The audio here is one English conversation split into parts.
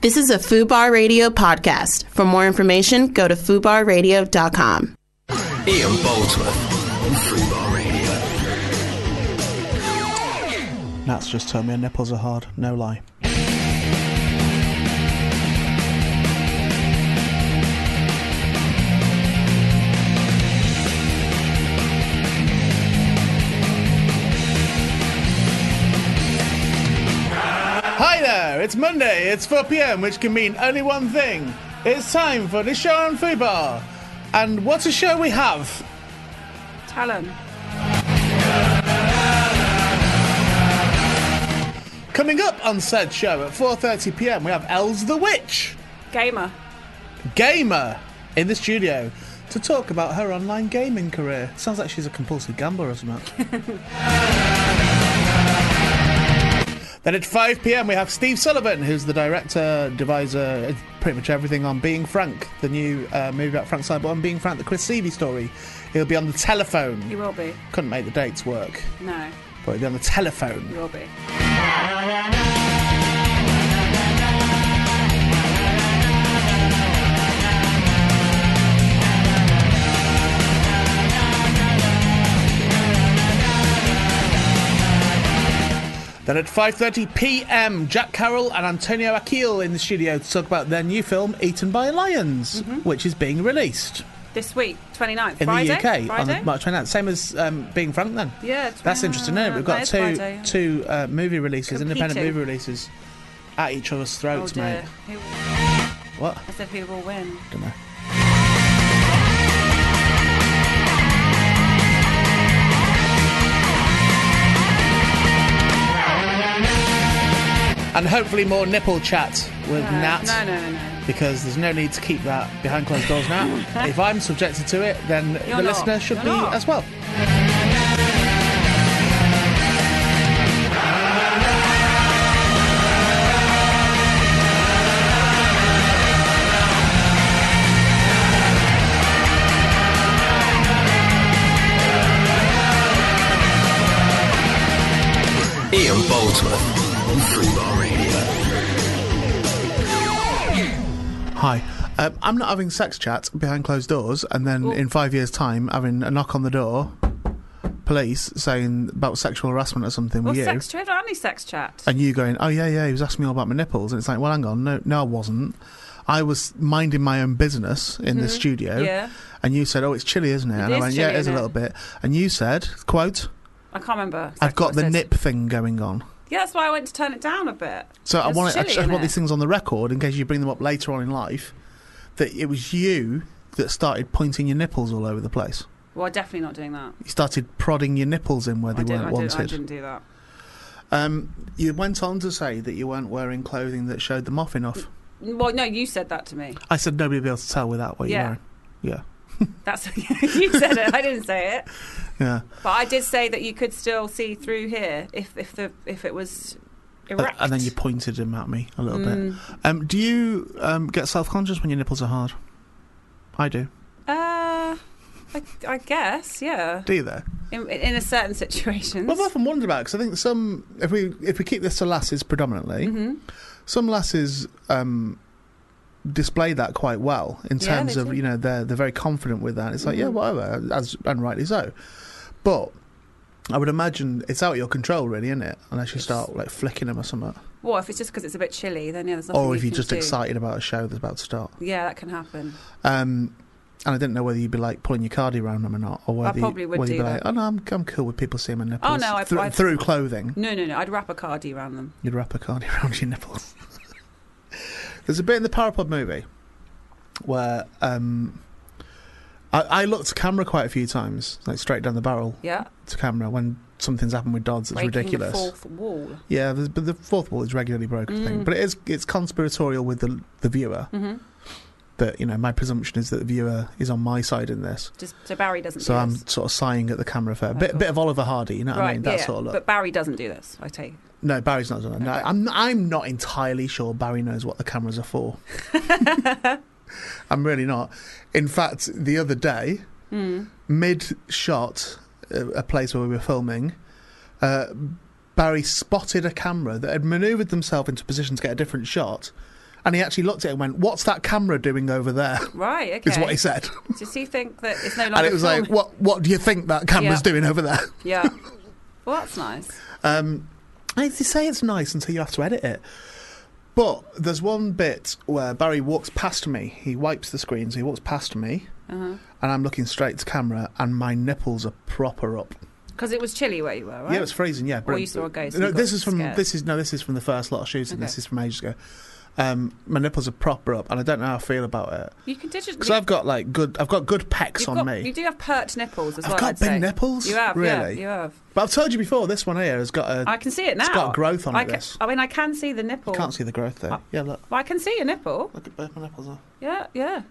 This is a FUBAR Radio podcast. For more information, go to FUBARradio.com. Ian Boldsworth on Free Bar Radio. Nat's just told me her nipples are hard. No lie. Hi there, it's Monday, it's 4pm, which can mean only one thing. It's time for the show on Foo Bar. And what a show we have! Tell him. Coming up on said show at 4.30pm, we have Els the Witch, Gamer. gamer, in the studio to talk about her online gaming career. Sounds like she's a compulsive gambler or something. then at 5pm, we have Steve Sullivan, who's the director, deviser, pretty much everything on Being Frank, the new uh, movie about Frank Cyborg and Being Frank, the Chris Seavey story. He'll be on the telephone. You will be. Couldn't make the dates work, No, but he'll be on the telephone. you will be. Then at 5:30 p.m., Jack Carroll and Antonio Akil in the studio to talk about their new film Eaten by Lions, which is being released This week, 29th, in Mm-hmm. Friday? the UK Friday? on March 29th. Same as um, Being Frank then. Yeah, it's That's interesting, isn't it? We've Ah, that got is two Friday, yeah. two uh, movie releases, independent Competing. movie releases at each other's Oh throats, dear. mate. Who, What? I said who will win. Dunno. And hopefully more nipple chat with No, Nat No, no, no, no. because there's no need to keep that behind closed doors now. if I'm subjected to it, then You're the not. listener should You're be not. as well. Ian Boldsworth on Free Bar Radio. Hi. Um, I'm not having sex chat behind closed doors, and then in five years' time, having a knock on the door, police saying about sexual harassment or something Well, with you, sex chat or only sex chat? and you going, "Oh yeah, yeah," he was asking me all about my nipples, and it's like, "Well, hang on, no, no, I wasn't. I was minding my own business in the studio." Mm-hmm. Yeah. And you said, "Oh, it's chilly, isn't it?" and I is went, chilly, "Yeah, it is a isn't it?" little bit." And you said, "Quote: I can't remember. exactly I've what got I the said. nip thing going on." Yeah, that's why I went to turn it down a bit. So I It's want, it, I chilly, just want innit? these things on the record in case you bring them up later on in life. That it was you that started pointing your nipples all over the place. Well, definitely not doing that. You started prodding your nipples in where they I, didn't, weren't I, didn't, I wanted. didn't do that. um, you went on to say that you weren't wearing clothing that showed them off Mm. enough. Well, no, you said that to me. I said nobody would be able to tell without what Yeah. you're wearing. That's you said it. I didn't say it, Yeah, yeah. but I did say that you could still see through here if if the if it was And, erect. Uh, and then you pointed them at me a little Mm. bit. Um, do you um, get self conscious when your nipples are hard? I do. Uh, I, I guess, yeah. Do you though? In, in a certain situations. Well, I've often wondered about because I think some, if we if we keep this to lasses predominantly, Mm-hmm. some lasses um, display that quite well in Yeah, terms they of do. Mm-hmm. you know they're they're very confident with that. It's like yeah, whatever, as and rightly so. But I would imagine it's out of your control, really, isn't it? Unless you start like flicking them or something, Well, if it's just because it's a bit chilly, then yeah, there's nothing. or if you you're can just do. excited about a show that's about to start. Yeah, that can happen. Um, and I didn't know whether you'd be like pulling your cardi around them or not, or whether probably you, would whether you'd do be that. Oh, like, oh no, I'm, I'm cool with people seeing my nipples no, I- through, I- through clothing. No, no, no. I'd wrap a cardi around them. You'd wrap a cardi around your nipples. There's a bit in the Parapod movie where um, I, I looked to camera quite a few times, like straight down the barrel Yeah, to camera when something's happened with Dodds. It's breaking ridiculous. the fourth wall. Mm. Yeah, there's, but the fourth wall is regularly broken thing. But it is it's conspiratorial with the the viewer. Mm-hmm. That you know, my presumption is that the viewer is on my side in this. Just so Barry doesn't. So do I'm this. sort of sighing at the camera for a bit, cool. bit of Oliver Hardy, you know what right. I mean? That yeah, sort of look. but Barry doesn't do this. I take. No, Barry's not done it. No, I'm, I'm not entirely sure Barry knows what the cameras are for. I'm really not. In fact, the other day, Mm. mid shot, uh, a a place where we were filming, uh, Barry spotted a camera that had maneuvered themselves into position to get a different shot and he actually looked at it and went, "What's that camera doing over there?" Is Right. Okay. what he said, Does he think that it's no longer? and it was like, filming? "What? What do you think that camera's Yeah. doing over there?" Yeah. Well, that's nice. Um, I- they say it's nice until you have to edit it. But there's one bit where Barry walks past me. He wipes the screen, so he walks past me, Uh-huh. and I'm looking straight to camera, and my nipples are proper up. Because it was chilly where you were, right? Yeah, it was freezing. Yeah, Or you saw a ghost No, and this got is from scared. this is no, this is from the first lot of shooting. This Okay. is from ages ago. Um, my nipples are proper up, and I don't know how I feel about it You can digitally. because I've got like good, I've got good pecs you've on got- me. You do have pert nipples as I've well. got I'd big say. nipples? You have. Yeah, Really? you have. but I've told you before, this one here has got a. I can see it now. got growth on I it, this. I mean, I can see the nipple. can't see the growth there. I- yeah, look, Well, I can see your nipple. look at both my nipples are. Yeah, yeah.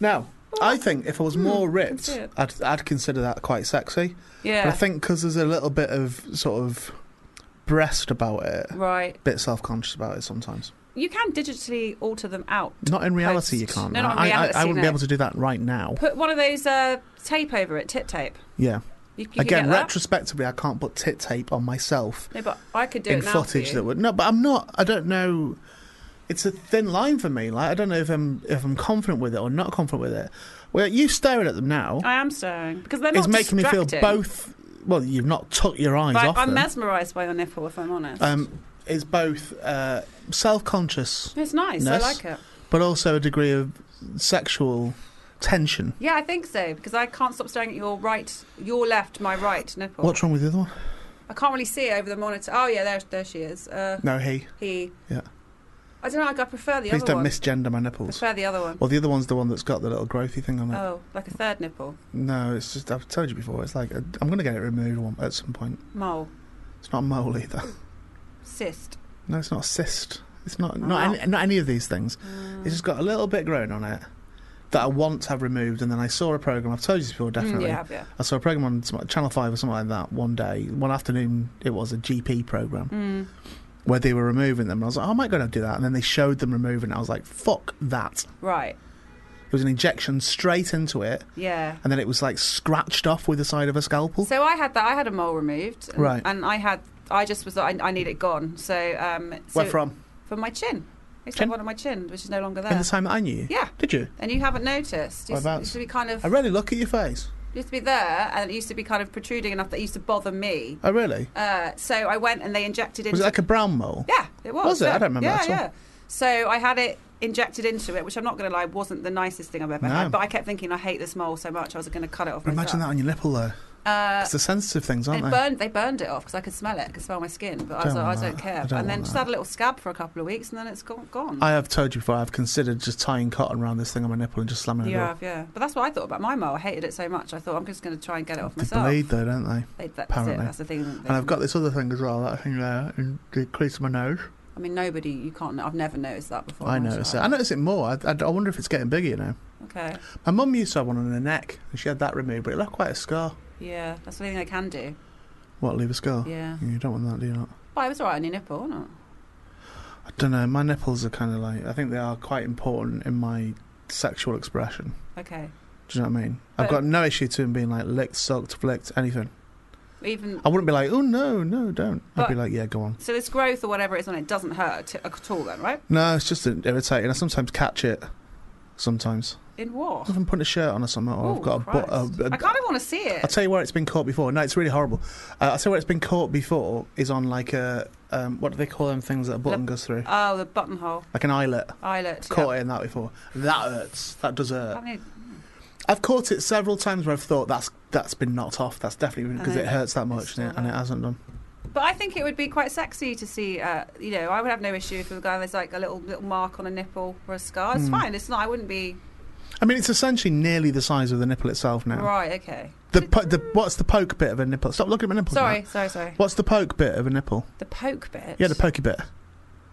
Now, Oh, I think if I was more ripped, hmm, see it. I'd, I'd consider that quite sexy. But Yeah. I think because there's a little bit of sort of breast about it, a right. bit self conscious about it sometimes. You can digitally alter them out. Not in reality, you Post- can't. No, now. not in I, I- I, reality, wouldn't be no. able to do that right now. Put one of those uh, tape over it, tit tape. Yeah. You, you can Again, get that. retrospectively, I can't put tit tape on myself No, but I could do in it now footage for you. that would. No, but I'm not. I don't know. It's a thin line for me. Like I don't know if I'm if I'm confident with it or not confident with it. Well, you staring at them now I am staring because they're not is making me feel distracting. both. Well, you've not took your eyes But off I'm them. mesmerised by your nipple, if I'm honest. um, is both uh, self-conscious, it's nice. Ness? I like it. but also a degree of sexual tension. Yeah, I think so because I can't stop staring at your right, your left, my right nipple. What's wrong with the other one? I can't really see it over the monitor. Oh yeah, there, there she is. Uh, No, he. He. Yeah. I don't know. like, I prefer the Please other don't one. misgender my I nipples. prefer the other one. Well, the other one's the one that's got the little growthy thing on it. Oh, like a third nipple No, it's just I've told you before. It's like I'm going to get it removed one- at some point. mole It's not a mole either. cyst. No, it's not a cyst. It's not Wow. not any, not any of these things. It's Mm. just got a little bit growing on it that I want to have removed. And then I saw a program. I've told you this before, Mm, definitely. you have, yeah. I saw a program on some- Channel Five or something like that one day, one afternoon. It was a GP program Mm. where they were removing them. And I was like, oh, I might go and do that. And then they showed them removing. it. I was like, fuck that. Right. It was an injection straight into it, Yeah. and then it was like scratched off with the side of a scalpel. So I had that. I had a mole removed. And, Right. And I had. I just was. like, I, I need it gone. So. Um, so Where from? From my chin. I used to Chin? have one on my chin, which is no longer In there. the time that I knew you. Yeah. Did you? And you haven't noticed. It used, Whereabouts? used to be kind of I really look at your face. used to be there, and it used to be kind of protruding enough that it used to bother me. Oh, really? Uh, so I went and they injected into Was it like a brown mole? Yeah, it was. Was it? I yeah. don't remember Yeah, that at all. yeah. So I had it injected into it, which I'm not going to lie, wasn't the nicest thing I've ever No. had. But I kept thinking, I hate this mole so much, I was going to cut it off. Imagine that myself. on your nipple, though. Uh, It's the sensitive things, and aren't it they? burned. They burned it off because I could smell it, I could smell my skin. But I was Don't like, want I don't that. care. I don't and then want just that. had a little scab for a couple of weeks, and then it's gone. gone. I have told you before, I've considered just tying cotton around this thing on my nipple and just slamming it you door. have, yeah. But that's what I thought about my mole. I hated it so much. I thought I'm just going to try and get it off They myself. bleed, though, don't they? They- that's it. apparently. That's the thing. that they And I've can- got this other thing as well, that thing there, in the crease of my nose. I mean, nobody. You can't. I've never noticed that before. I in my notice it. life. I notice it more. I, I, I wonder if it's getting bigger, you know. Okay. My mum used to have one on her neck, and she had that removed, but it left quite a scar. Yeah, that's the thing I can do. What, leave a scar? Yeah. You don't want that, do you not? Well, I was alright on your nipple, wasn't it? I don't know. My nipples are kind of like, I think they are quite important in my sexual expression. Okay. Do you know what I mean? I've But- got no issue to him being like licked, sucked, flicked, anything. Even I wouldn't be like, oh no, no, don't. I'd be But- like, yeah, go on. so, this growth or whatever it's on it doesn't hurt t- at all, then, right? No, it's just irritating. I sometimes catch it. Sometimes. In war. If I'm putting a shirt on or something, or Ooh, I've got a butt. Christ. A, a, I kind of want to see it. I'll tell you where it's been caught before. No, it's really horrible. Uh, I'll tell you where it's been caught before is on like a, um, what do they call them things that a button goes through? oh, the buttonhole Like an eyelet. eyelets. Caught it in that before. That hurts. That does hurt. I mean, I've caught it several times where I've thought that's that's been knocked off. That's definitely And because then it hurts that it's much, still and it, and it there. hasn't done. but I think it would be quite sexy to see. Uh, you know, I would have no issue if the guy there's like a little little mark on a nipple or a scar. It's Hmm. fine. It's not. I wouldn't be I mean, it's essentially nearly the size of the nipple itself now. right. Okay. The, po- the what's the poke bit of a nipple? Stop looking at my nipple. Sorry, sorry, sorry. What's the poke bit of a nipple? The poke bit. Yeah, the pokey bit.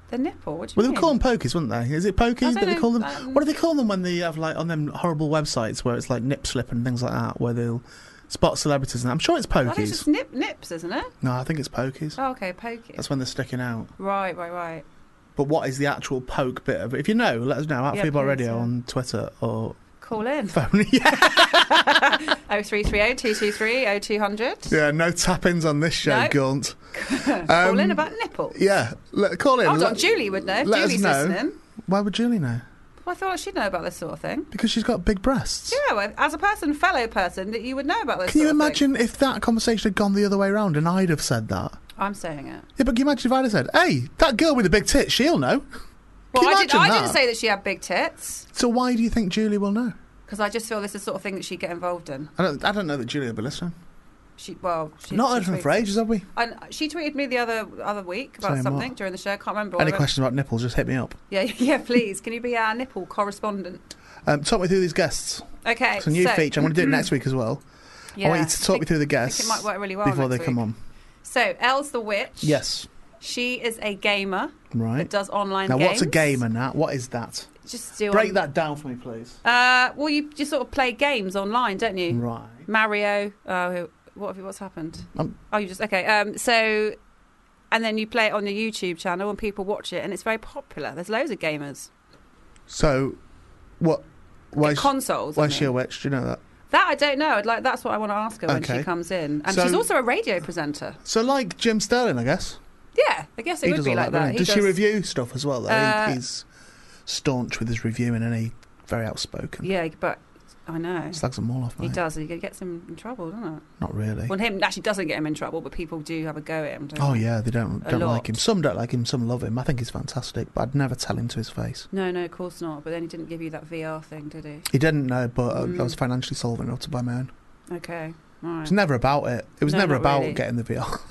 The nipple. What do you Well, they mean? would call them pokies, wouldn't they? Is it pokies I that don't they call know, them? um, what do they call them when they have like on them horrible websites where it's like nip slip and things like that, where they'll spot celebrities? And I'm sure it's I think it's pokies. just nip nips, isn't it? No, I think it's pokies. Oh, okay, pokey. That's when they're sticking out. Right, right, right. But what is the actual poke bit of it? If you know, let us know at Yeah, Foodbar please, Radio yeah. on Twitter or Call in. phone. yeah, 0330 223 0200. yeah, no tap ins on this show, No. Gaunt. Call in Um, about nipples. Yeah, let, call in. Hold let- on, Julie would know. let us Julie's know. listening. Why would Julie know? Well, I thought she'd know about this sort of thing. Because she's got big breasts. Yeah, well, as a person, fellow person, that you would know about this. Can you sort of thing. imagine if that conversation had gone the other way around and I'd have said that? I'm saying it. Yeah, but can you imagine if I'd have said, hey, that girl with the big tits, she'll know. Well, Can you I, did, imagine I that? didn't say that she had big tits So why do you think Julie will know? because I just feel this is the sort of thing that she'd get involved in. I don't, I don't know that Julie will be listening. She well, she, Not she heard from tweeted- for ages, have we? And she tweeted me the other other week about Saying something what? during the show. I can't remember. what Any I- questions about nipples, just hit me up. Yeah, yeah. Please, can you be our nipple correspondent? Um, talk me through these guests. Okay. It's a new so, feature. I'm going to do it next week as well. Yeah. I want you to talk me through the I guests think it might work really well before they next come week. on. So Elle's the witch. Yes. She is a gamer that Right. does online. Now, what's a games. gamer, Nat? What is that? Just do Break on- that down for me, please. Uh, well, you just sort of play games online, don't you? Right. Mario. Oh, who- what have you? What's happened? Um, oh, you just okay. Um, so, and then you play it on your YouTube channel, and people watch it, and it's very popular. There's loads of gamers. So, what? Why is, Consoles. why I is she a mean. witch? Do you know that? That I don't know. I'd like that's what I want to ask her when Okay. she comes in, and So- she's also a radio presenter. So, like Jim Sterling, I guess. Yeah, I guess it he would does be all like doesn't that. he? He Does, she does- review stuff as well? Though? He- Uh, he's staunch with his reviewing and he very outspoken. Yeah, but I know Slags them all off, he mate. does. He gets him in trouble, doesn't it? Not really. Well, him actually doesn't get him in trouble, but people do have a go at him. Don't Oh they? yeah, they don't Mm. A don't lot. like him. Some don't like him. Some love him. I think he's fantastic, but I'd never tell him to his face. No, no, of course not. But then he didn't give you that VR thing, did he? He didn't know, but uh, Mm. I was financially solvent enough to buy my own. Okay, all It right. was never about it. It was No, never not about really. getting the VR.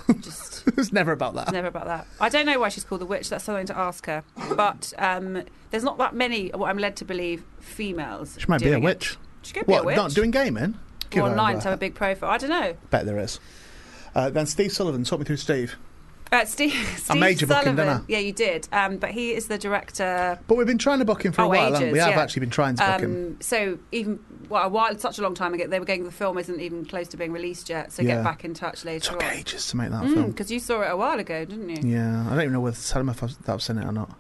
Just it was never about that. never about that. I don't know why she's called the witch. That's something to ask her. But um, there's not that many. What I'm led to believe, females. She might be a doing it. witch. She could be What? a witch. Not doing gaming? her Or online a- to have a big profile. I don't know. Bet there is. Uh, then Steve Sullivan, talk me through Steve. Uh, Steve, Steve made you book him, Sullivan. didn't I? Yeah, you did. Um, but he is the director. But we've been trying to book him for a Oh, while, haven't we? We ages, have yeah. actually been trying to book him. Um, so even well, a while, such a long time ago, they were going. The film isn't even close to being released yet. So Yeah. get back in touch It later took on. ages to make that film. Because Mm, you saw it a while ago, didn't you? Yeah, I don't even know whether to tell him if I've, that I've seen it or not.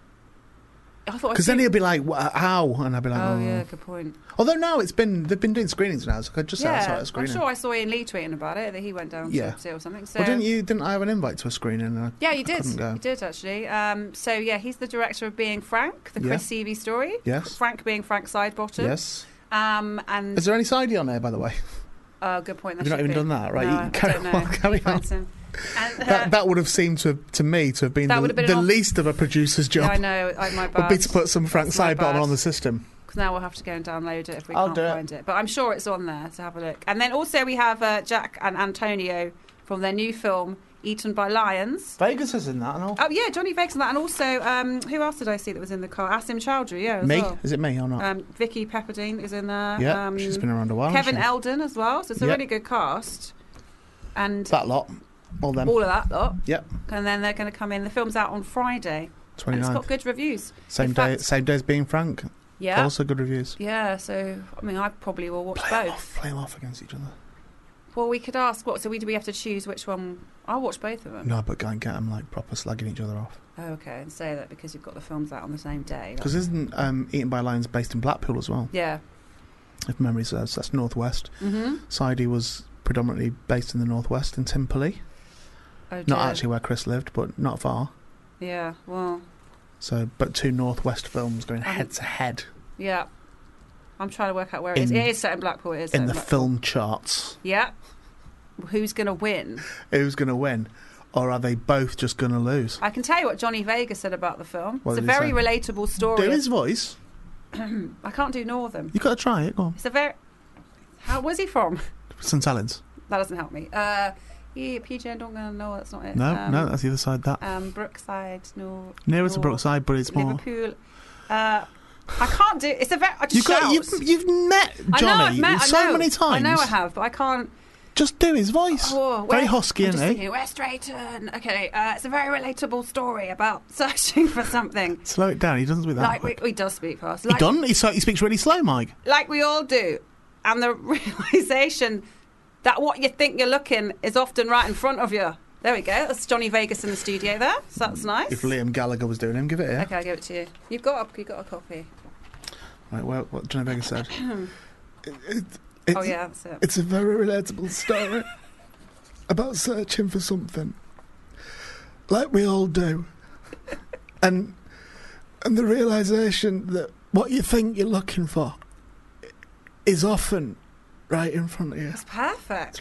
I thought. I'd Because then seen- he'll be like, "Wha- "How?" and I'll be like, "Oh, Oh yeah, good point. Although now it's been they've been doing screenings now, so I could just say I saw it Yeah, at a I'm screening. sure I saw Ian Lee tweeting about it that he went down Yeah. to see it or something. So Well, didn't you? Didn't I have an invite to a screening? Uh, And I, Yeah, you I did. couldn't go. You did actually. Um, so yeah, he's the director of Being Frank, the Yeah. Chris Seavey story. Yes. Frank being Frank Sidebottom. Yes. Um, and Is there any sidey on there, by the way? uh, good point. You've not should even be. done that, right? No, You can carry I don't on, know. carry He finds on. him. And, uh, That, that would have seemed to to me to have been That the, would have been the an off- least of a producer's yeah, job. I know. I, my Would bad. be to put some Frank That's my Sidebottom bad. on the system. 'Cause now we'll have to go and download it if we I'll can't do it. find it. But I'm sure it's on there to have a look. And then also we have uh, Jack and Antonio from their new film Eaten by Lions. Vegas is in that and all. Oh yeah, Johnny Vegas and that, and also um, who else did I see that was in the car? Asim Chowdhury, yeah. As me? Oh, Well. Is it me or not? Um, Vicky Pepperdine is in there. yeah, um, she's been around a while. Kevin hasn't Eldon as well. So it's a Yeah. really good cast. And she? That lot. All them. all of that lot. Yep. And then they're going to come in. The film's out on Friday. And it's 29. got good reviews. Same in day. fact- Same day as being Frank. Yeah. Also good reviews. Yeah, so I mean, I probably will watch Play 'em off. both. Play 'em off against each other. Well, we could ask what. So we do we have to choose which one? I'll watch both of them. No, but go and get them like proper slagging each other off. Oh, okay, and say that because you've got the films out on the same day. Because isn't um, Eaten by Lions based in Blackpool as well? yeah. If memory serves, that's northwest. Mm-hmm. Sidey was predominantly based in the northwest in Timperley, Oh, not dear. actually where Chris lived, but not far. Yeah. Well. So, but two northwest films Oh. going head to head Yeah. I'm trying to work out where it is. In- It is set in Blackpool. It is set in the Blackpool. film charts. Yeah. Who's going to win? Who's going to win, or are they both just going to lose? I can tell you what Johnny Vega said about the film. What it's a did he very say? relatable story. Do his voice. I can't do northern. You got to try it. Go on. It's a very. How was he from? St Helens. That doesn't help me. Uh, yeah, PJ and Dungan. No, that's not it. No, Um, no, that's the other side. of That Um, Brookside. No. nearer to no, Brookside, but it's more. Liverpool. Uh, I can't do. It's a very. I just You got shout. you've, you've met I Johnny know I've met. I so know, many times. I know I have, but I can't. Just do his voice. Oh, Very Wes- husky, I'm isn't just he? thinking, West Drayton. Okay, uh, it's a very relatable story about searching for something. Slow it down. He doesn't do that. like we, we does speak fast. he Like, doesn't. He, so, he speaks really slow, Mike. like we all do, and the realization that what you think you're looking is often right in front of you. There we go. That's Johnny Vegas in the studio there. So that's nice. Mm. If Liam Gallagher was doing him, give it here. Okay, I'll give it to you. You've got a, you got a copy. Right, well, what Johnny Baker said. It- it- it's, oh yeah, that's it. It's a very relatable story about searching for something, like we all do. And and the realization that what you think you're looking for is often right in front of you. It's perfect.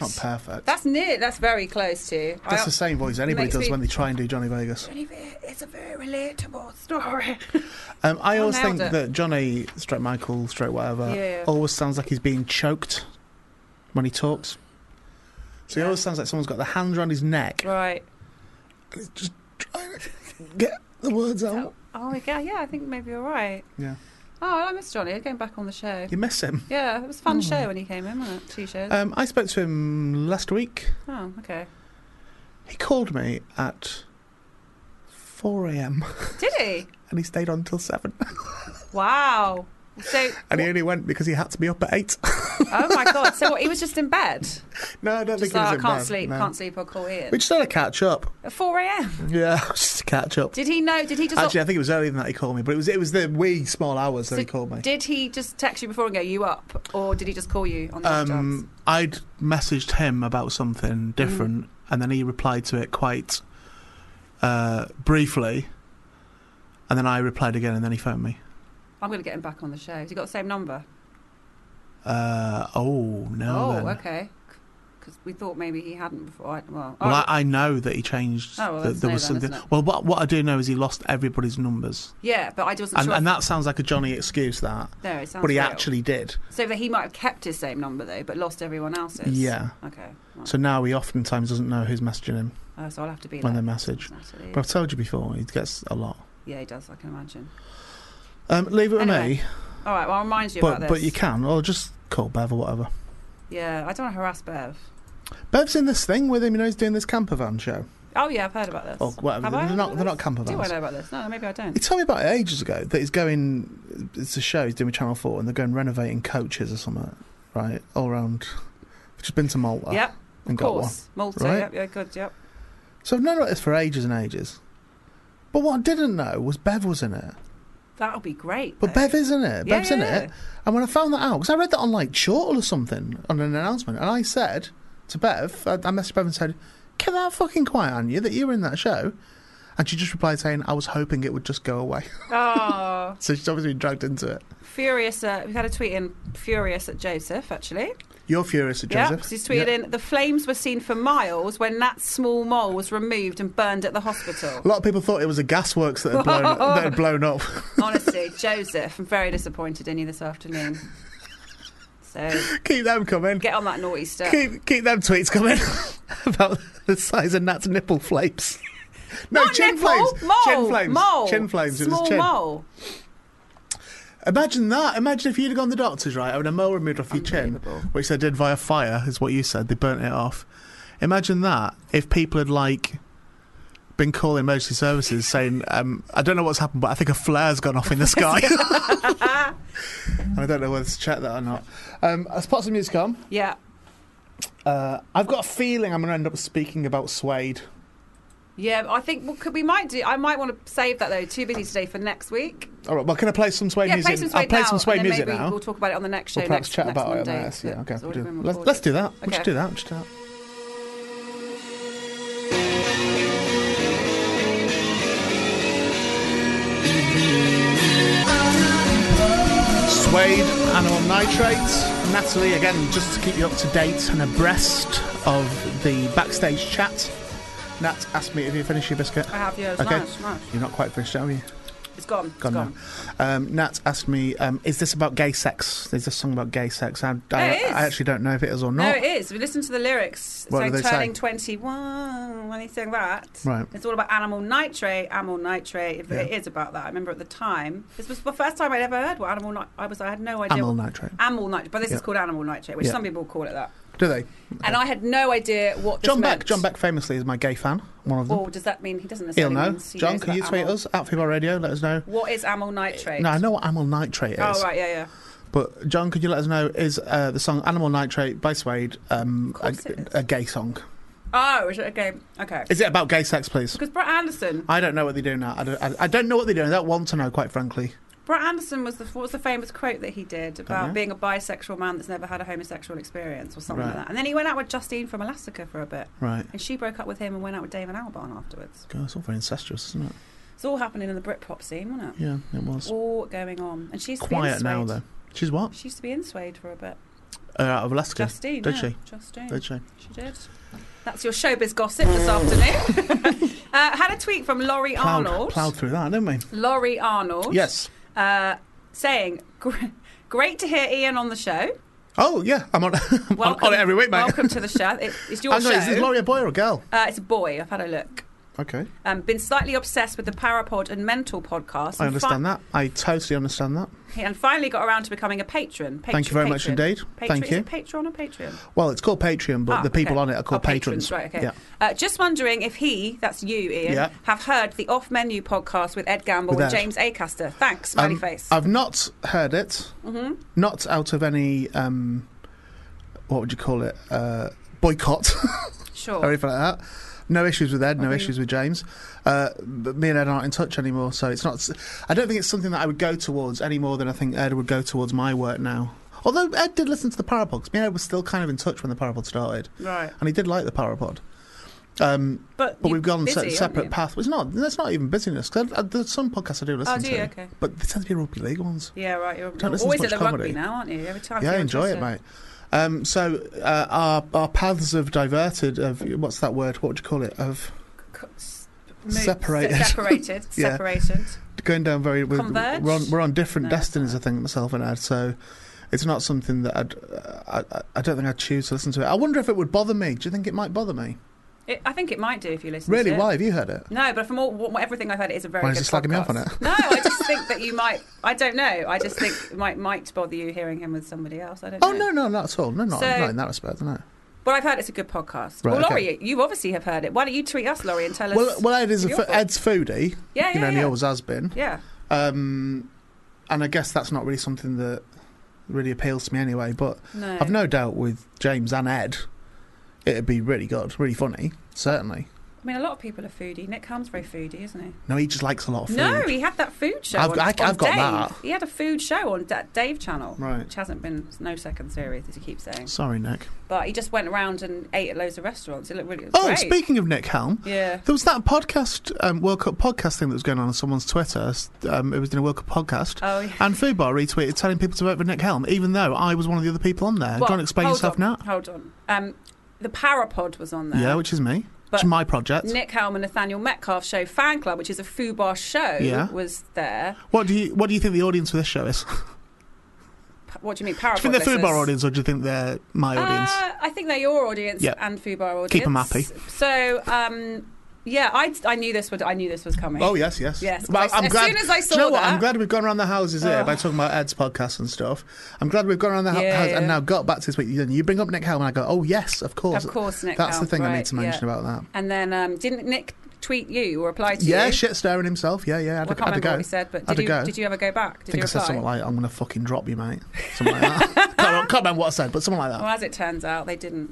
It's not perfect. That's near. That's very close to. I- That's the same voice anybody makes does me- when they try and do Johnny Vegas. Johnny Ve- It's a very relatable story. Um, I always Oh, nailed think it. that Johnny, stroke Michael, stroke whatever, Yeah. always sounds like he's being choked when he talks. So he Yeah. always sounds like someone's got their hand around his neck. right. Just trying to get the words out. Oh, yeah, yeah, I think maybe you're right. Yeah. Oh, I miss Johnny. Going back on the show. You miss him. Yeah, it was a Mm. fun show when he came in, wasn't it? Two shows. Um, I spoke to him last week. oh, okay. He called me at 4 a.m. Did he? and he stayed on till 7. Wow. So, And he only went because he had to be up at 8. oh my God. So what, he was just in bed? Just no, I don't think like, he was I in can't bed, sleep, no. can't sleep, I'll call Ian. We just had a catch up. At 4 a.m. Yeah, just to catch up. Did he know? Did he just. Actually, I think it was earlier than that he called me, but it was it was the wee small hours that So he called me. Did he just text you before and go, you up? Or did he just call you on the off chance? Um, I'd messaged him about Mm-hmm. something different, and then he replied to it quite uh, briefly, and then I replied again, and then he phoned me. I'm going to get him back on the show. Has he got the same number? Uh, oh no! oh, then. okay. Because we thought maybe he hadn't before. I, well, Well, oh, I, I know that he changed. Oh, well, that that's there no was then, something. isn't it? Well, what what I do know is he lost everybody's numbers, yeah, but I wasn't and sure. and if- that sounds like a Johnny excuse that, no, it sounds but he real. actually did. So that he might have kept his same number though, but lost everyone else's. Yeah. Okay. right. So now he oftentimes doesn't know who's messaging him Oh, so I'll have to be when they like message. Natalie. But I've told you before, he gets a lot. Yeah, he does. I can imagine. Um, leave it with Anyway, me, All right. Well, I'll remind you about but this. but you can, or just call Bev or whatever. Yeah, I don't want to harass Bev. Bev's in this thing with him. You know, he's doing this camper van show. Oh yeah, I've heard about this. Or whatever. Have I They're heard not. about They're not this? camper Do I vans. know about this? No, maybe I He don't. told me about it ages ago that he's going. It's a show he's doing with Channel Four, and they're going renovating coaches or something, right? All around. Which has been to Malta Yep, and of got one. course. Malta. right? Yep, yeah, good. Yep. So I've known about this for ages and ages. But what I didn't know was Bev was in it. That would be great. But though. Bev is in it. Yeah, Bev's yeah. in it. And when I found that out, because I read that on like Chortle or something on an announcement, and I said to Bev, I, I messaged Bev and said, "Get that fucking quiet on you that you were in that show." And she just replied saying, "I was hoping it would just go away." Oh, so she's obviously been dragged into it. furious. Uh, we've had a tweet in furious at Joseph actually. You're furious at Yeah, Joseph. he's tweeted in. The flames were seen for miles when that small mole was removed and burned at the hospital. A lot of people thought it was a gasworks that had blown, that had blown up. Honestly, Joseph, I'm very disappointed in you this afternoon. So keep them coming. get on that naughty stuff. keep keep them tweets coming about the size of Nat's nipple flaps. No, Not chin nipple, flames. Mole, Chin flames. Mole, Chin flames. It Small was chin. mole. Imagine that. Imagine if you'd have gone to the doctor's, right, and a mole removed off your chin, Unbelievable. which they did via fire, is what you said. They burnt it off. Imagine that if people had, like, been calling emergency services saying, um, I don't know what's happened, but I think a flare's gone off in the sky. And I don't know whether to check that or not. Um, I spot some music on. Yeah, Uh, I've got a feeling I'm going to end up speaking about suede. yeah. I think well, could, we might do. I might want to save that though. Too busy today for next week. All right, well, can I play some suede yeah, music? play some I'll Suede play now, some suede and then music maybe now. We'll talk about it on the next show. We'll perhaps next, chat next about it. Monday, on the next- but Yeah, okay. it's we'll already do- been Let's, recorded. let's do that. Let's Okay. do that. Let's do that. Suede, animal nitrates. Natalie, again, just to keep you up to date and abreast of the backstage chat. Nat asked me if you finished your biscuit. I have yours. Okay. Nice, nice. You're not quite finished, are you? It's gone. It's Gone, gone. now. Um, Nat asked me, um, "Is this about gay sex? Is this song about gay sex?" I, I, It is. I actually don't know if it is or No, not. it is. We listen to the lyrics. It's What do like they say? turning 21 when they sing that. Right. It's all about animal nitrate, animal nitrate. If It Yeah. is about that. I remember at the time. This was the first time I'd ever heard what animal nitrate I was. I had no idea. Amyl what- nitrate. Animal nitrate. But this Yeah. is called animal nitrate, which Yeah. some people call it that. Do they? And I had no idea what this John meant. Beck. John Beck famously is my gay fan. One of them. Or does that mean he doesn't He'll necessarily know. mean he John, knows can you about tweet amyl- us at Football Radio? Let us know. What is amyl nitrate? No, I know what amyl nitrate is. Oh, right, yeah, yeah. But John, could you let us know is uh, the song "Animal Nitrate" by Suede um, a, Of course it is. a gay song? Oh, is it- okay, okay. Is it about gay sex, please? Because Brett Anderson, I don't know what they do now. I don't, I, I don't know what they do. I don't want to know, quite frankly. Brett Anderson was the what was the famous quote that he did about know. being a bisexual man that's never had a homosexual experience or something Right. like that. And then he went out with Justine from Elastica for a bit, Right. and she broke up with him and went out with David Albarn afterwards. God, it's all very incestuous, isn't it? It's all happening in the Britpop scene, wasn't it? Yeah, it was. All going on. And she's Quiet now, though. She's what? She used to be in Suede for a bit. Uh, out of Alaska. Justine. Did yeah. she? Justine. Did she? She did. That's your showbiz gossip this afternoon. uh, had a tweet from Laurie Plowed, Arnold. plowed through that, didn't we? Laurie Arnold. Yes. Uh, saying, "Gr- great to hear Ian on the show. Oh yeah, I'm on. I'm on- Welcome, on it every week, mate. Welcome to the show. It- it's your Hang on, show. is this Laurie a boy or a girl? uh, it's a boy. I've had a look. Okay, Um, been slightly obsessed with the Parapod and Mental podcast. I and fi- understand that. I totally understand that. And finally got around to becoming a patron. Patron- Thank you very much patron. indeed. Patron- Thank is you. it Patreon or Patreon? Well, it's called Patreon, but Ah, the people okay. on it are called Oh, patrons. Right, okay. Yeah. Uh, just wondering if he, that's you, Ian, Yeah. have heard the off menu podcast with Ed Gamble With and Ed. James Acaster. Thanks, smiley Um, face. Mm-hmm. I've not heard it. Not out of any, um, what would you call it, uh, boycott or sure. anything like that. No issues with Ed. No issues with James. Uh, but me and Ed aren't in touch anymore, so it's not. I don't think it's something that I would go towards any more than I think Ed would go towards my work now. Although Ed did listen to the Parapods. Me and Ed was still kind of in touch when the Parapod started, Right. and he did like the Parapod. Um, But, but you're we've gone busy, se- aren't separate you? paths. It's not. That's not even busyness. 'cause I- I- there's some podcasts I do listen Oh, do you? to, Okay. but they tend to be rugby league ones. Yeah, right. You're, Don't you're listen to always much at the comedy. rugby now, aren't you? Every time. yeah, I you're enjoy it, interested. mate. Um, so uh, our our paths have diverted. Of what's that word? What would you call it? Of C- s- move- Separated. se- separated. Yeah. Separated. going down very. We're, Converged? we're on we're on different No. destinies, I think, myself and Ed. So. It's not something that I'd, uh, I, I- I don't think I'd choose to listen to it. I wonder if it would bother me. Do you think it might bother me? It, I think it might do if you listen. Really? To it. Why have you heard it? No, but from all what, everything I've heard, it is a very Why good is it slagging me off on podcast. no, I just think that you might. I don't know. I just think it might might bother you hearing him with somebody else. I don't. Oh know. no, no, not at all. No, not, So- not in that respect. No. But I've heard it's a good podcast. Right, well, okay. Laurie, you obviously have heard it. Why don't you tweet us, Laurie, and tell us? Well, well, Ed is a your fo- fault. Ed's foodie. Yeah, you know, yeah, and he yeah. always has been. yeah. Um, and I guess that's not really something that really appeals to me anyway. But No. I've no doubt with James and Ed, it'd be really good, really funny, certainly. I mean, a lot of people are foodie. Nick Harm's very foodie, isn't he? No, he just likes a lot of food. No, he had that food show. I've- on, I- on I've got Dave. that. He had a food show on that Dave channel, Right. which hasn't been no second series, as you keep saying. Sorry, Nick. But he just went around and ate at loads of restaurants. It looked really. it was Oh, great. speaking of Nick Helm. Yeah. There was that podcast, um, World Cup podcast thing that was going on on someone's Twitter. Um, it was in a World Cup podcast. Oh, yeah. And Food Bar retweeted telling people to vote for Nick Helm, even though I was one of the other people on there. Well, Trying to explain hold yourself on, now. Hold on. Um, the Parapod was on there. Yeah, which is me. But which is my project. Nick Helm and Nathaniel Metcalf show fan club, which is a foobar show, Yeah. was there. What do you What do you think the audience for this show is? do Pa- What do you mean, Parapod? you think they're food bar listeners? audience, or do you think they're my audience? Uh, I think they're your audience Yeah. and food bar audience. Keep 'em happy. So, um, yeah, I, I knew this would I knew this was coming. oh yes, yes. yes, Well, as- as soon as I do you know saw what? I'm that- glad we've gone around the houses here Oh. by talking about Ed's podcast and stuff. I'm glad we've gone around the hou- Yeah, house and yeah. now got back to this week. You- You bring up Nick Helm, and I go, oh yes, of course, Of course, Nick That's Helm, the thing I need oh, right, to mention yeah. about that. And then um, didn't Nick tweet you or reply to Yeah, you? shit staring himself. Yeah, yeah. I had, Well, I a, can't had a remember go. what he said, but had did a you, go. did you ever go back? Did I think you I said reply? something like, "I'm gonna fucking drop you, mate." Something like that. can't, remember- can't remember what I said, but something like that. well, as it turns out, they didn't.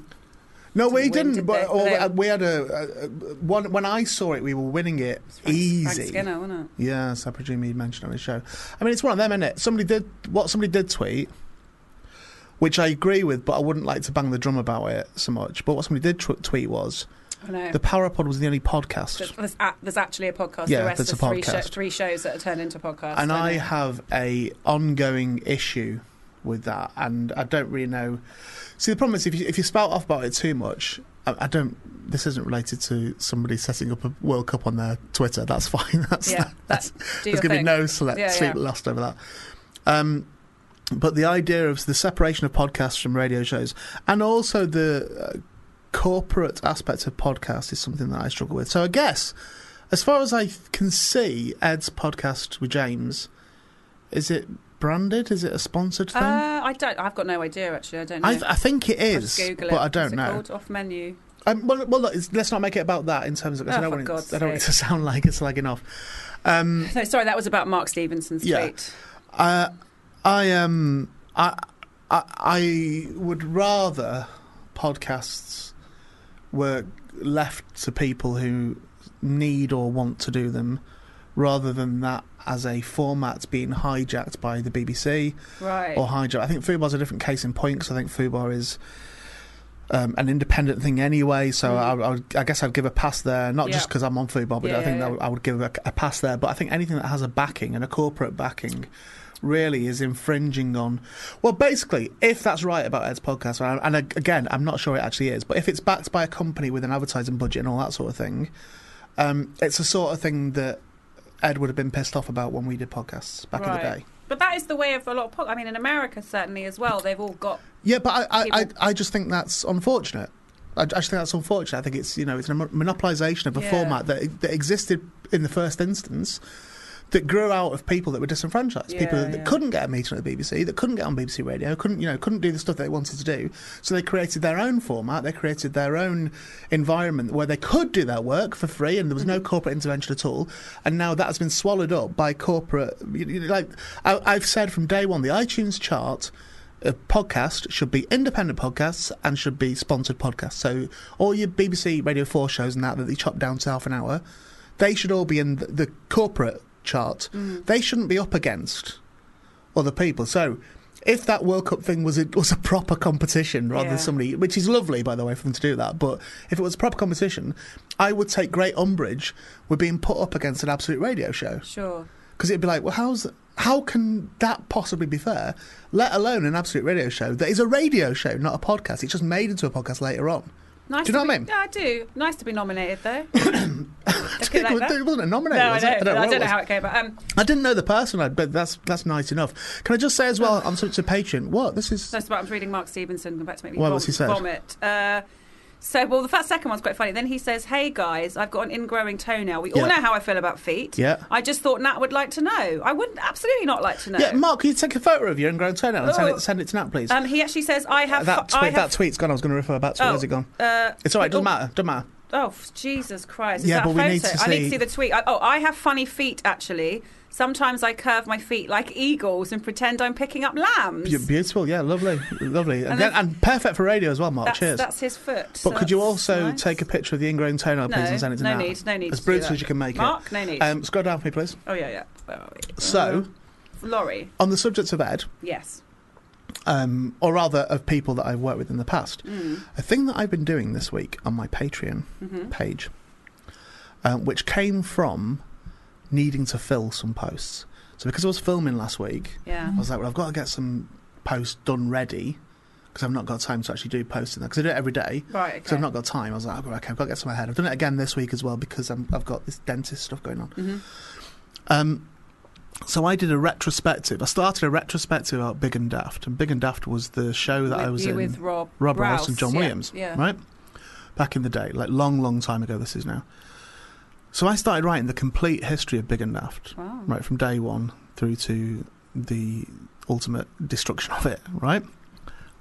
No, we Didn't win, didn't. did but they? or No. we had a, a, a one when I saw it, we were winning it Frank- Frank easy. Skinner, wasn't it? Yes, I presume he'd mentioned on his show. I mean, it's one of them, isn't it? Somebody did what somebody did tweet, which I agree with, but I wouldn't like to bang the drum about it so much. But what somebody did tw- tweet was I know. the Parapod was the only podcast, There's, there's a- there's actually a podcast. Yeah, the rest there's is a three, sho- podcast. three shows that are turned into podcasts. and I know. have a ongoing issue with that, and I don't really know. See, the problem is if you if you spout off about it too much, I, I don't. This isn't related to somebody setting up a World Cup on their Twitter. That's fine. That's Yeah, that's, do there's your going to be thing. no select, Yeah, sleep yeah. lost over that. Um, but the idea of the separation of podcasts from radio shows, and also the uh, corporate aspect of podcasts, is something that I struggle with. So I guess, as far as I can see, Ed's podcast with James, is it branded? Is it a sponsored thing? Uh, I don't. I've got no idea. Actually, I don't know. I, I think it I'll is, just Google but it. I don't What's it know. called? Off menu. Um, well, well look, it's, let's not make it about that in terms of. 'cause Oh, I, don't for want it, God's I don't want it sake. to sound like it's lagging off. Um, No, sorry, that was about Mark Stevenson's Yeah. tweet. Uh, I um I, I I would rather podcasts were left to people who need or want to do them, rather than that as a format being hijacked by the BBC Right. Oh. or hijacked. I think Fubar's a different case in point because I think Fubar is. um, an independent thing anyway. So I, I, would- I guess I'd give a pass there, not just just Mm-hmm. Yeah. because I'm on food, but Yeah, I think yeah, that yeah. would- I would give a, a pass there. But I think anything that has a backing and a corporate backing really is infringing on. Well, basically, if that's right about Ed's podcast, and, I- and ag- again, I'm not sure it actually is, but if it's backed by a company with an advertising budget and all that sort of thing, um, it's the sort of thing that Ed would have been pissed off about when we did podcasts back in the Right. day. But that is the way of a lot of. Po- I mean, in America certainly as well, they've all got. Yeah, but I, I, I, People- I just think that's unfortunate. I, I just think that's unfortunate. I think it's you know it's a mon- monopolisation of a Yeah. format that that existed in the first instance. That grew out of people that were disenfranchised, people Yeah, that, yeah. couldn't get a meeting at the BBC, that couldn't get on BBC Radio, couldn't you know couldn't do the stuff they wanted to do. So they created their own format, they created their own environment where they could do their work for free, and there was no corporate intervention at all. And now that has been swallowed up by corporate. You you know, like I, I've said from day one, the iTunes chart a podcast should be independent podcasts and should be sponsored podcasts. So all your BBC Radio 4 shows and that that they chop down to half an hour, they should all be in the, the corporate chart. They shouldn't be up against other people. So if that World Cup thing was a, was a proper competition rather Yeah. than somebody, which is lovely by the way for them to do that, but if it was a proper competition, I would take great umbrage with being put up against an absolute radio show Sure. because it'd be like, well, how's how can that possibly be fair? Let alone an absolute radio show that is a radio show, not a podcast. It's just made into a podcast later on. Nice Do you to know what I be- mean? Yeah, I do. Nice to be nominated though. Look it, at was, that. it wasn't a No, nominated. I was know. it? I don't know, what it was. how it came, but um, I didn't know the person, I- but that's that's nice enough. Can I just say as well, I'm such a patient. What this is? no, it's about I'm reading Mark Stevenson. Come back to make me Why, vom- what's he said? vomit. Uh, so, well, the first second one's quite funny. Then he says, "Hey guys, I've got an ingrowing toenail. We all Yeah. know how I feel about feet. Yeah. I just thought Nat would like to know. I would absolutely not like to know. Yeah, Mark, can you take a photo of you and grow and turn out and send Oh. it send it to Nat, please? Uh, Um, he actually says, "I have that I tweet, have, that tweet's gone. I was going to refer back to. it. Oh, Where's it gone? Uh, It's all right. Doesn't oh, matter. Doesn't matter. Oh, f- Jesus Christ. Is Yeah, that but a we photo? need to I need to see- see the tweet. I, oh, I have funny feet, actually. Sometimes I curve my feet like eagles and pretend I'm picking up lambs. Be- Beautiful. Yeah, lovely, lovely, and, then- then, and perfect for radio as well, Mark. that's, Cheers. that's his foot. so But could you that's also nice. take a picture of the ingrown toenail, please, No, and send it to Nat? no need, no need As to do brutal that. as you can make Mark, it. no need. Um, scroll down for me, please. Oh, yeah, yeah. Where are we? Mm-hmm. So, Laurie, on the subject of Ed, yes. um, or rather of people that I've worked with in the past, Mm. a thing that I've been doing this week on my Patreon Mm-hmm. page, um, which came from needing to fill some posts. So, because I was filming last week, Yeah. I was like, well, I've got to get some posts done ready because I've not got time to actually do posting that because I do it every day. Right, okay. So I've not got time. I was like, oh, okay, I've got to get some ahead. I've done it again this week as well because I'm, I've got this dentist stuff going on. Mm-hmm. Um, so I did a retrospective. I started a retrospective about Big and Daft, and Big and Daft was the show that with, I was you in. with Rob, Rob Rouse, Rouse and John yeah, Williams, Yeah. right? Back in the day, like long, long time ago. This is now. So I started writing the complete history of Big and Daft, Wow. right from day one through to the ultimate destruction of it, right?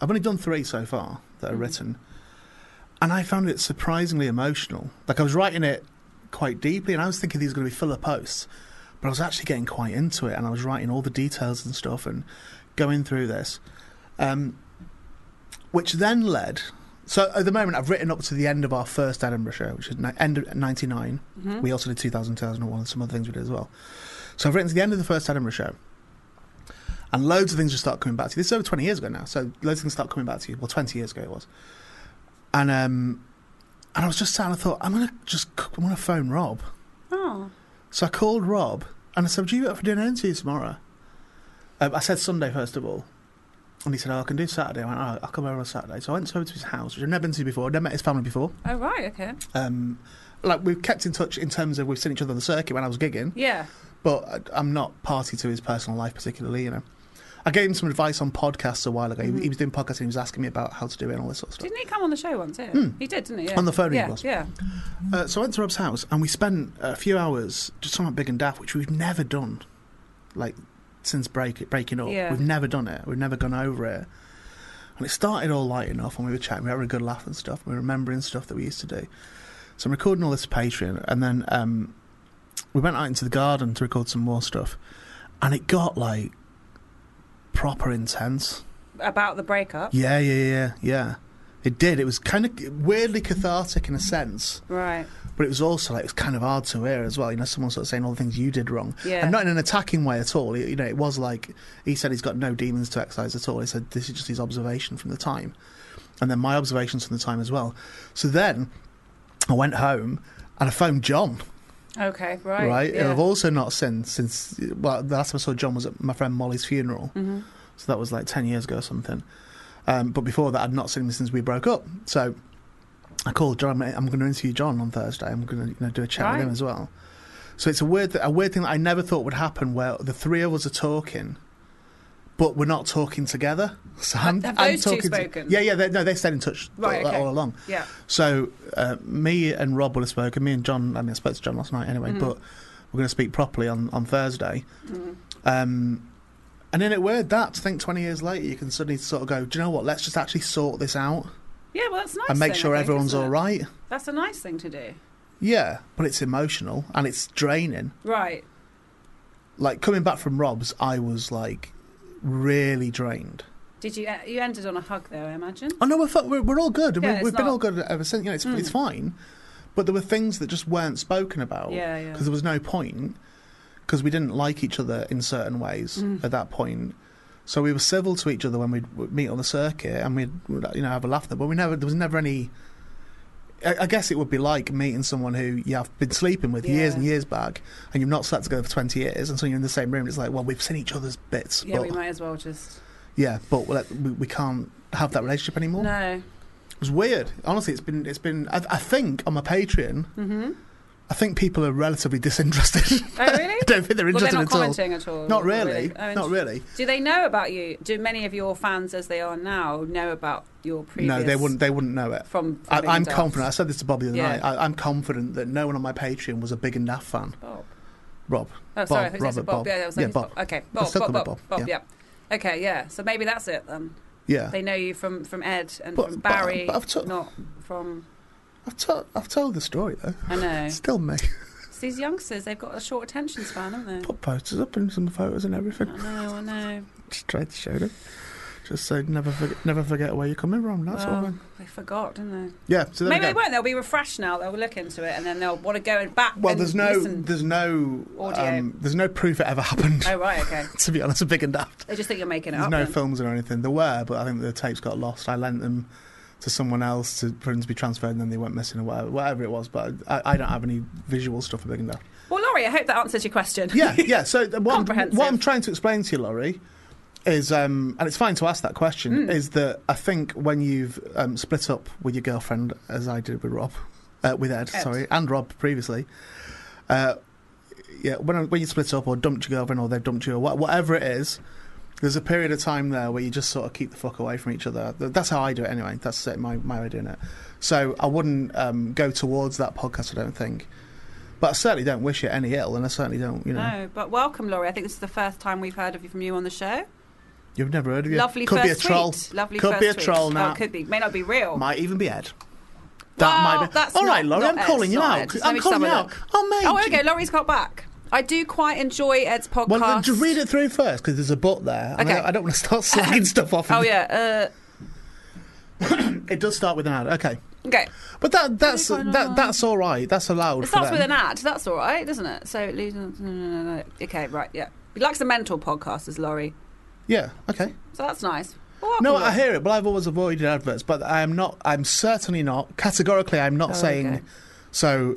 I've only done three so far that are written, and I found it surprisingly emotional. Like I was writing it quite deeply, and I was thinking these were going to be filler posts, but I was actually getting quite into it, and I was writing all the details and stuff, and going through this, um, which then led. So at the moment, I've written up to the end of our first Edinburgh show, which is ni- end of '99. Mm-hmm. We also did 2000, 2001, and some other things we did as well. So I've written to the end of the first Edinburgh show. And loads of things just start coming back to you. This is over 20 years ago now. So loads of things start coming back to you. Well, 20 years ago it was. And um, and I was just sat and I thought, I'm going to just, c- I'm going to phone Rob. Oh, So so I called Rob and I said, "Do you up for doing an interview tomorrow?" Um, I said Sunday first of all, and he said, "Oh, I can do Saturday." I went, "All right, I'll come over on Saturday." So I went over to his house, which I'd never been to before. I'd never met his family before. oh, right, okay. Um, like we've kept in touch in terms of we've seen each other on the circuit when I was gigging, Yeah. but I- I'm not party to his personal life particularly. You know, I gave him some advice on podcasts a while ago. Mm-hmm. He, he was doing podcasts and he was asking me about how to do it and all this sort of stuff. Didn't he come on the show once? Yeah. He did, didn't he? Yeah. Hmm. On the phone he yeah, was. Yeah. Uh, so I went to Rob's house and we spent a few hours just talking about Big and Daft, which we've never done, like since break breaking up. Yeah. We've never done it. We've never gone over it. And it started all light enough, and we were chatting, we were having a good laugh and stuff. We were remembering stuff that we used to do. So I'm recording all this for Patreon, and then um, we went out into the garden to record some more stuff, and it got like proper intense. About the breakup. Yeah, yeah, yeah, yeah. It did. It was kind of weirdly cathartic in a sense, Right. but it was also like it was kind of hard to hear as well. You know, someone sort of saying all the things you did wrong, Yeah. and not in an attacking way at all. You know, it was like he said he's got no demons to exercise at all. He said this is just his observation from the time, and then my observations from the time as well. So then I went home and I phoned John. Okay. Right. Right, and Yeah. I've also not since since well, the last time I saw John was at my friend Molly's funeral. Mhm. So that was like 10 years ago or something. Um, but before that, I'd not seen him since we broke up. So I called John. I'm going to interview John on Thursday. I'm going to you know, do a chat Right. with him as well. So it's a weird, th- a weird thing that I never thought would happen where the three of us are talking, but we're not talking together. So I'm, have I'm those two talking to- spoken? yeah, yeah. They, no, they stayed in touch Right, all, okay. all along. Yeah. So uh, me and Rob will have spoken. Me and John. I mean, I spoke to John last night anyway, Mm-hmm. but we're going to speak properly on on Thursday. Um, and then it weird that to think twenty years later you can suddenly sort of go, do you know what? Let's just actually sort this out Yeah. Well, that's a nice. and make thing, sure I think, everyone's isn't it? all right. That's a nice thing to do. Yeah, but it's emotional and it's draining. Right. Like coming back from Rob's, I was like really drained. Did you? uh, You ended on a hug, though, I imagine. Oh no, we're fu- we're, we're all good. Yeah, we, it's we've been not- Hmm. all good ever since. You know, it's it's fine. But there were things that just weren't spoken about. Yeah, yeah. Oh. Because there was no point. Because we didn't like each other in certain ways Mm. at that point. So we were civil to each other when we'd, we'd meet on the circuit and we'd we'd, you know have a laugh. But we never there was never any. I, I guess it would be like meeting someone who you have been sleeping with years Yeah. and years back, and you've not slept together for twenty years, and so you're in the same room. It's like, well, we've seen each other's bits, Yeah. but We might as well just. yeah, but we're like, we, we can't have that relationship anymore. No. It was weird. Honestly, it's been it's been. I, I think on my Patreon, I think people are relatively disinterested. Mm-hmm. Oh, really? I don't think they're well, they're interested not at all. commenting at all. Not really. Oh, Not really. Do they know about you? Do many of your fans, as they are now, know about your previous? No, they wouldn't. They wouldn't know it. From, from I, being I'm adults? confident. I said this to Bobby the other Yeah. night. I, I'm confident that no one on my Patreon was a big enough fan. Bob. Rob. Oh, sorry. Bob, who's this? Robert, Bob. Bob. Yeah, that was Yeah, his- Bob. Okay, Let's Bob. still Bob. call him Bob. Bob, Bob. yeah. Yeah. Okay. Yeah. So maybe that's it then. Yeah. They know you from from Ed and But- from but- Barry, but I've took- not from. I've told I've told the story though. I know. It's still me. It's these youngsters, they've got a short attention span, haven't they? Put posters up and some photos and I everything. know, I know. Just tried to show them. Just so never forget, never forget where you're coming from. That's all. well, man. they forgot, didn't they? Yeah. So there we Maybe they go. won't. They'll be refreshed now. They'll look into it and then they'll want to go and back. Well, and there's no, listen. there's no, Audio. um, there's no proof it ever happened. Oh right, okay. to be honest, big and daft. They just think you're making it There's up. no then. films or anything. There were, but I think the tapes got lost. I lent them to someone else to, for them to be transferred, and then they went missing or whatever, whatever it was. But I, I don't have any visual stuff for big and daft. Well, Laurie, I hope that answers your question. Yeah, yeah. So th- what, I'm, Comprehensive. what I'm trying to explain to you, Laurie, is, um, and it's fine to ask that question, Mm. is that I think when you've um, split up with your girlfriend, as I did with Rob, uh, with Ed, Ed. sorry, and Rob previously, uh, yeah, when when you split up or dumped your girlfriend or they've dumped you or wha- whatever it is. There's a period of time there where you just sort of keep the fuck away from each other. Th- That's how I do it anyway. That's uh, my, my way of doing it. So I wouldn't um, go towards that podcast, I don't think. But I certainly don't wish it any ill, and I certainly don't, you know. No, but welcome, Laurie. I think this is the first time we've heard of you from you on the show. You've never heard of you? Lovely could first be a troll. tweet. Lovely could first be a tweet. troll now. Oh, could be. May not be real. Might even be Ed. Well, might be. that's All right, not- Laurie, not I'm Ed, calling you not out. Ed. Just let I'm me just calling you have a out. look. Oh, mate. Oh, you- okay. Laurie's got back. I do quite enjoy Ed's podcast. Well, then just read it through first because there's a but there. and I Okay. don't- I don't want to start slagging stuff off. Oh yeah. It does start with an ad. Okay. Uh, okay. But that that's Really quite that, that's all right. That's allowed. It for starts them. with an ad. That's all right, doesn't it? So it leads. No, no, no, no. Okay. Right. Yeah. He likes the mental podcast, is Laurie. Yeah. Okay. So that's nice. Well, welcome, No, I Laurie. hear it, but I've always avoided adverts. But I am not. I'm certainly not. Categorically, I'm not Oh, saying. okay. So,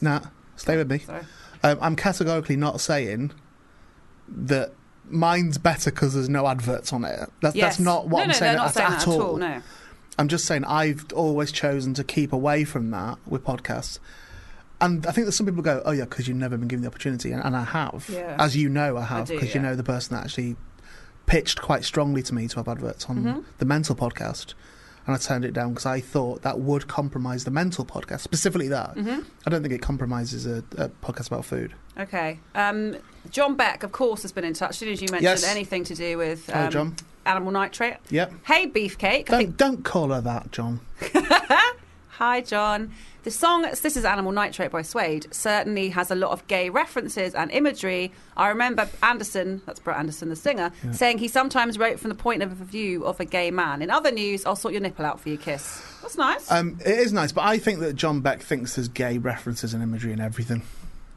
nah. Stay with me. Sorry. Um, I'm categorically not saying that mine's better because there's no adverts on it. That, Yes. That's not what no, I'm no, saying, they're not at, saying at that all. No. I'm just saying I've always chosen to keep away from that with podcasts. And I think that some people go, oh, yeah, because you've never been given the opportunity. And, and I have. Yeah. As you know, I have, do, because you yeah. know the person that actually pitched quite strongly to me to have adverts on Mm-hmm. the mental podcast. And I turned it down because I thought that would compromise the mental podcast, specifically that. Mm-hmm. I don't think it compromises a, a podcast about food. Okay. Um, John Beck, of course, has been in touch. As soon as you mentioned Yes. anything to do with Hello, um, John. animal nitrate. Yep. Hey, beefcake. I Don't, think don't call her that, John. Hi, John. The song This Is Animal Nitrate by Suede certainly has a lot of gay references and imagery. I remember Anderson, that's Brett Anderson, the singer, saying he sometimes wrote from the point of view of a gay man. In other news, I'll sort your nipple out for you, kiss. That's nice. Um, it is nice, but I think that John Beck thinks there's gay references and imagery and everything.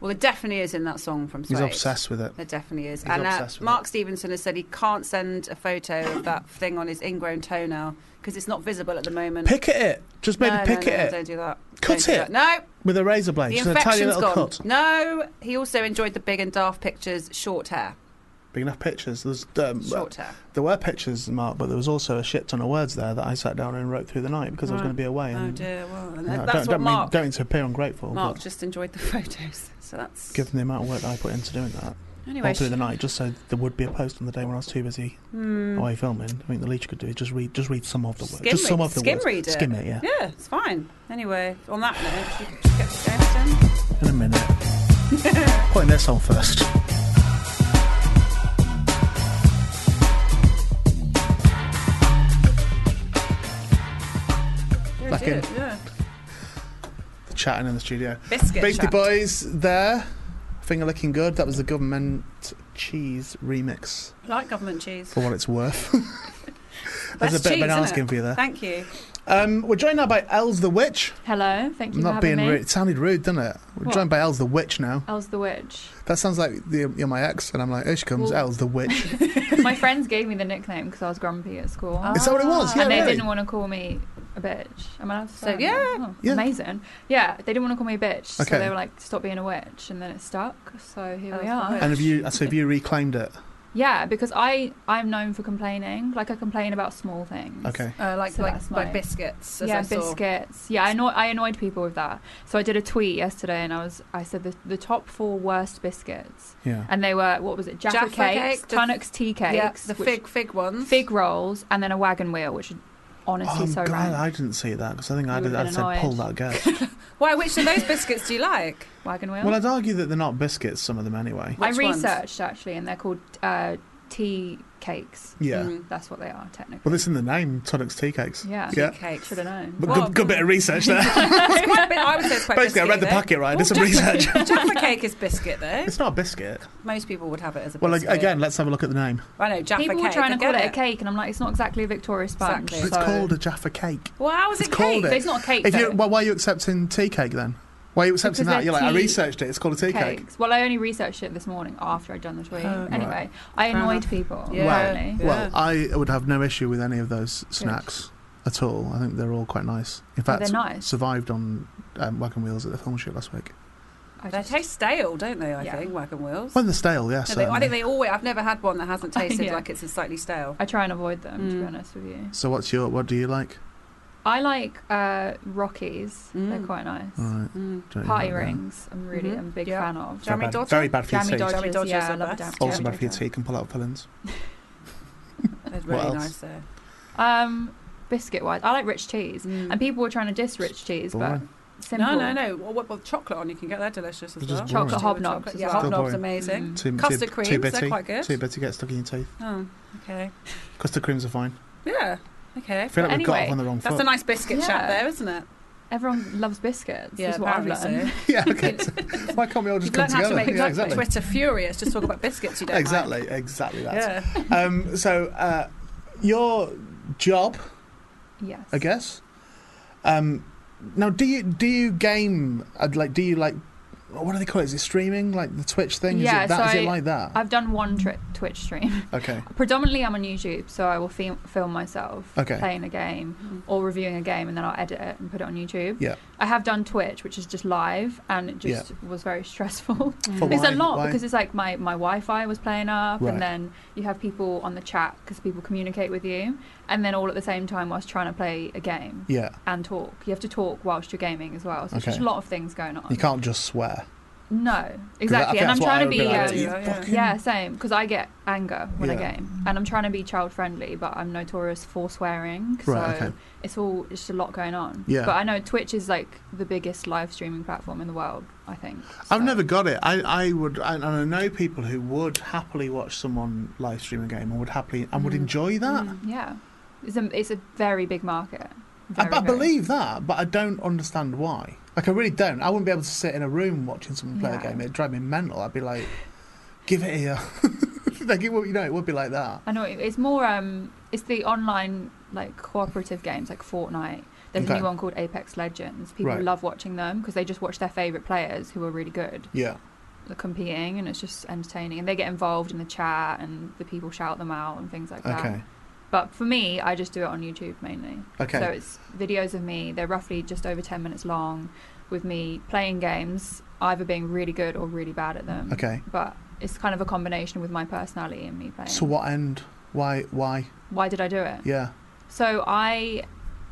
well, it definitely is in that song from Suede. He's obsessed with it. There definitely is. He's and uh, obsessed with Mark Stevenson has said he can't send a photo of that thing on his ingrown toenail because it's not visible at the moment. Pick at it. Just maybe no, pick no, no, at it Don't do that. Cut Don't do it. that. No, with a razor blade. the Just a tiny infection's little gone. cut. No, he also enjoyed the big and daft pictures, short hair. Big enough pictures. There's, um, Short hair. There were pictures, Mark, but there was also a shit ton of words there that I sat down and wrote through the night because I was Right. going to be away. Oh And, dear. Well, and Yeah, that's um, don't, what don't Mark. mean don't oh, mean to appear ungrateful, Mark but just enjoyed the photos. So that's given the amount of work that I put into doing that, anyway. all through sh- the night, just so there would be a post on the day when I was too busy hmm. away filming. I think the least you could do is just read, just read some of the words, Skim just some read- of the skim words, read it. skim it, yeah. Yeah, it's fine. Anyway, on that note, should we get going, Tim? In a minute, putting this on first. Yeah, Back do in. it, Yeah. The chatting in the studio. Biscuit. Beastie chat. Boys there, finger licking good. That was the government cheese remix I like government cheese. for what it's worth. There's a That's bit cheese, of an isn't asking it? for you there. Thank you. Um, we're joined now by Els the Witch. Hello, thank you for I'm not having being me. rude. It sounded rude, didn't it? We're What? joined by Els the Witch now. I was the witch. That sounds like the, you're my ex, and I'm like, oh, she comes, Well- Els the Witch. My friends gave me the nickname because I was grumpy at school, Oh. Is that what it was? Ah. Yeah, and they really. didn't want to call me a bitch. Am I allowed to say So, that? yeah. Oh, Yeah. amazing. Yeah, they didn't want to call me a bitch, Okay. so they were like, "Stop being a witch," and then it stuck. So here Oh, we it's are. the And have you? uh, So have you reclaimed it? Yeah, because I I'm known for complaining. Like I complain about small things. Okay. Uh, like So like, that's like my- biscuits. As yeah, I saw. biscuits. Yeah, I annoy, I annoyed people with that. So I did a tweet yesterday, and I was I said the, the top four worst biscuits, Yeah. and they were what was it? Jaffa, Jaffa cakes, cake, the- Tunnock's tea Yeah, cakes, the which- fig fig ones. fig rolls and then a wagon wheel, which is honestly Oh, I'm so glad rank. I didn't see that because I think You I'd, would've I'd been said pull that annoyed. goat. Why? Which of those biscuits do you like? Wagon wheel. well, I'd argue that they're not biscuits. Some of them anyway. I Which ones? researched actually, and they're called uh, tea cakes. Yeah. Mm. That's what they are technically. Well, it's in the name, Tonics Tea Cakes. yeah, Yeah. Cakes. should have known. But Well- good, good bit of research there. It's quite a bit- I would say it's quite Basically, I biscuity, read the though. packet right. Did some Well, research. Jaffa cake is biscuit though. It's not a biscuit. Most people would have it as a Well, ag- biscuit. again, let's have a look at the name. I know Jaffa People cake. were trying I to call get it a cake, and I'm like, it's not exactly a Victoria sponge. Exactly. But it's so- called a Jaffa cake. Well, how is It's it called cake? But it's not a cake. If you, though. well, why are you accepting tea cake then? Why are you accepting Because that? You're like, I they're tea researched it. It's called a tea cake. Cakes. Well, I only researched it this morning after I'd done the tweet. Oh, anyway, right. I Fair annoyed enough. people. Yeah. Apparently. Yeah. Well, I would have no issue with any of those snacks at all. I think they're all quite nice. In Well, fact, they're nice. survived on um, wagon wheels at the film shoot last week. I They just- taste stale, don't they? I Yeah. think wagon wheels. When they're stale, yes. No, they- I think they always. I've never had one that hasn't tasted Yeah. like it's slightly stale. I try and avoid them to be Mm. honest with you. so what's your? What do you like? I like uh, Rockies. They're Mm. quite nice. All right, Mm. don't you Party like that? rings. I'm really Mhm. I'm a big Yeah. fan of. Jammy Very bad- Dodger? Very bad for your Jammy teeth. Dodgers, Jammy Dodgers yeah, are I love best. Jammy Also Dodgers. bad for your teeth. You can pull out fillings. They're What really else? nice though. Um, biscuit wise, I like rich cheese, Mm. and people were trying to diss rich cheese, but Boring. simple. No, no, no. Well, what, well, chocolate on you can get that delicious as They're just well. boring. Chocolate hobnobs as Yeah, well. hobnobs Still amazing. Mm. Too, Custard too, creams, too they're bitty. quite good. Too bitty. Get stuck in your teeth. Oh, okay. Custard creams are fine. Yeah. Okay. I feel But like we've got anyway, off on the wrong That's foot. a nice biscuit chat Yeah. there, isn't it? Everyone loves biscuits. Yeah, is what I've apparently learned. so. yeah. Okay. So Why can't we all just come You've learned how together? to make yeah, exactly. Twitter furious. Just talk about biscuits you don't like. Exactly. Exactly that. Yeah. Um, so, uh, your job, Yes. I guess. Um, now, do you do you game? I'd Like, do you like? What do they call it? Is it streaming? Like the Twitch thing? is Yeah, it that? so is it I- like that? I've done one tri- Twitch stream. okay. Predominantly, I'm on YouTube, so I will film, film myself Okay. playing a game Mm. or reviewing a game, and then I'll edit it and put it on YouTube. Yeah. I have done Twitch, which is just live, and it just was very stressful. For It's why- a lot why- because it's like my, my Wi-Fi was playing up, Right. and then you have people on the chat because people communicate with you, and then all at the same time whilst trying to play a game yeah, and talk. You have to talk whilst you're gaming as well, so it's just Okay. a lot lot of things going on. you can't just swear. 'Cause No, I exactly. think And I'm that's what I trying to would be, be like, um, "You Yeah, yeah. fucking-" yeah, same because I get anger when Yeah. I game, and I'm trying to be child friendly, but I'm notorious for swearing, so Right, okay. it's all just a lot going on. Yeah. But I know Twitch is like the biggest live streaming platform in the world. I think. I've so- never got it. I, I would, I, and I know people who would happily watch someone live stream a game and would happily and would Mm. enjoy that. Mm. Yeah, it's a it's a very big market. Very, I, I very- believe that, but I don't understand why. Like, I really don't. I wouldn't be able to sit in a room watching someone play No. the game. It'd drive me mental. I'd be like, give it here. like, it, would- you know, it would be like that. I know it- it's more. Um, it's the online like cooperative games like Fortnite. There's a Okay. new one called Apex Legends. People Right. love watching them because they just watch their favorite players who are really good Yeah. like, competing, and it's just entertaining. And they get involved in the chat, and the people shout them out and things like that. Okay. But for me, I just do it on YouTube mainly. Okay. So it's videos of me. They're roughly just over ten minutes long, with me playing games, either being really good or really bad at them. okay. But it's kind of a combination with my personality and me playing. So what end? Why? Why? Why did I do it? Yeah. So I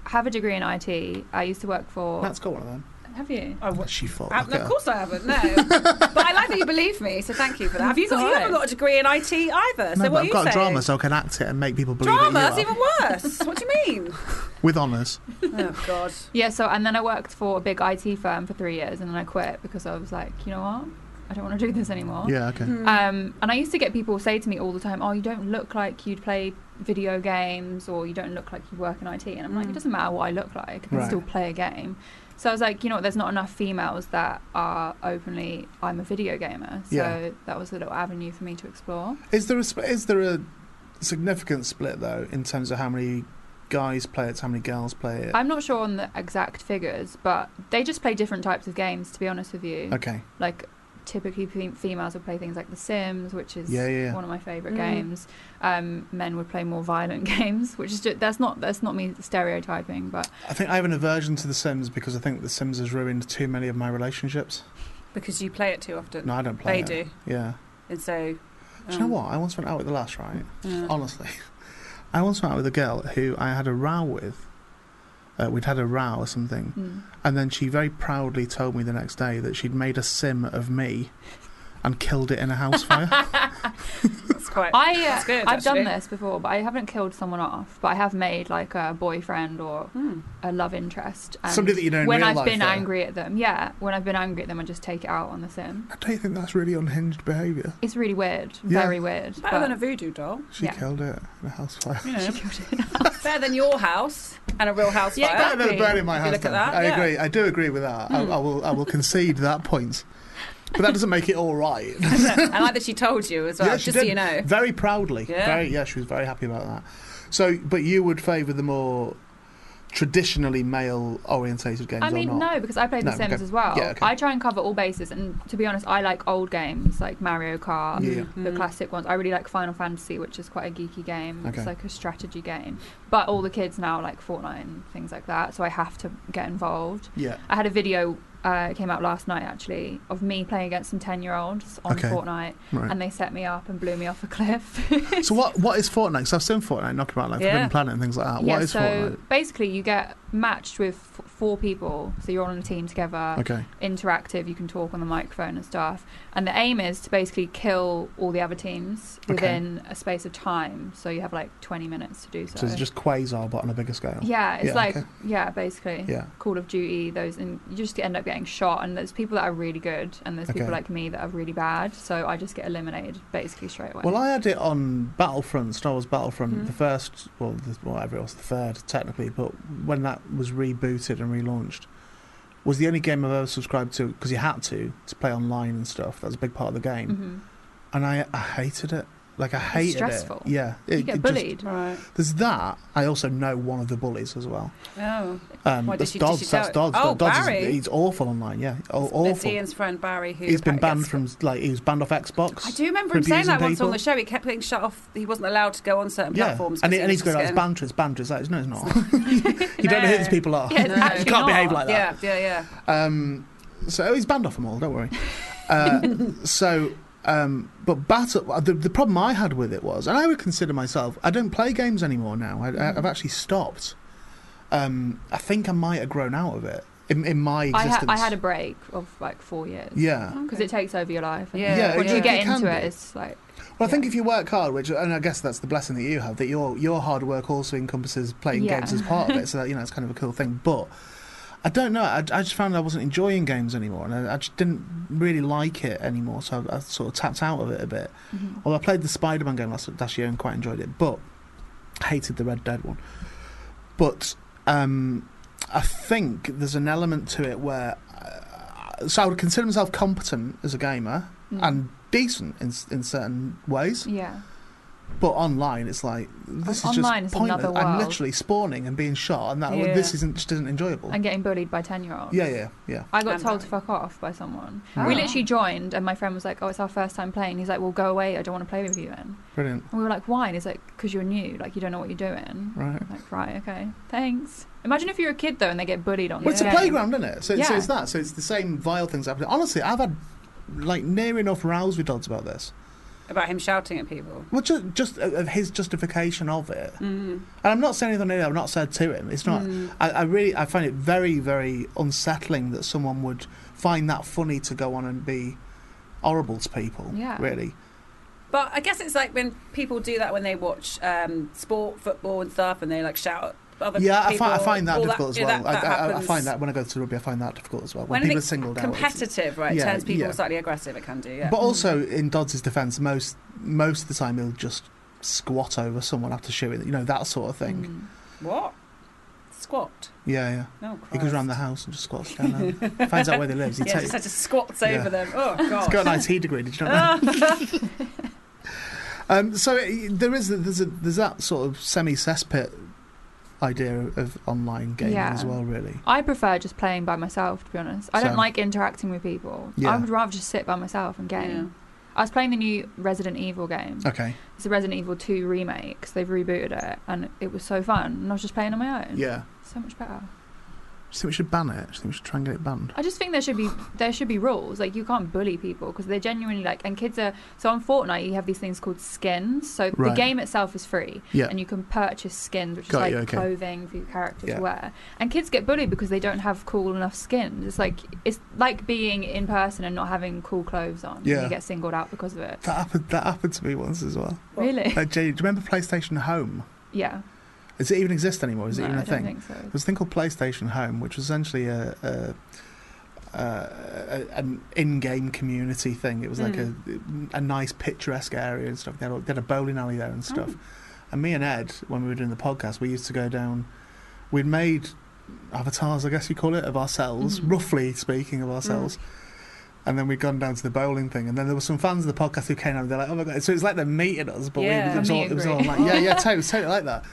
have a degree in IT. I used to work for. Matt's got one of them. have you? I w- What's she for? I- no, Of course I haven't. No, but I like that you believe me, so thank you for that. Have you It's got? all You right. haven't got a degree in IT either. So No, what but are I've you got saying? a drama, so I can act it and make people believe Drama? that That's you are. even worse. what do you mean? With honours. Oh God. Yeah. So and then I worked for a big IT firm for three years, and then I quit because I was like, you know what? I don't want to do this anymore. Yeah, Hmm. okay. Mm. Uh, Um, and I used to get people say to me all the time, "Oh, you don't look like you'd play video games, or you don't look like you work in IT." And I'm like, Mm. it doesn't matter what I look like; I can Right. still play a game. So I was like, you know, what, there's not enough females that are openly, I'm a video gamer. So Yeah. that was a little avenue for me to explore. Is there a sp- is there a significant split though in terms of how many guys play it, how many girls play it? I'm not sure on the exact figures, but they just play different types of games. To be honest with you, okay. like typically fem- females would play things like The Sims, which is Yeah, yeah, yeah. one of my favorite Mm. games. Um, men would play more violent games, which is just, that's not that's not me stereotyping, but I think I have an aversion to The Sims because I think The Sims has ruined too many of my relationships. Because you play it too often. No, I don't they play it. do, Yeah. and so. um, Do you know what? I once went out with the last right. Yeah. Honestly, I once went out with a girl who I had a row with. Uh, we'd had a row or something, mm, and then she very proudly told me the next day that she'd made a sim of me and killed it in a house fire. That's quite. I uh, That's good, I've done actually. this before, but I haven't killed someone off, but I have made like a boyfriend or Hmm. a love interest. And Somebody that you know in when real I've life, been though. angry at them, yeah, when I've been angry at them, I just take it out on the sim. I don't think that's really unhinged behaviour. It's really weird, Yeah. very weird. Better than a but- voodoo doll. She Yeah. killed it in a house fire. You know. Better than your house and a real house Yeah, fire. exactly. Better than burning my If you house look at down. that, I yeah. Hmm. agree. I do agree with that. I, I will. I will concede that point. But that doesn't make it all right. I like that she told you as well, Yeah, she just so did. you know. Very proudly. Yeah. Very, yeah, she was very happy about that. So, but you would favour the more traditionally male orientated games I mean, or not? no, because I play The No, Sims okay. as well. Yeah, okay. I try and cover all bases, and to be honest, I like old games like Mario Kart, Yeah. the Mm. classic ones. I really like Final Fantasy, which is quite a geeky game. Okay. It's like a strategy game, but all the kids now like Fortnite and things like that, so I have to get involved. Yeah. I had a video. Uh, it came out last night actually of me playing against some 10 year olds on Okay. Fortnite Right. and they set me up and blew me off a cliff. so what? What is Fortnite? Because I've seen Fortnite knock about like Yeah. Forbidden Planet and things like that. yeah, uh, what is so Fortnite? basically you get matched with f- four people, so you're on a team together. Okay. interactive. You can talk on the microphone and stuff. And the aim is to basically kill all the other teams Okay. within a space of time. So you have like 20 minutes to do so. So it's just Quasar, but on a bigger scale. yeah, it's Yeah, like okay. yeah, basically Yeah. Call of Duty. Those and you just end up getting shot. And there's people that are really good, and there's people Okay. like me that are really bad. So I just get eliminated basically straight away. Well, I had it on Battlefront, Star Wars Battlefront, Mhm. the first, well, the, whatever it was, the third technically, but when that was rebooted and relaunched, was the only game I've ever subscribed to because you had to to play online and stuff. That was a big part of the game, Mhm. and I, I hated it. Like I hated stressful. it. Yeah, it, you get it just- bullied. Right. there's that. I also know one of the bullies as well. Oh. Um, What, did that's she- did Dodds. she That's tell- Dodds. Oh, Dodds Barry. Is, he's awful online. Yeah, aw- It's Oh, awful. Ian's friend Barry who He's been apparently banned gets- from like he was banned off Xbox. I do remember him saying abusing that once people. on the show. He kept getting shut off. He wasn't allowed to go on certain Yeah, platforms. and, because he, and was he's going, just oh, it's getting- banter, it's banter. It's like, no, it's not. you don't know who these people are. Yeah, it's No. actually you can't not. behave like that. Yeah, yeah, yeah. Um, so he's banned off them all, don't worry. Uh, so, um, but Battle, the, the problem I had with it was, and I would consider myself, I don't play games anymore now. I, I, Mm. I've actually stopped. Um, I think I might have grown out of it in, in my I, existence. ha- I had a break of like four years. Yeah. Because it takes over your life. and Yeah, Once yeah. you It get can into it, do. it's like Well, I think Yeah. if you work hard, which and I guess that's the blessing that you have, that your your hard work also encompasses playing Yeah. games as part of it. So that you know, it's kind of a cool thing. But I don't know. I, I just found I wasn't enjoying games anymore, and I, I just didn't really like it anymore. So I, I sort of tapped out of it a bit. mhm. Although I played the Spider-Man game last, last year and quite enjoyed it, but hated the Red Dead one. But um, I think there's an element to it where. Uh, so I would consider myself competent as a gamer Mm. and decent in, s- in certain ways, mm-hmm. yeah, but online it's like this On- is online is just pointless. another I'm world. literally spawning and being shot, and that Yeah. this isn't just isn't enjoyable. and getting bullied by ten year olds. yeah, yeah, Ah. yeah. I got And told to that. fuck off by someone. Oh. We literally joined, and my friend was like, "Oh, it's our first time playing." He's like, "Well, go away. I don't want to play with you then." Brilliant. And we were like, "Why?" And he's like, "Because you're new. Like, you don't know what you're doing." Right. I'm like, right, okay, thanks. Imagine if you're a kid though, and they get bullied on. Well, this it's a game. playground, isn't it? So, so Yeah. it's that. So it's the same vile things happening. Honestly, I've had like near enough rows with dogs about this. about him shouting at people. Well, just, just uh, of of his justification of it. Mm. And I'm not saying anything here. I've not said to him. It's not. Mm. I, I really, I find it very, very unsettling that someone would find that funny to go on and be horrible to people. Yeah. Really. But I guess it's like when people do that when they watch um, sport, football, and stuff, and they like shout at other yeah, I people. find, I find that all difficult yeah, as well. that- that I, I, I- I happens. find that when I go to rugby, I find that difficult as well. When, When people are it's singled out. it's- competitive, right? Yeah, turns people yeah. slightly aggressive. It can do. Yeah. But also, in Dodds' defence, most most of the time he'll just squat over someone after shooting, you know, that sort of thing. Mm. what? Squat. Yeah, yeah. No. He goes around the house and just squats down there, finds out where they live. He Yeah, takes, just, just squats Yeah. over them. Oh he's god. got an IT degree, did you know that? um, so it, there is there's, a, there's that sort of semi cesspit idea of online gaming Yeah. as well, really. I prefer just playing by myself, to be honest. I Same. don't like interacting with people. Yeah. I would rather just sit by myself and game. Yeah. I was playing the new Resident Evil game. Okay. It's a Resident Evil 2 remake, 'cause they've rebooted it, and it was so fun. And I was just playing on my own. Yeah. So much better. Do you think we should ban it? Do you think we should try and get it banned? I just think there should be there should be rules. Like you can't bully people because they're genuinely like. And kids are so on Fortnite. You have these things called skins. So Right. the game itself is free, Yeah. and you can purchase skins, which Got is like you, okay. clothing for your character Yeah. to wear. And kids get bullied because they don't have cool enough skins. It's like it's like being in person and not having cool clothes on. Yeah. and you get singled out because of it. That happened, that happened to me once as well. Really? Uh, Jay, do you remember PlayStation Home? yeah. Does it even exist anymore? Is it No, even a I don't thing? think so. There's a thing called PlayStation Home, which was essentially a, a, a, a an in-game community thing. It was like Hmm. a a nice picturesque area and stuff. They had, a- they had a bowling alley Oh, there and stuff. oh. And me and Ed, when we were doing the podcast, we used to go down. We'd made avatars, I guess you call it, of ourselves, Mhm. roughly speaking, of Mm. ourselves. And then we'd gone down to the bowling thing, and then there were some fans of the podcast who came out. and They're like, "Oh my god!" So it's like they're meeting us, but Yeah. we, it was Me all, it was agree. all like, "Yeah, yeah, totally, totally like that."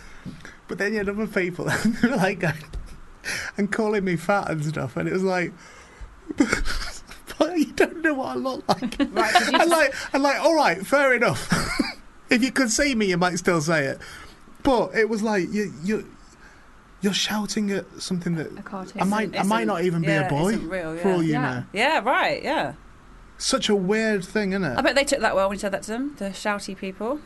But then you had other people who were like, going- and calling me fat and stuff, and it was like, "But you don't know what I look like." Right, 'cause you and like, and like, all right, fair enough. if you could see me, you might still say it. But it was like you, you, you're shouting at something that A cartoon. I might, I Isn't- might not even be yeah, a boy. isn't real, For all yeah. you Yeah. know, Yeah, right. Yeah. such a weird thing, isn't it? I bet they took that well when you said that to them, the shouty people.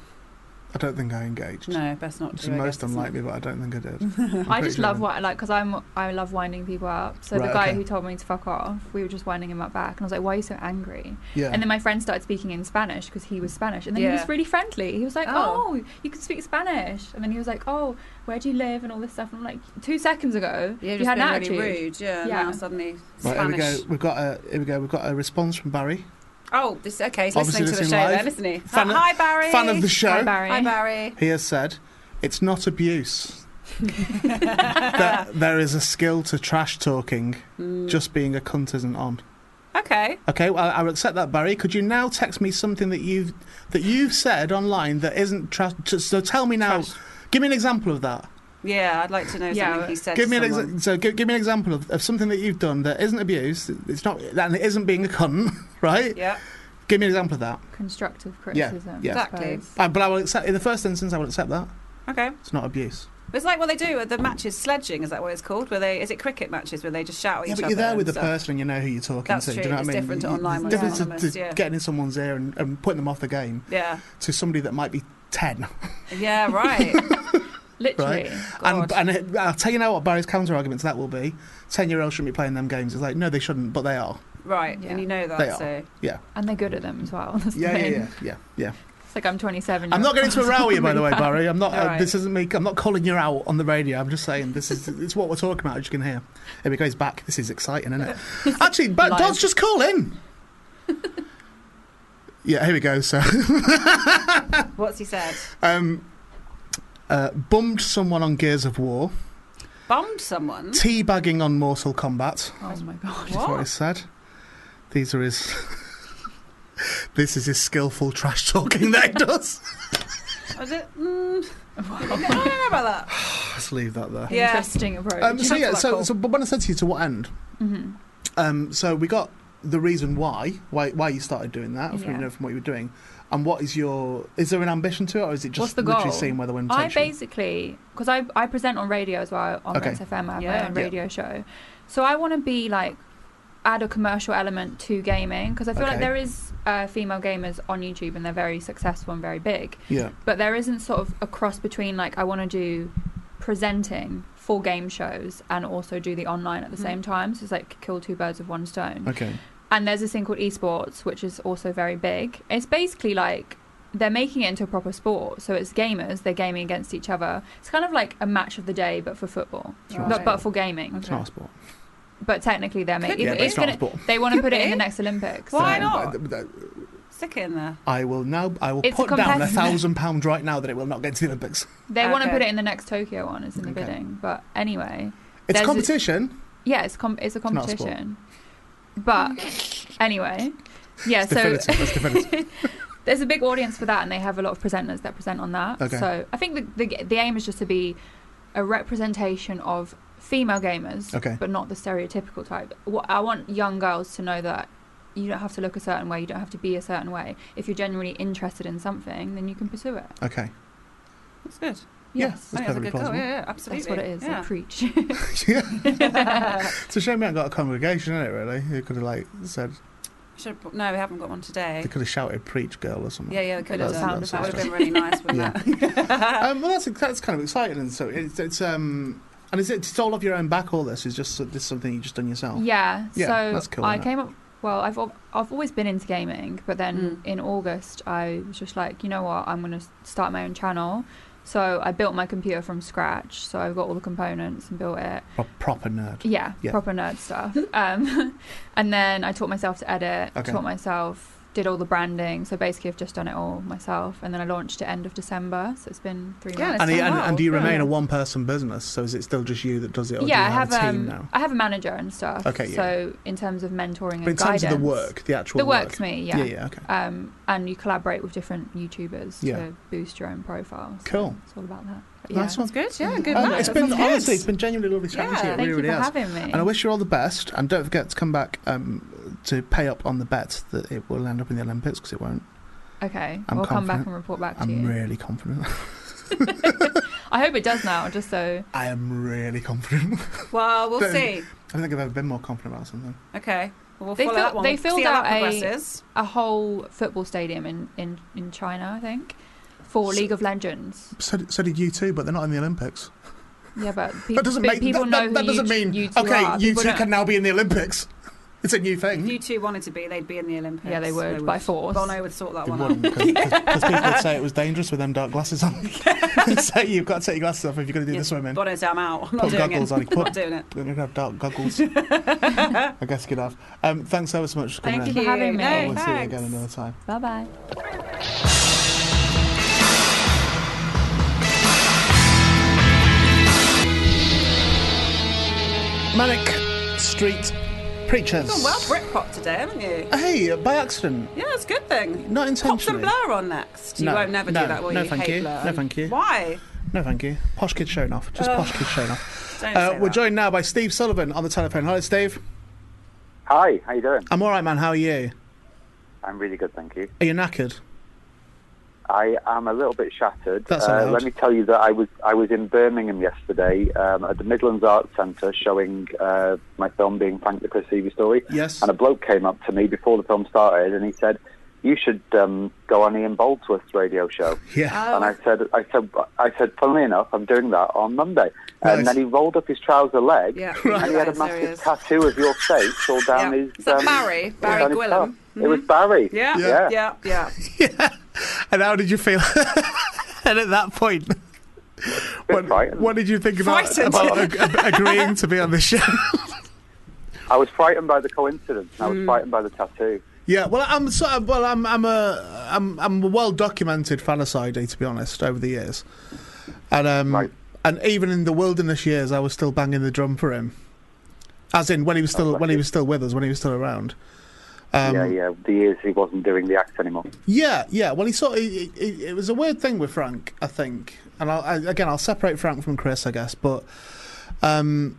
I don't think I engaged. No, best not to. It's I guess, most isn't it? unlikely, but I don't think I did. I'm I pretty just sure love didn't. what I like because I'm I love winding people up. So Right, the guy okay. who told me to fuck off, we were just winding him up back, and I was like, "Why are you so angry?" Yeah. And then my friend started speaking in Spanish because he was Spanish, and then he Yeah. was really friendly. He was like, Oh. oh. you can speak Spanish," and then he was like, "Oh, where do you live?" and all this stuff. And I'm like, two seconds ago, Yeah, you just had an being attitude. really rude. Yeah, Yeah. now suddenly Right, here we Spanish. go. We've got a here we go. We've got a response from Barry, Oh, this okay. He's Obviously listening to the listening show live. then, isn't he? Fan of- hi, Barry. fan of the Hi, show. Barry. Hi, Barry. He has said, "It's not abuse. There- there is a skill to trash talking. Just being a cunt isn't on." Hmm. Okay. Okay, well, I'll accept that, Barry. Could you now text me something that you've that you've said online that isn't trash? So tell me now. Give me an example of that. Yeah, I'd like to know Yeah. something he said. give to me an someone. exa- so give, give me an example of, of something that you've done that isn't abuse. It's not and it isn't being a cunt, right? Yeah. Give me an example of that. Constructive criticism. yeah. I Exactly. suppose. Uh, but I will accept in the first instance. I will accept that Okay. it's not abuse. It's like what they do at the matches, sledging. Is that what it's called? Where they is it cricket matches where they just shout at Yeah, each but other? you're there with and the stuff? person and you know who you're talking That's to. true, Do you know it's what I mean? different to You- online it's ones, different anonymous, to, to yeah. getting in someone's ear and, and putting them off the game Yeah. to somebody that might be ten. Yeah. Right. Literally. And, God. and it, I'll tell you now what Barry's counter argument to that will be: ten-year-olds shouldn't be playing them games. It's like no, they shouldn't, but they are. right. Yeah. And you know that. They are. So. And they're good at them as well. That's the Yeah, yeah, thing. yeah, yeah, yeah. It's like I'm 27. I'm not years getting into a old. row with you, by the way, Really bad. Barry. I'm not. Uh, All right. This isn't me. I'm not calling you out on the radio. I'm just saying this is it's what we're talking about. As you can hear, if it goes back, this is exciting, isn't it? Actually, but Lies. Dodds just call in. yeah, here we go. So, What's he said? um, uh, bummed someone on Gears of War. bombed someone. Teabagging on Mortal Kombat. Oh my god. That's what he What? said. These are his. this is his skillful trash talking that he does. Was it? Mm, I don't know about that. Let's leave that there. Yeah. Interesting approach. Um, so Sounds yeah, quite so, cool. so but when I said to you, to what end? hmm Um, so we got the reason why, why, why you started doing that, from, Yeah. you know, from what you were doing, and what is your? Is there an ambition to it, or is it just What's the literally goal? seeing where the wind I takes you? basically, because I, I present on radio as well on Okay. Rinse FM, I have Yeah. my own Yeah. radio show. So I want to be like, add a commercial element to gaming because I feel Okay. like there is uh, female gamers on YouTube and they're very successful and very big. yeah, But there isn't sort of a cross between like, I want to do presenting for game shows and also do the online at the Mm. same time. So it's like kill two birds with one stone. okay, And there's this thing called esports, which is also very big. It's basically like they're making it into a proper sport. So it's gamers, they're gaming against each other. It's kind of like a match of the day, but for football, Right. but, but for gaming. it's not a sport. But technically, they're Could making be. Yeah, If- but it's if not a sport. They want to put it in be. the next Olympics. Why so- not? not? Stick it in there. I will now. I will It's put down a competitive. thousand pound right now that it will not get to the Olympics. They want to Okay. put it in the next Tokyo one. It's in the Okay. bidding. But anyway, It's There's a- competition. yeah, it's com- it's a not a sport. competition. but anyway, yeah. It's so definitive. It's definitive. there's a big audience for that, and they have a lot of presenters that present on that. Okay. So I think the, the the aim is just to be a representation of female gamers, Okay. but not the stereotypical type. What I want young girls to know that you don't have to look a certain way, you don't have to be a certain way. If you're genuinely interested in something, then you can pursue it. Okay. That's good. Yeah, Yes, I That's think that's a perfectly good Oh, call. plausible. Yeah, yeah, that's what it absolutely. is. I Yeah. preach. yeah. It's a shame we haven't got a congregation, isn't it? Really, who could have like said Should, no, we haven't got one they today. could have shouted "preach girl" or something. Yeah, yeah, we could have That's- done. that's That would have interesting. been really nice, wouldn't it? um, well, that's that's kind of exciting, and so it's, it's um, and is it it's all off your own back? All this is just this is something you just done yourself. Yeah. Yeah, so that's cool, I innit? came up. Well, I've al- I've always been into gaming, but then Mm. in August I was just like, you know what, I'm gonna s- start my own channel. So I built my computer from scratch. So I've got all the components and built it. Pro- proper nerd. Yeah, Yeah. proper nerd stuff. um, and then I taught myself to edit. Okay. Taught myself, did all the branding. So basically, I've just done it all myself. And then I launched it end of December. So it's been three Yeah, months. And, he, done and, well, and do you yeah. remain a one-person business? So is it still just you that does it? yeah, I Or do you have, have, a team um, now. I have a manager and stuff. Okay, yeah. So in terms of mentoring But and in terms of the guidance- work, the actual the work's me, yeah, yeah, okay. um, and you collaborate with different YouTubers Yeah. to boost your own profile. So Cool. It's all about that. But Nice one. That's good. Yeah, good. Um, luck. it's That been sounds good. honestly, it's been genuinely lovely chatting to you. It Thank really, you really for has. having me. And I wish you all the best. And don't forget to come back um, to pay up on the bet that it will end up in the Olympics because it won't. okay, I'm we'll come confident. back and report back to I'm you. really confident. I hope it does now, just so. I am really confident. Well, we'll Don't- see. I don't think I've ever been more confident about something. Okay. Well, we'll They follow filled- that one. they We'll filled see how out that a- progresses. Mm-hmm. A whole football stadium in, in, in China, I think, for S- League of Legends. So, did- so did you too, but they're not in the Olympics. Yeah, but people, That doesn't but make people that, know that, who that doesn't you, mean you two okay, are. you People two don't- can now be in the Olympics. It's a new If thing. you two wanted to be, they'd be in the Olympics. Yeah, they would, by force. Bono would sort that They one wouldn't, out. because people would say it was dangerous with them dark glasses on. so you've got to take your glasses off if you're going to do Yeah, the swimming. Bono said, I'm out. I'm not Put doing goggles it. on. I'm Put not doing it. We're gonna have dark goggles. I guess good off. Um, thanks ever so much for coming Thank you in. for having me. No, We'll see you thanks. again another time. Bye bye. Manic Street Preachers. You've done well Britpop today, haven't you? Hey, by accident. Yeah, it's a good thing. Not Pop some intentionally. Blur on next. You No, won't never no, do that, will no, you? thank Hate you. Blur. No, thank you. Why? No, thank you. Posh kids showing off. Just posh kids showing off. Oh. Don't Uh, say we're that. joined now by Steve Sullivan on the telephone. Hello, Steve. Hi, how you doing? I'm all right, man. How are you? I'm really good, thank you. Are you knackered? I am a little bit shattered. That's uh, allowed. let me tell you that I was I was in Birmingham yesterday um, at the Midlands Arts Centre showing uh, my film being Frank the Chris Evie story. Yes. And a bloke came up to me before the film started and he said, "You should um, go on Ian Boldsworth's radio show." Yeah. Oh. And I said, I said, I said, funnily enough, I'm doing that on Monday. Nice. And then he rolled up his trouser leg, Yeah, and he had a right, there he massive is. tattoo of your face all down Yeah. his. um, Is that Barry? Barry down his Gwilym? arm. It was Barry. Yeah, Yeah. yeah, yeah. yeah. And how did you feel? and at that point, Bit frightened. what did you think about, Frightened. about ag- ag- agreeing to be on this show? I was frightened by the coincidence. and I was frightened by the tattoo. Yeah, well, I'm sort of, well, I'm I'm a I'm I'm a well documented fallicider to be honest over the years, and um, Right. and even in the wilderness years, I was still banging the drum for him. As in when he was Oh, still bless when he you. was still with us, when he was still around. Um, yeah, yeah. The years he wasn't doing the act anymore. yeah, yeah. Well, he sort of, it, it, it was a weird thing with Frank, I think. And I'll, I, again, I'll separate Frank from Chris, I guess, but um,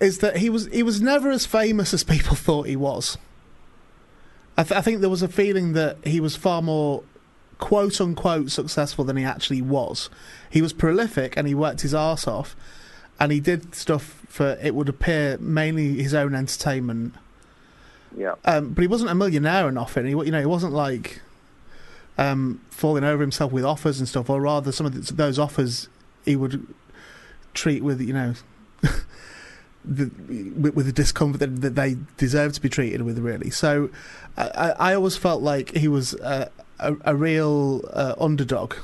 is that he was he was never as famous as people thought he was. I, th- I think there was a feeling that he was far more quote unquote successful than he actually was. He was prolific and he worked his arse off, and he did stuff for it would appear mainly his own entertainment Yeah. um, but he wasn't a millionaire or nothing. He, wa- you know, he wasn't like um, falling over himself with offers and stuff. Or rather, some of th those offers he would treat with, you know, the, with, with the discomfort that, that they deserve to be treated with. Really, so I, I I always felt like he was a, a, a real uh, underdog.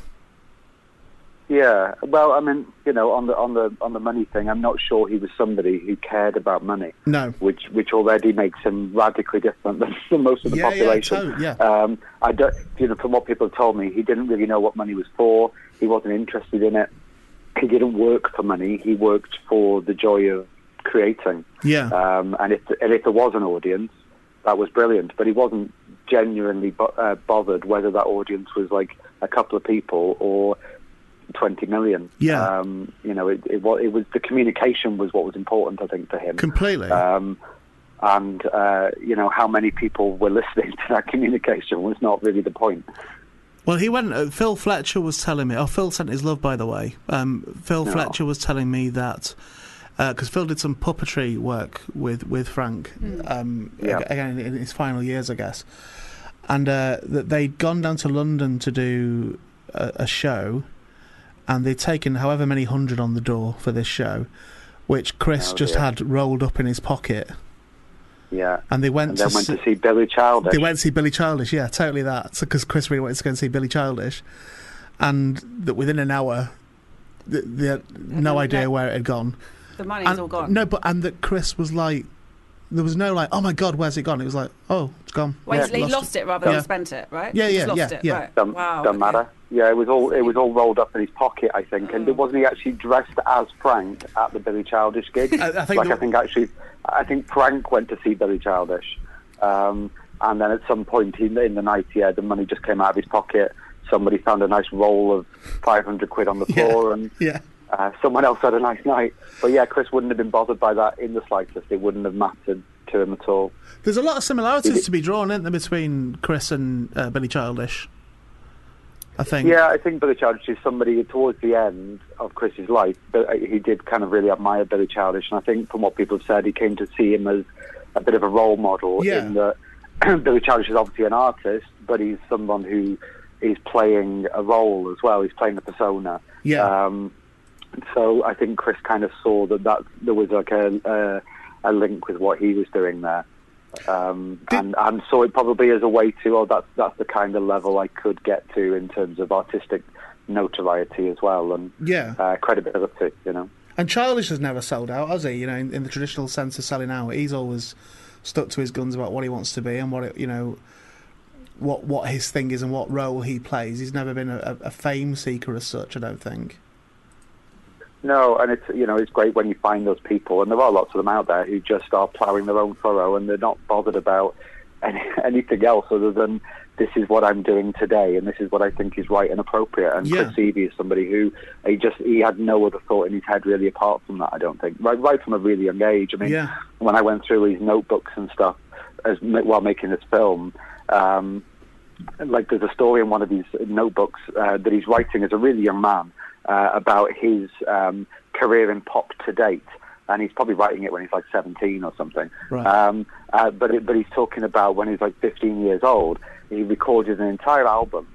Yeah, well, I mean, you know, on the on the on the money thing, I'm not sure he was somebody who cared about money, No, which which already makes him radically different than the most of the Yeah, yeah, population. totally, yeah. Um, I don't, you know, from what people have told me, he didn't really know what money was for. He wasn't interested in it. He didn't work for money. He worked for the joy of creating. yeah, Um, and if and if there was an audience, that was brilliant. But he wasn't genuinely bo- uh, bothered whether that audience was like a couple of people or twenty million. Yeah. um, you know, it, it, wa- it was the communication was what was important, I think, to him. completely. Um, and uh, you know how many people were listening to that communication was not really the point. Well, he went. Uh, Phil Fletcher was telling me. Oh, Phil sent his love, by the way. Um, Phil No. Fletcher was telling me that because Phil did some puppetry work with with Frank. Um, Yeah. ag- Again, in his final years, I guess. And uh, that they'd gone down to London to do a, a show, and they'd taken however many hundred on the door for this show, which Chris Oh, just dear. had rolled up in his pocket. Yeah, And they went and to then went see- to see Billy Childish. they went to see Billy Childish, yeah, totally that. Because Chris really wanted to go and see Billy Childish, and that within an hour, th- they had no no- idea no. where it had gone. The money's And- all gone. No, but and that Chris was like, there was no like, oh my god, where's it gone? It was like, oh, it's gone. Well, Yeah, he lost, it rather Yeah. than spent it, right? Yeah, He yeah, just lost yeah, it. yeah. Right. Don't, wow. don't okay. matter. Yeah, it was all it was all rolled up in his pocket, I think. Oh. And wasn't he actually dressed as Frank at the Billy Childish gig? I- I think like the- I think actually, I think Frank went to see Billy Childish, um, and then at some point in, in the night, yeah, the money just came out of his pocket. Somebody found a nice roll of five hundred quid on the Yeah, floor, and yeah. uh, someone else had a nice night. But yeah, Chris wouldn't have been bothered by that in the slightest. It wouldn't have mattered to him at all. There's a lot of similarities to be drawn, isn't there, between Chris and uh, Billy Childish? I think. Yeah, I think Billy Childish is somebody towards the end of Chris's life, but uh, he did kind of really admire Billy Childish, and I think from what people have said, he came to see him as a bit of a role model. Yeah. In that Billy Childish is obviously an artist, but he's someone who is playing a role as well. He's playing a persona. Yeah. Um, so I think Chris kind of saw that that there was like a a, a link with what he was doing there. Um, and, and saw it probably as a way to, oh, that's that's the kind of level I could get to in terms of artistic notoriety as well and Yeah. uh, credibility, you know. And Childish has never sold out, has he? You know, in, in the traditional sense of selling out, he's always stuck to his guns about what he wants to be and what it, you know, what what his thing is and what role he plays. He's never been a, a fame seeker as such, I don't think. No, and it's you know it's great when you find those people, and there are lots of them out there who just are ploughing their own furrow, and they're not bothered about any, anything else other than this is what I'm doing today, and this is what I think is right and appropriate. And Yeah. Chris Evie is somebody who he just he had no other thought in his head really apart from that. I don't think right right from a really young age. I mean, Yeah. when I went through his notebooks and stuff as while making this film. Um, like there's a story in one of these notebooks uh, that he's writing as a really young man uh, about his um, career in pop to date. And he's probably writing it when he's like 17 or something. Right. Um, uh, but it, but he's talking about when he's like 15 years old. He recorded an entire album,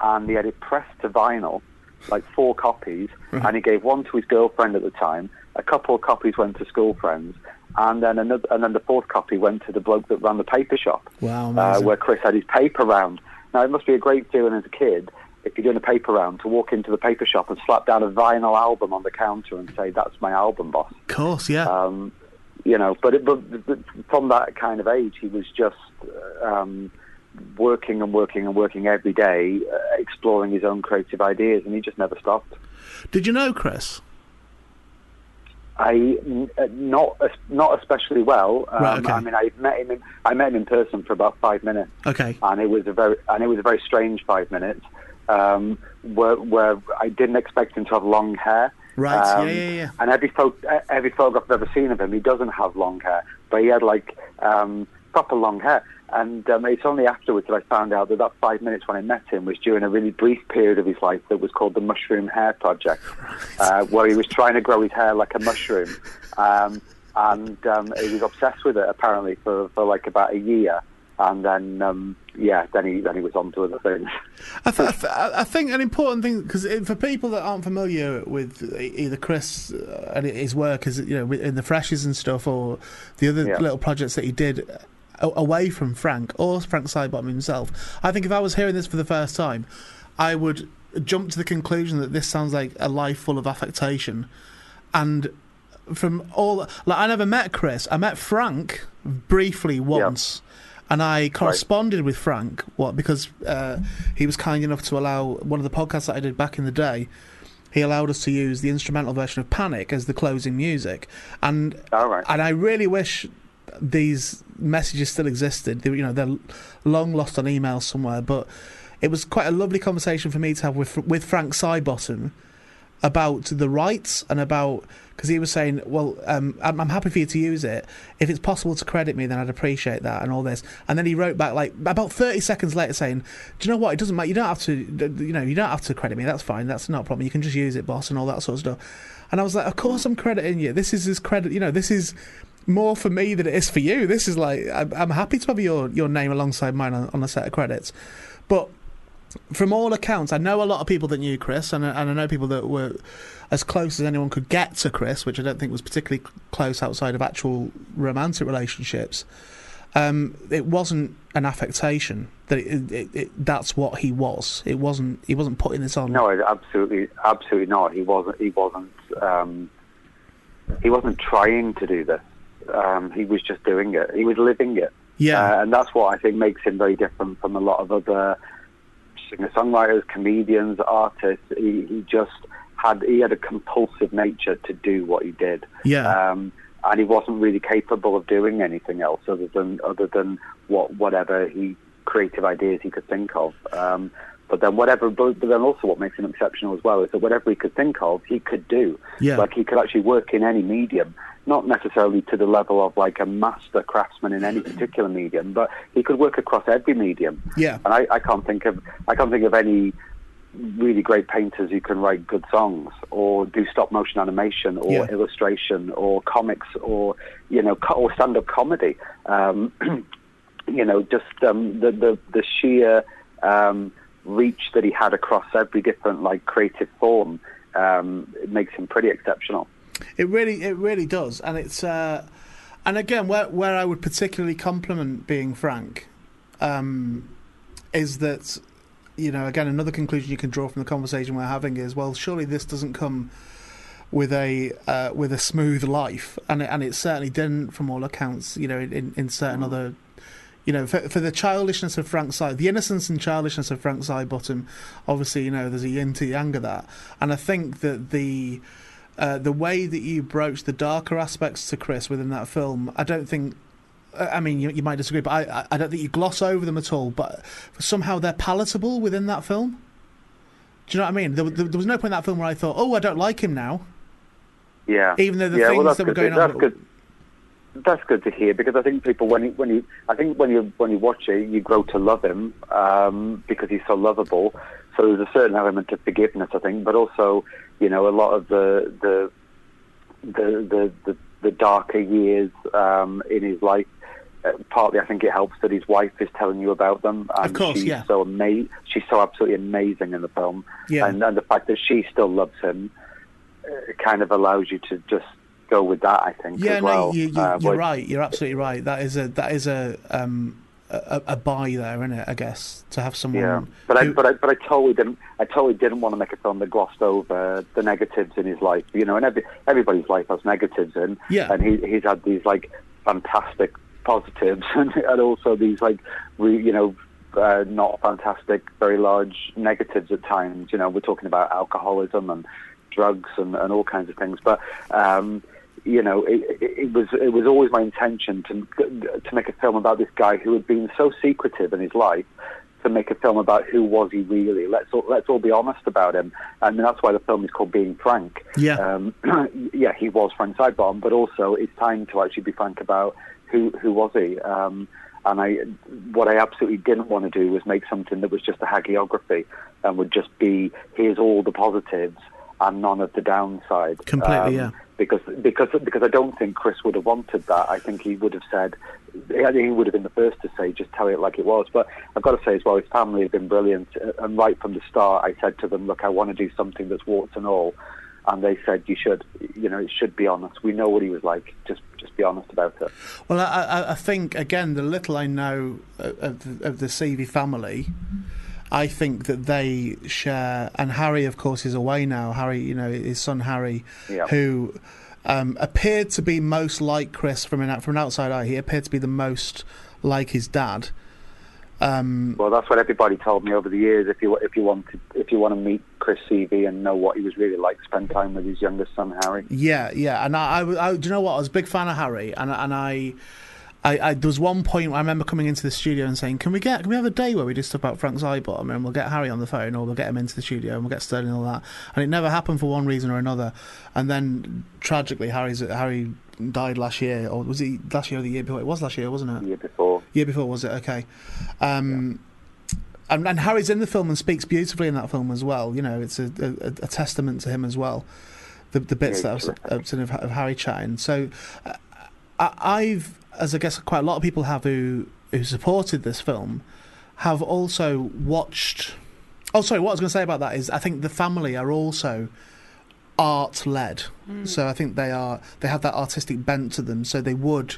and he had it pressed to vinyl, like four copies. And he gave one to his girlfriend at the time. A couple of copies went to school friends, and then another, and then the fourth copy went to the bloke that ran the paper shop Wow, uh, amazing. where Chris had his paper round. Now, it must be a great feeling as a kid, if you're doing a paper round, to walk into the paper shop and slap down a vinyl album on the counter and say, that's my album, boss. of course, yeah. Um, you know, but, it, but, but from that kind of age, he was just um, working and working and working every day, uh, exploring his own creative ideas, and he just never stopped. Did you know Chris? I n- uh, not es- not especially well. Um, Right, okay. I mean, I met him. In, I met him in person for about five minutes, Okay. and it was a very and it was a very strange five minutes, um, where where I didn't expect him to have long hair. Right, Um, yeah, yeah, yeah. And every pho- e- every photograph I've ever seen of him, he doesn't have long hair, but he had like um, proper long hair. And um, it's only afterwards that I found out that that five minutes when I met him was during a really brief period of his life that was called the Mushroom Hair Project, uh, where he was trying to grow his hair like a mushroom, um, and um, he was obsessed with it apparently for, for like about a year. And then, um, yeah, then he then he was on to other things. I, th- I, th- I think an important thing because for people that aren't familiar with e- either Chris uh, and his work, as you know, with- in the Freshes and stuff, or the other Yeah. little projects that he did uh, a- away from Frank or Frank Sidebottom himself, I think if I was hearing this for the first time, I would jump to the conclusion that this sounds like a life full of affectation, and from all like I never met Chris. I met Frank briefly once, and I corresponded with Frank. What because uh, he was kind enough to allow one of the podcasts that I did back in the day. He allowed us to use the instrumental version of Panic as the closing music, and All right. and I really wish these messages still existed. They, were- you know, they're long lost on email somewhere, but it was quite a lovely conversation for me to have with with Frank Sybottom about the rights and about because he was saying, well, um, I'm, I'm happy for you to use it. If it's possible to credit me, then I'd appreciate that and all this. And then he wrote back like about 30 seconds later saying, do you know what? It doesn't matter. You don't have to, you know, you don't have to credit me. That's fine. That's not a problem. You can just use it, boss, and all that sort of stuff. And I was like, of course I'm crediting you. This is his credit. You know, this is more for me than it is for you. This is like I'm, I'm happy to have your your name alongside mine on, on a set of credits, but from all accounts, I know a lot of people that knew Chris, and, I- and I know people that were as close as anyone could get to Chris, which I don't think was particularly c- close outside of actual romantic relationships. Um, it wasn't an affectation that it, it, it, that's what he was. It wasn't. He wasn't putting this on. No, it- absolutely, absolutely not. He wasn't. He wasn't. Um, he wasn't trying to do this. Um, he was just doing it. He was living it. Yeah. Uh, and that's what I think makes him very different from a lot of other singer-songwriters, comedians, artists. He, he just had he had a compulsive nature to do what he did. Yeah. Um, and he wasn't really capable of doing anything else other than other than what whatever he creative ideas he could think of. Um, but then whatever, but, but then also what makes him exceptional as well is that whatever he could think of, he could do. Yeah. Like he could actually work in any medium, not necessarily to the level of like a master craftsman in any particular medium, but he could work across every medium. Yeah. And I, I can't think of I can't think of any really great painters who can write good songs or do stop motion animation or Yeah. illustration or comics or you know co- or stand up comedy. Um, you know, just um, the, the the sheer um, reach that he had across every different like creative form um, it makes him pretty exceptional. It really, it really does, and it's uh, and again, where where I would particularly compliment being Frank, um, is that you know again another conclusion you can draw from the conversation we're having is well surely this doesn't come with a uh, with a smooth life, and it, and it certainly didn't from all accounts. You know, in in certain other. You know, for, for the childishness of Frank Sy, the innocence and childishness of Frank Sybottom, obviously, you know, there's a yin to yang of that. And I think that the uh, the way that you broach the darker aspects to Chris within that film, I don't think. I I mean, you, you might disagree, but I, I- I don't think you gloss over them at all. But somehow they're palatable within that film. Do you know what I mean? There, there, there was no point in that film where I thought, "Oh, I don't like him now." Yeah. Even though the yeah, things well, that's that were going good to, on That's were- good. That's good to hear because I think people when you, when you I think when you when you watch it you grow to love him um, because he's so lovable. So there's a certain element of forgiveness I think, but also you know a lot of the the the the, the, the darker years um, in his life. Uh, partly, I think it helps that his wife is telling you about them. And course, she's yeah. So ama- she's so absolutely amazing in the film, Yeah. and, and the fact that she still loves him uh, kind of allows you to just go with that. I think. Yeah, as well. no, you, you, Uh, you're but- right. You're absolutely right. That is a that is a um a, a buy there, isn't it? I guess to have someone. Yeah, but I, who- but I but I totally didn't I totally didn't want to make a film that glossed over the negatives in his life. You know, and every, everybody's life has negatives in. Yeah. and he he's had these like fantastic positives and, and also these like re, you know uh, not fantastic, very large negatives at times. You know, we're talking about alcoholism and drugs and, and all kinds of things. But um, you know, it, it, it was it was always my intention to to make a film about this guy who had been so secretive in his life. To make a film about who was he really? Let's all, let's all be honest about him, and that's why the film is called Being Frank. Yeah. um, yeah, he was Frank Sidebottom, but also it's time to actually be frank about who who was he. Um, and I, what I absolutely didn't want to do was make something that was just a hagiography and would just be here's all the positives and none of the Um, downside. Completely, yeah. Because because because I don't think Chris would have wanted that. I think he would have said, I think he would have been the first to say, just tell it like it was. But I've got to say as well, his family have been brilliant, Uh, and right from the start, I said to them, look, I want to do something that's warts and all, and they said, you should, you know, it should be honest. We know what he was like. Just just be honest about it. Well, I, I, I think again, the little I know of of the, of the Seavey family, I think that they share. And Harry, of course, is away now. Harry, you know, his son Harry, Yeah. who um, appeared to be most like Chris from an out- from an outside eye. He appeared to be the most like his dad. Well, that's what everybody told me over the years. If you if you want to, if you want to meet Chris Seavey and know what he was really like, spend time with his youngest son Harry. Yeah, yeah, and I, I w- I- do you know what? I was a big fan of Harry, and and I, I, I there was one point where I remember coming into the studio and saying, "Can we get? Can we have a day where we just talk about Frank's eyebottom and we'll get Harry on the phone, or we'll get him into the studio and we'll get Sterling and all that?" And it never happened for one reason or another. And then tragically, Harry's Harry died last year, or was he last year or the year before? It was last year, wasn't it? The year before. Year before was it? Okay. Um, and, and Harry's in the film and speaks beautifully in that film as well. You know, it's a, a, a testament to him as well. The, the bits Yeah, that he's I've, I've seen of, of Harry chatting. So uh, I, I've, as I guess quite a lot of people have who who supported this film, have also watched. Oh, sorry. What I was going to say about that is I think the family are also art led. So I think they are they have that artistic bent to them. So they would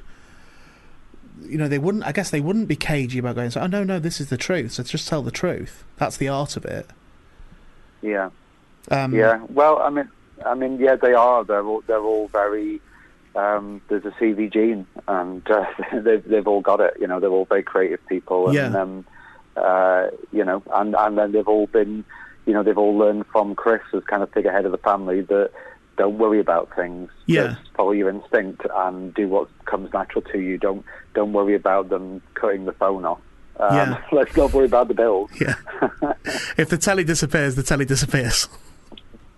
you know, they wouldn't. I guess they wouldn't be cagey about going. So, oh no, no, this is the truth. So just tell the truth. That's the art of it. Yeah. Um, Yeah. Well, I mean, I mean, yeah, they are. They're all they're all very. Um, there's a CV gene, and uh, they've they've all got it. You know, they're all very creative people, and Yeah. um, uh, you know, and and then they've all been, you know, they've all learned from Chris as kind of figurehead of the family that don't worry about things. Yeah. Just follow your instinct and do what comes natural to you. Don't don't worry about them cutting the phone off. Um, Yeah. Let's not worry about the bills. Yeah. if the telly disappears, the telly disappears.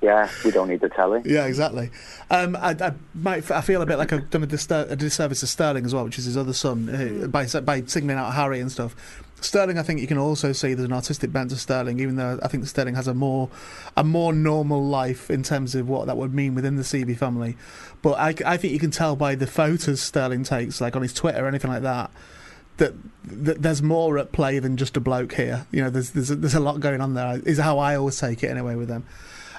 Yeah, we don't need the telly. yeah, exactly. Um, I, I might. I feel a bit like I've done a, distur- a disservice to Sterling as well, which is his other son, who, by by singling out Harry and stuff. Sterling, I think you can also see there's an artistic bent to Sterling, even though I think Sterling has a more a more normal life in terms of what that would mean within the CB family. But I, I think you can tell by the photos Sterling takes, like on his Twitter or anything like that, that, that there's more at play than just a bloke here. You know, there's there's a, there's a lot going on there. Is how I always take it anyway with them.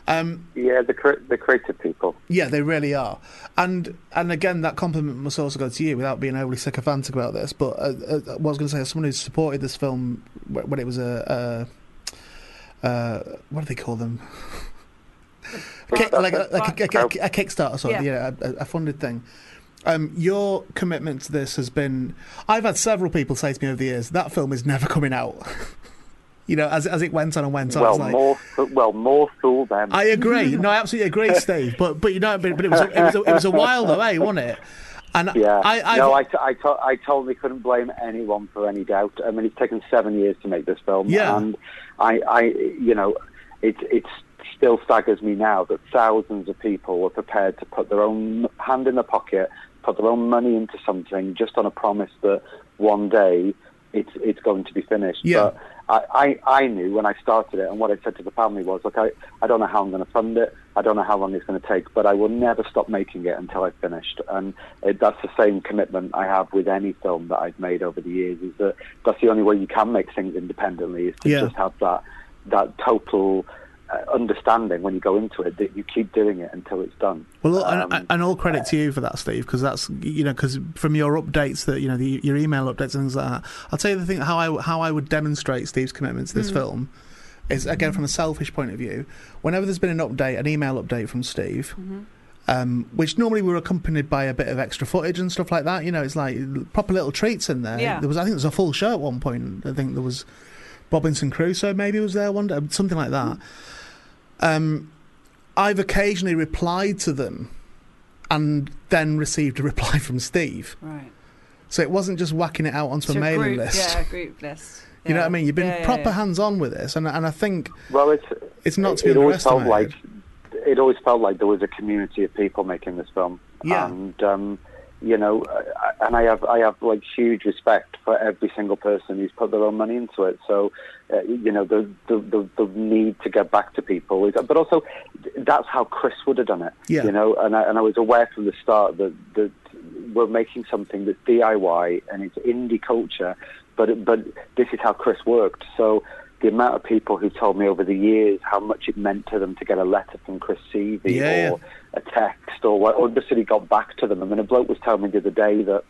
Um, Yeah, the cre- the creative people. yeah, they really are. And and again, that compliment must also go to you without being overly sycophantic about this. But uh, uh, what I was going to say, as someone who supported this film wh- when it was a, a, uh what do they call them? Kick, like a, like a, a, a, a Kickstarter sort of, yeah, Yeah. a, a funded thing. Um, your commitment to this has been. I've had several people say to me over the years, that film is never coming out. you know, as, as it went on and went on. I well, was like, more well, more fool them. I agree. No, I absolutely agree, Steve. But but you know, but, but it was a, it was a, it was a while away, wasn't it? And yeah, I, I've- no, I, t- I, to- I totally couldn't blame anyone for any doubt. I mean, it's taken seven years to make this film, Yeah. and I, I, you know, it it still staggers me now that thousands of people were prepared to put their own hand in their pocket, put their own money into something, just on a promise that one day it's it's going to be finished. Yeah. But I, I, I knew when I started it, and what I said to the family was, look, I, I don't know how I'm going to fund it. I don't know how long it's going to take, but I will never stop making it until I've finished. And it, that's the same commitment I have with any film that I've made over the years. Is that that's the only way you can make things independently is to Yeah. just have that that total uh, understanding when you go into it that you keep doing it until it's done. well, look, and- Um, and, and all credit to you for that, Steve, because that's you know because from your updates that you know the, your email updates and things like that. I'll tell you the thing how I how I would demonstrate Steve's commitment to this Hmm. film is again Mm-hmm. from a selfish point of view. Whenever there's been an update, an email update from Steve, Mm-hmm. um, which normally were accompanied by a bit of extra footage and stuff like that. You know, it's like proper little treats in there. Yeah. There was, I think, there was a full show at one point. I think there was Robinson Crusoe, maybe was there one day, something Mm-hmm. like that. Um, I've occasionally replied to them and then received a reply from Steve. Right. So it wasn't just whacking it out onto To a a mailing group, list. Yeah, group list. You know Yeah. what I mean? You've been Yeah, yeah, proper yeah. hands on with this, and and I think Well, it's it's not it, to be it always felt underestimated. like it always felt like there was a community of people making this film. Yeah. And um, you know, I- I- and I have I have like huge respect for every single person who's put their own money into it. So, uh, you know, the the, the the need to get back to people, is, but also that's how Chris would have done it. Yeah. You know, and I, and I was aware from the start that that we're making something that's DIY and it's indie culture, but but this is how Chris worked. So the amount of people who told me over the years how much it meant to them to get a letter from Chris Seavey Yeah, or a text or what, or just that he got back to them. I mean, a bloke was telling me the other day that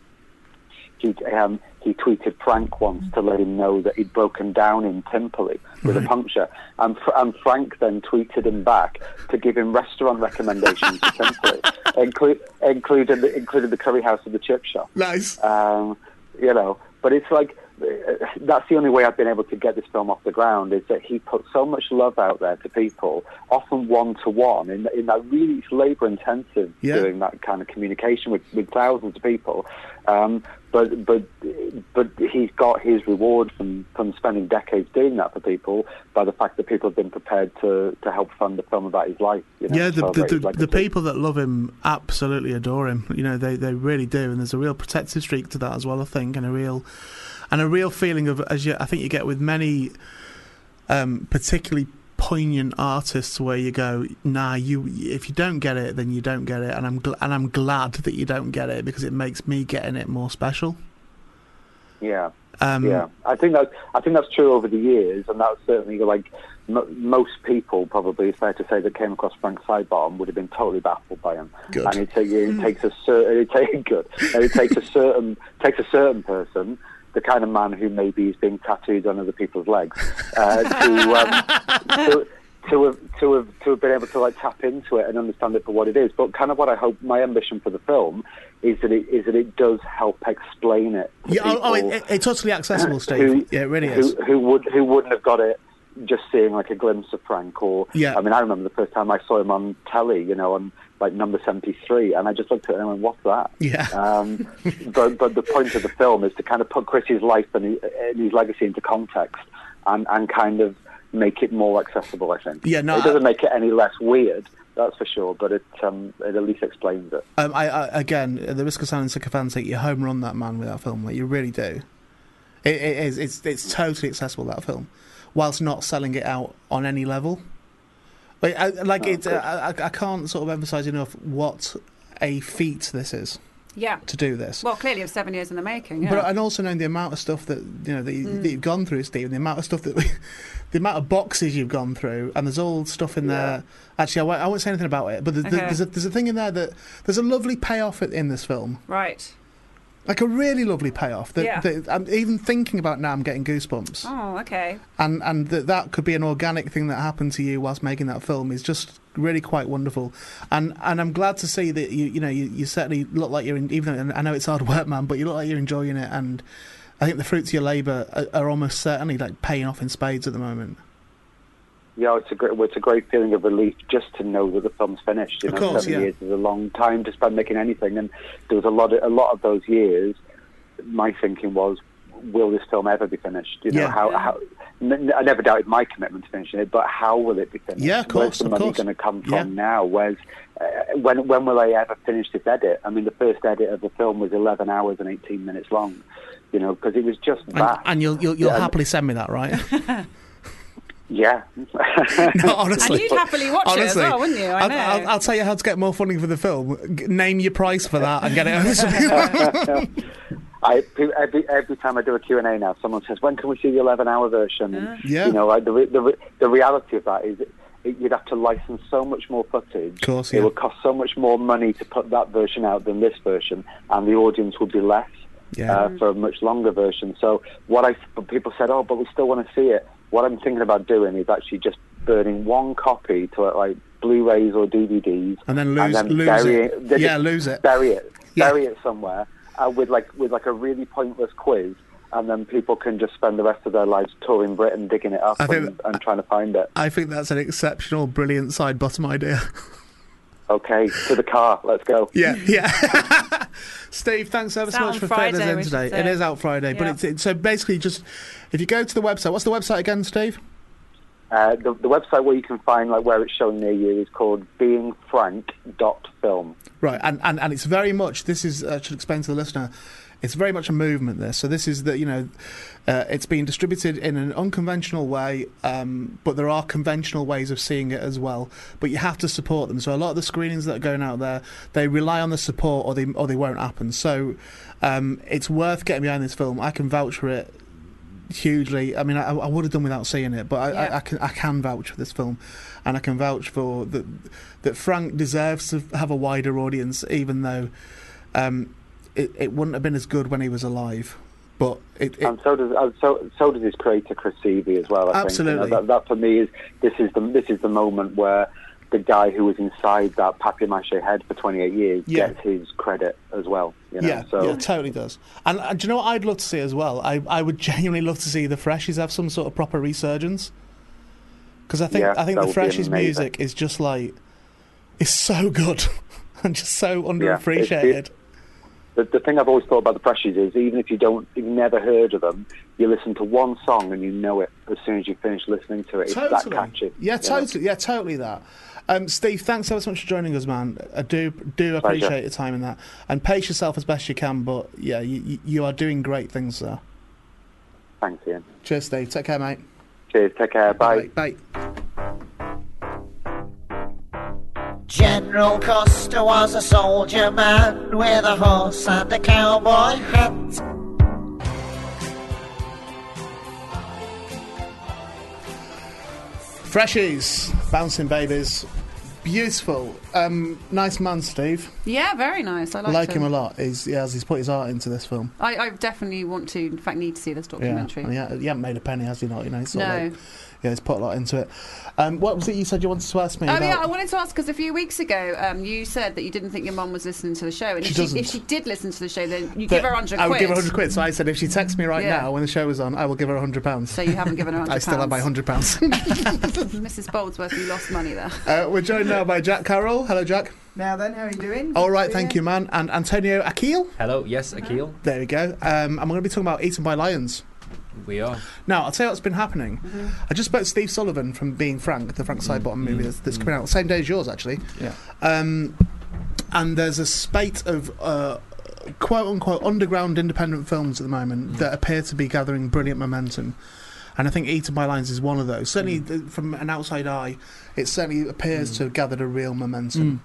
he um, he tweeted Frank once to let him know that he'd broken down in Timperley with a puncture, and Fr- and Frank then tweeted him back to give him restaurant recommendations for Timperley, inclu- including the, including the curry house and the chip shop. Nice. Um, you know, but it's like uh, that's the only way I've been able to get this film off the ground is that he put so much love out there to people, often one to one, in in that really it's labour intensive Yeah. doing that kind of communication with, with thousands of people. Um, but but but he's got his reward from, from spending decades doing that for people by the fact that people have been prepared to, to help fund a film about his life. You know, Yeah, the, the, celebrate the, his legacy. the people that love him absolutely adore him. You know, they, they really do, and there's a real protective streak to that as well. I think, and a real and a real feeling of as you, I think you get with many, um, particularly poignant artists, where you go, nah, you if you don't get it, then you don't get it, and I'm gl- and I'm glad that you don't get it because it makes me getting it more special. Yeah. Um, yeah, I think that I think that's true over the years, and that's certainly like m- most people probably it's fair to say that came across Frank Sidebottom would have been totally baffled by him. Good. Hmm. And it, ta- it takes a certain it takes good, and it takes a certain takes a certain person, the kind of man who maybe is being tattooed on other people's legs, uh, to. Um, to to have, to have to have been able to like tap into it and understand it for what it is, but kind of what I hope my ambition for the film is that it is that it does help explain it. to Yeah, oh, oh, people it, it, it's totally accessible, who- Steve. Yeah, it really who, is. Who would who wouldn't have got it just seeing like a glimpse of Frank or Yeah. I mean I remember the first time I saw him on telly, you know, on like number seventy three and I just looked at him and went, What's that? Yeah. Um, but but the point of the film is to kind of put Chris's life and his, and his legacy into context and, and kind of make it more accessible, I think. Yeah, no, It doesn't I- make it any less weird, that's for sure, but it um, it at least explains it. Um, I, I again, at the risk of sounding sycophantic, you home run that man with that film. Like you really do. It, it is. It's it's totally accessible that film, whilst not selling it out on any level. Like, I, like Oh, it's, good. I, I I can't sort of emphasize enough what a feat this is Yeah. to do this. Well, clearly, of seven years in the making. Yeah. Mm. But and also knowing the amount of stuff that you know that, you, that you've gone through, Steve, and the amount of stuff that we, the amount of boxes you've gone through, and there's all stuff in there. Actually, I won't, I won't say anything about it, but the, the, Okay. there's a there's a thing in there that there's a lovely payoff in- in this film, right. like a really lovely payoff. That, Yeah. that I'm even thinking about now. I'm getting goosebumps, Oh, okay. and and that that could be an organic thing that happened to you whilst making that film is just really quite wonderful, and and I'm glad to see that you you know you, you certainly look like you're in, even though I know it's hard work, man, but you look like you're enjoying it, and I think the fruits of your labour are, are almost certainly like paying off in spades at the moment. Yeah, it's a great, it's a great feeling of relief just to know that the film's finished. You Of know, course, seven yeah. years is a long time to spend making anything, and there was a lot, of, a lot of those years. My thinking was, will this film ever be finished? You know, Yeah. how, how n- I never doubted my commitment to finishing it, but how will it be finished? Yeah, of Where's course, the of money course. going to come from Yeah. now? Where's uh, when? When will I ever finish this edit? I mean, the first edit of the film was 11 hours and 18 minutes long. You know, because it was just And, that. and you'll you'll, you'll Yeah, and- happily send me that, right? yeah. no, honestly. And you'd happily watch it as Honestly, well, wouldn't you? I I'll- know. I'll, I'll tell you how to get more funding for the film. G- Name your price for that and get it over to me. I pe- every every time I do a Q and A now, someone says, "When can we see the eleven hour version?" And, Yeah. You know, like the, re- the re- the reality of that is, it, you'd have to license so much more footage. Of course, it yeah. would cost so much more money to put that version out than this version, and the audience would be less Yeah. uh, for a much longer version. So what I but people said, "Oh, but we still want to see it." What I'm thinking about doing is actually just burning one copy to like Blu-rays or DVDs, And then lose- lose bury it. Yeah, just lose it. Bury it. Yeah. Bury it somewhere uh, with like with like a really pointless quiz, and then people can just spend the rest of their lives touring Britain, digging it up, I think- and, and trying to find it. I think that's an exceptional, brilliant side bottom idea. Okay, to the car. Let's go. Yeah, yeah. Steve, thanks ever It's so out much on for Friday, fitting us in we should today. It say. is out Friday, but Yeah. it's, it's so basically just if you go to the website. What's the website again, Steve? Uh, the, the website where you can find like where it's shown near you is called beingfrank.film. Right, and, and, and it's very much this is I should explain to the listener. It's very much a movement. This, so this is that you know, uh, it's being distributed in an unconventional way, um, but there are conventional ways of seeing it as well. But you have to support them. So a lot of the screenings that are going out there, they rely on the support, or they or they won't happen. So um, it's worth getting behind this film. I can vouch for it hugely. I mean, I, I would have done without seeing it, but I, I, Yeah. I can I can vouch for this film, and I can vouch for that that Frank deserves to have a wider audience, even though um, it it wouldn't have been as good when he was alive. But it, it and so does uh, so so does his creator Chris Seavey as well. I Absolutely. think. You know, that, that for me is this is the this is the moment where the guy who was inside that papier-mâché head for 28 years Yeah. gets his credit as well. You know? yeah, so yeah, totally does. And, and do you know what I'd love to see as well? I I would genuinely love to see the Freshies have some sort of proper resurgence. Because I think Yeah, I think that the would be Freshies' amazing. music is just like it's so good and just so Yeah, underappreciated. it's- it- the, the thing I've always thought about the Pressures is even if you don't, you've never heard of them, you listen to one song and you know it as soon as you finish listening to it. It's that catchy. Yeah, you know? totally. Yeah, totally that. Um, Steve, thanks ever so much for joining us, man. I do do appreciate your time in that, and pace yourself as best you can. But yeah, you, you- you are doing great things, sir. Thanks, Ian. Cheers, Steve. Take care, mate. Cheers. Take care. Bye. Bye. General Custer was a soldier man with a horse and a cowboy hat. Freshies, bouncing babies, beautiful. Um, nice man, Steve. Yeah, very nice. I I liked like him a lot. He's, he has, he's put his heart into this film. I, I definitely want to, in fact, need to see this Yeah, documentary. and he, ha- he hasn't made a penny, has he? Not, you know. he's sort of No. like- yeah, he's put a lot into it. Um, what was it you said you wanted to ask me Oh about? yeah, I wanted to ask because a few weeks ago um, you said that you didn't think your mum was listening to the show, and She if, doesn't. she, if she did listen to the show, then you that give her hundred I quid. would give her 100 quid. So I said, if she texts me right Yeah. now when the show is on, I will give her 100 pounds. So you haven't given her hundred. I still have my 100 pounds. Mrs. Boldsworth, you lost money there. uh, we're joined now by Jack Carroll. Hello, Jack. Now then, how are you doing? All Oh, right, thank you, man. And Antonio Akil. Hello, yes, Akil. There we go. Um, and we're going to be talking about Eaten by Lions. We are. Now, I'll tell you what's been happening. Mm-hmm. I just spoke to Steve Sullivan from Being Frank, the Frank Sidebottom movie that's, that's coming out, same day as yours, actually. Mm. Yeah. Um, and there's a spate of uh, quote unquote underground independent films at the moment Mm. that appear to be gathering brilliant momentum. And I think Eaten by Lions is one of those. Certainly, Mm. th- from an outside eye, it certainly appears to have gathered a real momentum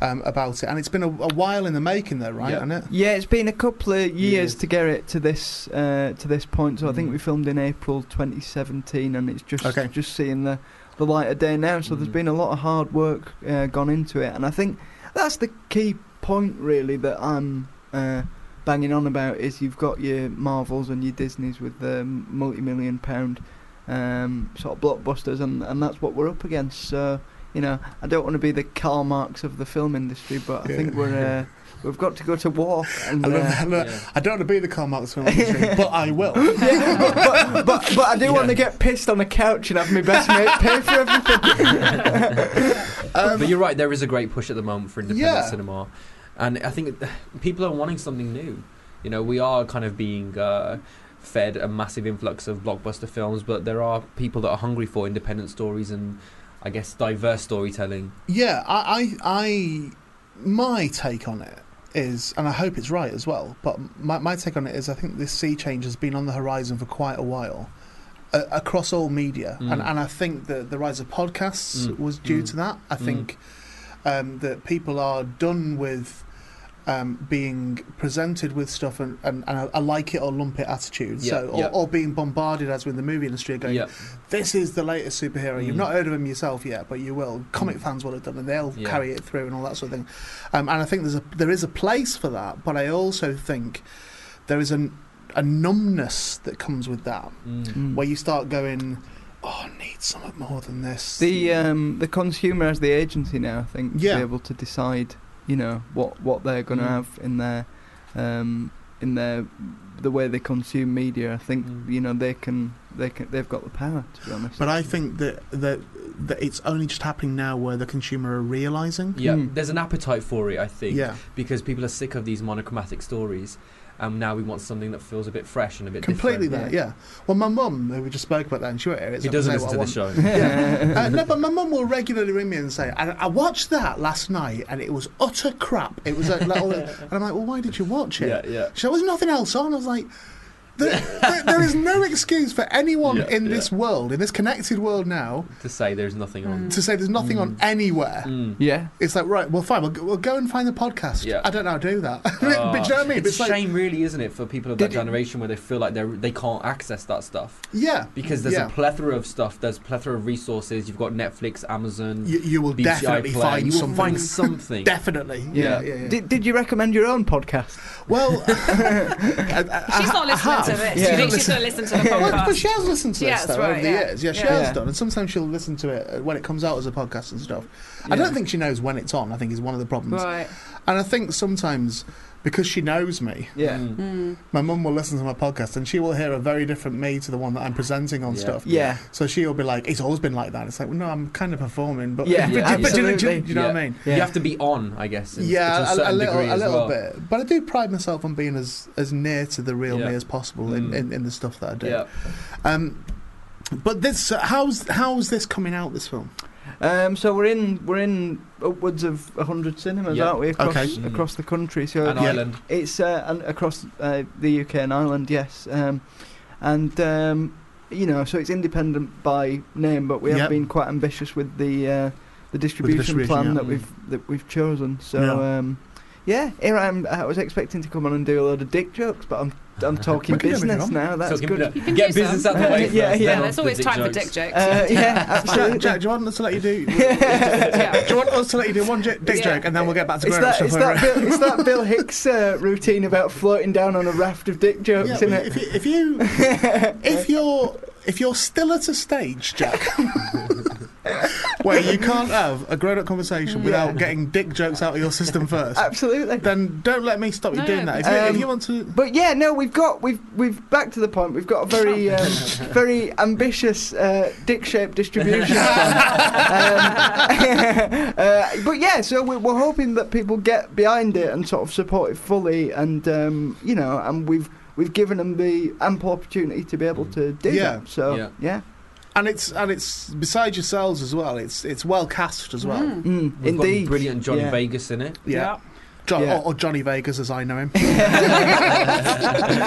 um, about it. And it's been a, a while in the making, though, right? Mm. Yeah. Hasn't it? Yeah, it's been a couple of years Years. to get it to this uh, to this point. So I think Mm. we filmed in April 2017, and it's just Okay. just seeing the the light of day now. So there's Mm. been a lot of hard work uh, gone into it, and I think that's the key point really that I'm uh, banging on about is you've got your Marvels and your Disneys with the multi-million pound um, sort of blockbusters, and and that's what we're up against. So you know, I don't want to be the Karl Marx of the film industry, but I Yeah. think we're. Uh, We've got to go to war. And, I, love, uh, I, love- Yeah. I don't want to be the Karl Marx film industry, but I will. but, but, but I do want to get pissed on a couch and have my best mate pay for everything. but you're right, there is a great push at the moment for independent Um, Yeah. cinema. And I think it- people are wanting something new. You know, we are kind of being uh, fed a massive influx of blockbuster films, but there are people that are hungry for independent stories and, I guess, diverse storytelling. Yeah, I, I, I, my take on it is, and I hope it's right as well. But my, my take on it is, I think this sea change has been on the horizon for quite a while, uh, across all media, Mm. and and I think that the rise of podcasts Mm. was due Mm. to that. I Mm. think um, that people are done with. Um, being presented with stuff and, and, and a, a like it or lump it attitude, Yeah, so or, yeah. or being bombarded as with the movie industry, going, Yeah. this is the latest superhero. You've Mm. not heard of him yourself yet, but you will. Comic fans will have done, and they'll Hmm. Yeah. carry it through and all that sort of thing. Um, and I think there's a there is a place for that, but I also think there is an, a numbness that comes with that, Mm. where you start going, "Oh, I need something more than this." The um, the consumer has the agency now. I think to Yeah. be able to decide, you know, what what they're going to Mm. have in their um, in their the way they consume media. I think Mm. you know they can they can they've got the power to be honest. but I think that that that it's only just happening now where the consumer are realizing. Yeah, there's an appetite for it, I think. Mm. Yeah. Because people are sick of these monochromatic stories. Um, now we want something that feels a bit fresh and a bit Completely different. that, yeah. Well, my mum, who we just spoke about that, and she won't hear it. so He I can doesn't say listen what to I this want. show. Yeah. Uh, no, but my mum will regularly ring me and say, I, I watched that last night and it was utter crap. It was like, like all- and I'm like, well, why did you watch it? Yeah, yeah. She said, there was nothing else on. I was like, there, there, there is no excuse for anyone Yeah, in this world, in this connected world now, To say there's nothing on. to say there's nothing on Mm. anywhere. Yeah. It's like, right, well, fine, we'll, go- we'll go and find the podcast. Yeah. I don't know how to do that. but do you know Uh, what I mean? It's, It's a like- shame, really, isn't it, for people of that generation where they feel like they they can't access that stuff. Yeah. because there's Yeah. a plethora of stuff. There's a plethora of resources. You've got Netflix, Amazon. You- you will BCI definitely Play. find you something. Will find something. Definitely. Yeah, yeah, yeah. Did, did you recommend your own podcast? Well, She's not listening to this. Yeah. She thinks she's going to listen to the Well, podcast. but she has listened to She this has, though right, over the yeah. years. Yeah, she Yeah. has Yeah. done, and sometimes she'll listen to it uh, when it comes out as a podcast and stuff. I Yeah. don't think she knows when it's on. I think is one of the problems. Right. And I think sometimes because she knows me, Mm. Yeah. Hmm. my mum will listen to my podcast and she will hear a very different me to the one that I'm presenting on stuff. Yeah. So she'll be like, "It's always been like that." It's like, well, no, I'm kind of performing, but Yeah, but- yeah, but do you know- do absolutely. you know what I Yeah. mean? You have to be on, I guess. in- to Yeah, a, a, a certain little, degree a as little well. bit. But I do pride myself on being as as near to the real Yeah. me as possible in, Mm. in, in the stuff that I do. Yeah. Um, but this, how's how's this coming out? This film? Um, so we're in we're in upwards of hundred cinemas, Yeah. aren't we? Across, Okay. Mm. across the country. So An Yeah. island. It's uh, and across uh, the UK and Ireland, yes. Um, and um, you know, so it's independent by name, but we Yep. have been quite ambitious with the uh, the distribution distribution, plan yeah. Mm. that we've that we've chosen. So yeah, um, yeah here I am. I was expecting to come on and do a load of dick jokes, but I'm I'm talking But you don't business really now. That's So can- good. Get can do business out the some. way. Uh, yeah, first, yeah. then There's the always dick time for jokes. dick jokes. Uh, yeah, Jack, absolutely. Jack, do you want us to let you do? Yeah. Do you want us to let you do one j- dick Yeah. joke and then we'll get back to It's grown up that, stuff? it's, that Bill, it's that Bill Hicks uh, routine about floating down on a raft of dick jokes, Yeah, isn't but it? if, you, if you if you're if you're still at a stage, Jack, where you can't have a grown up conversation without getting dick jokes out of your system first, Absolutely. then don't let me stop you No, doing no, that. If you, if Um, you want to, But yeah, no, we've got we've we've back to the point. We've got a very um, very ambitious uh, dick-shaped distribution. plan. um, uh, but yeah, so we're, we're hoping that people get behind it and sort of support it fully, and um, you know, and we've we've given them the ample opportunity to be able to do Yeah. that. So Yeah. yeah, and it's and it's beside yourselves as well. It's it's well cast as well. Mm, We've got indeed, brilliant Johnny Yeah. Vegas in it. Yeah. Oh, John, Yeah. Or, or Johnny Vegas, as I know him.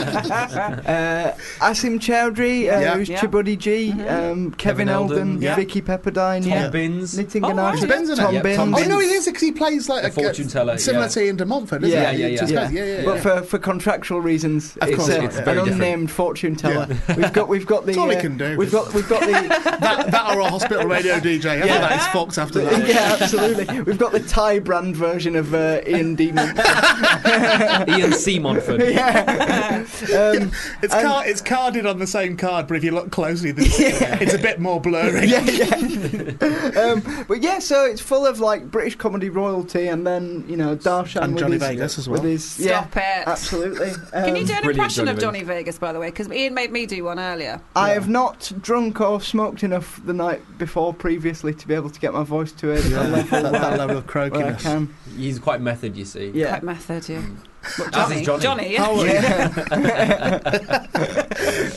uh, Asim Chowdhury, uh, Yeah. who's Yeah. Chibuddy G, um, Kevin, Kevin Eldon, Eldon, yeah. Vicky Pepperdine, Tom yeah. Binns. Nitin Oh, right. Ganatra, It's Binns, isn't it? Tom Yeah, Binns. Tom Oh no, he is because he plays like A fortune teller, similar yeah. to Ian de Montfort. Isn't Yeah, he? yeah, It's yeah. crazy, yeah, yeah, But yeah. for, for contractual reasons, Of it's, course, uh, it's an very different. unnamed fortune teller. We've got we've got the It's all we uh, can do. we've got we've got the that, that or a hospital radio DJ. After Yeah. that, it's fucked after that. yeah absolutely we've got the Thai brand version of uh, Ian Demon. Ian C. Monford. yeah, um, It's, car- it's carded on the same card, but if you look closely, there's- it's a bit more blurry. yeah, yeah. um, but yeah, so it's full of like British comedy royalty, and then you know Darshan And with Johnny his, Vegas as well. With his, yeah, Stop it. absolutely. Can you do Um, an Brilliant impression Johnny of Johnny Vegas, by the way? Because Ian made me do one earlier. I have not drunk or smoked enough the night before previously to be able to get my voice to it. Yeah, that, that level of Where I croakiness. can. He's quite method, you see. Yeah. Like method, yeah. What, As Johnny. is Johnny. yeah. How- Yeah.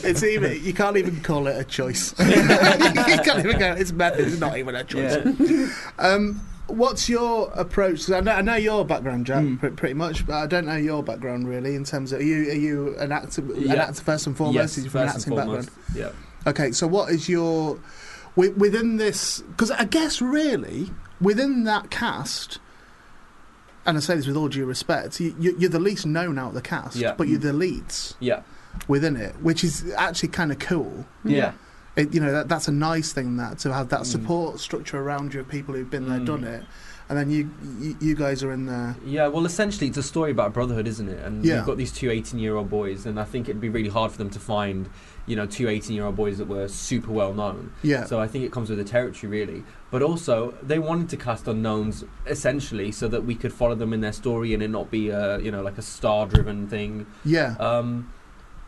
it's even you can't even call it a choice. you can't even go. It's mad. It's not even a choice. Yeah. Um, what's your approach? 'Cause I know, I know your background, Jack, Mm. pre- pretty much, but I don't know your background really. In terms of are you, are you an actor? An Yeah. actor first and foremost. Yes, is you from an first and acting foremost. Yeah. background? Okay, so what is your wi- within this? Because I guess really within that cast. And I say this with all due respect, you, you, you're the least known out of the cast, Yeah. but you're the leads Yeah. within it, which is actually kind of cool. Yeah. It, you know, that, that's a nice thing that to have that Mm. support structure around you of people who've been there, Mm. done it, and then you, you you guys are in there. Yeah, well, essentially, it's a story about brotherhood, isn't it? And Yeah. you've got these two 18 year old boys, and I think it'd be really hard for them to find, you know, two 18 year old boys that were super well known. Yeah, So I think it comes with the territory, really. But also, they wanted to cast unknowns essentially so that we could follow them in their story and it not be a, you know, like a star driven thing. yeah. Um,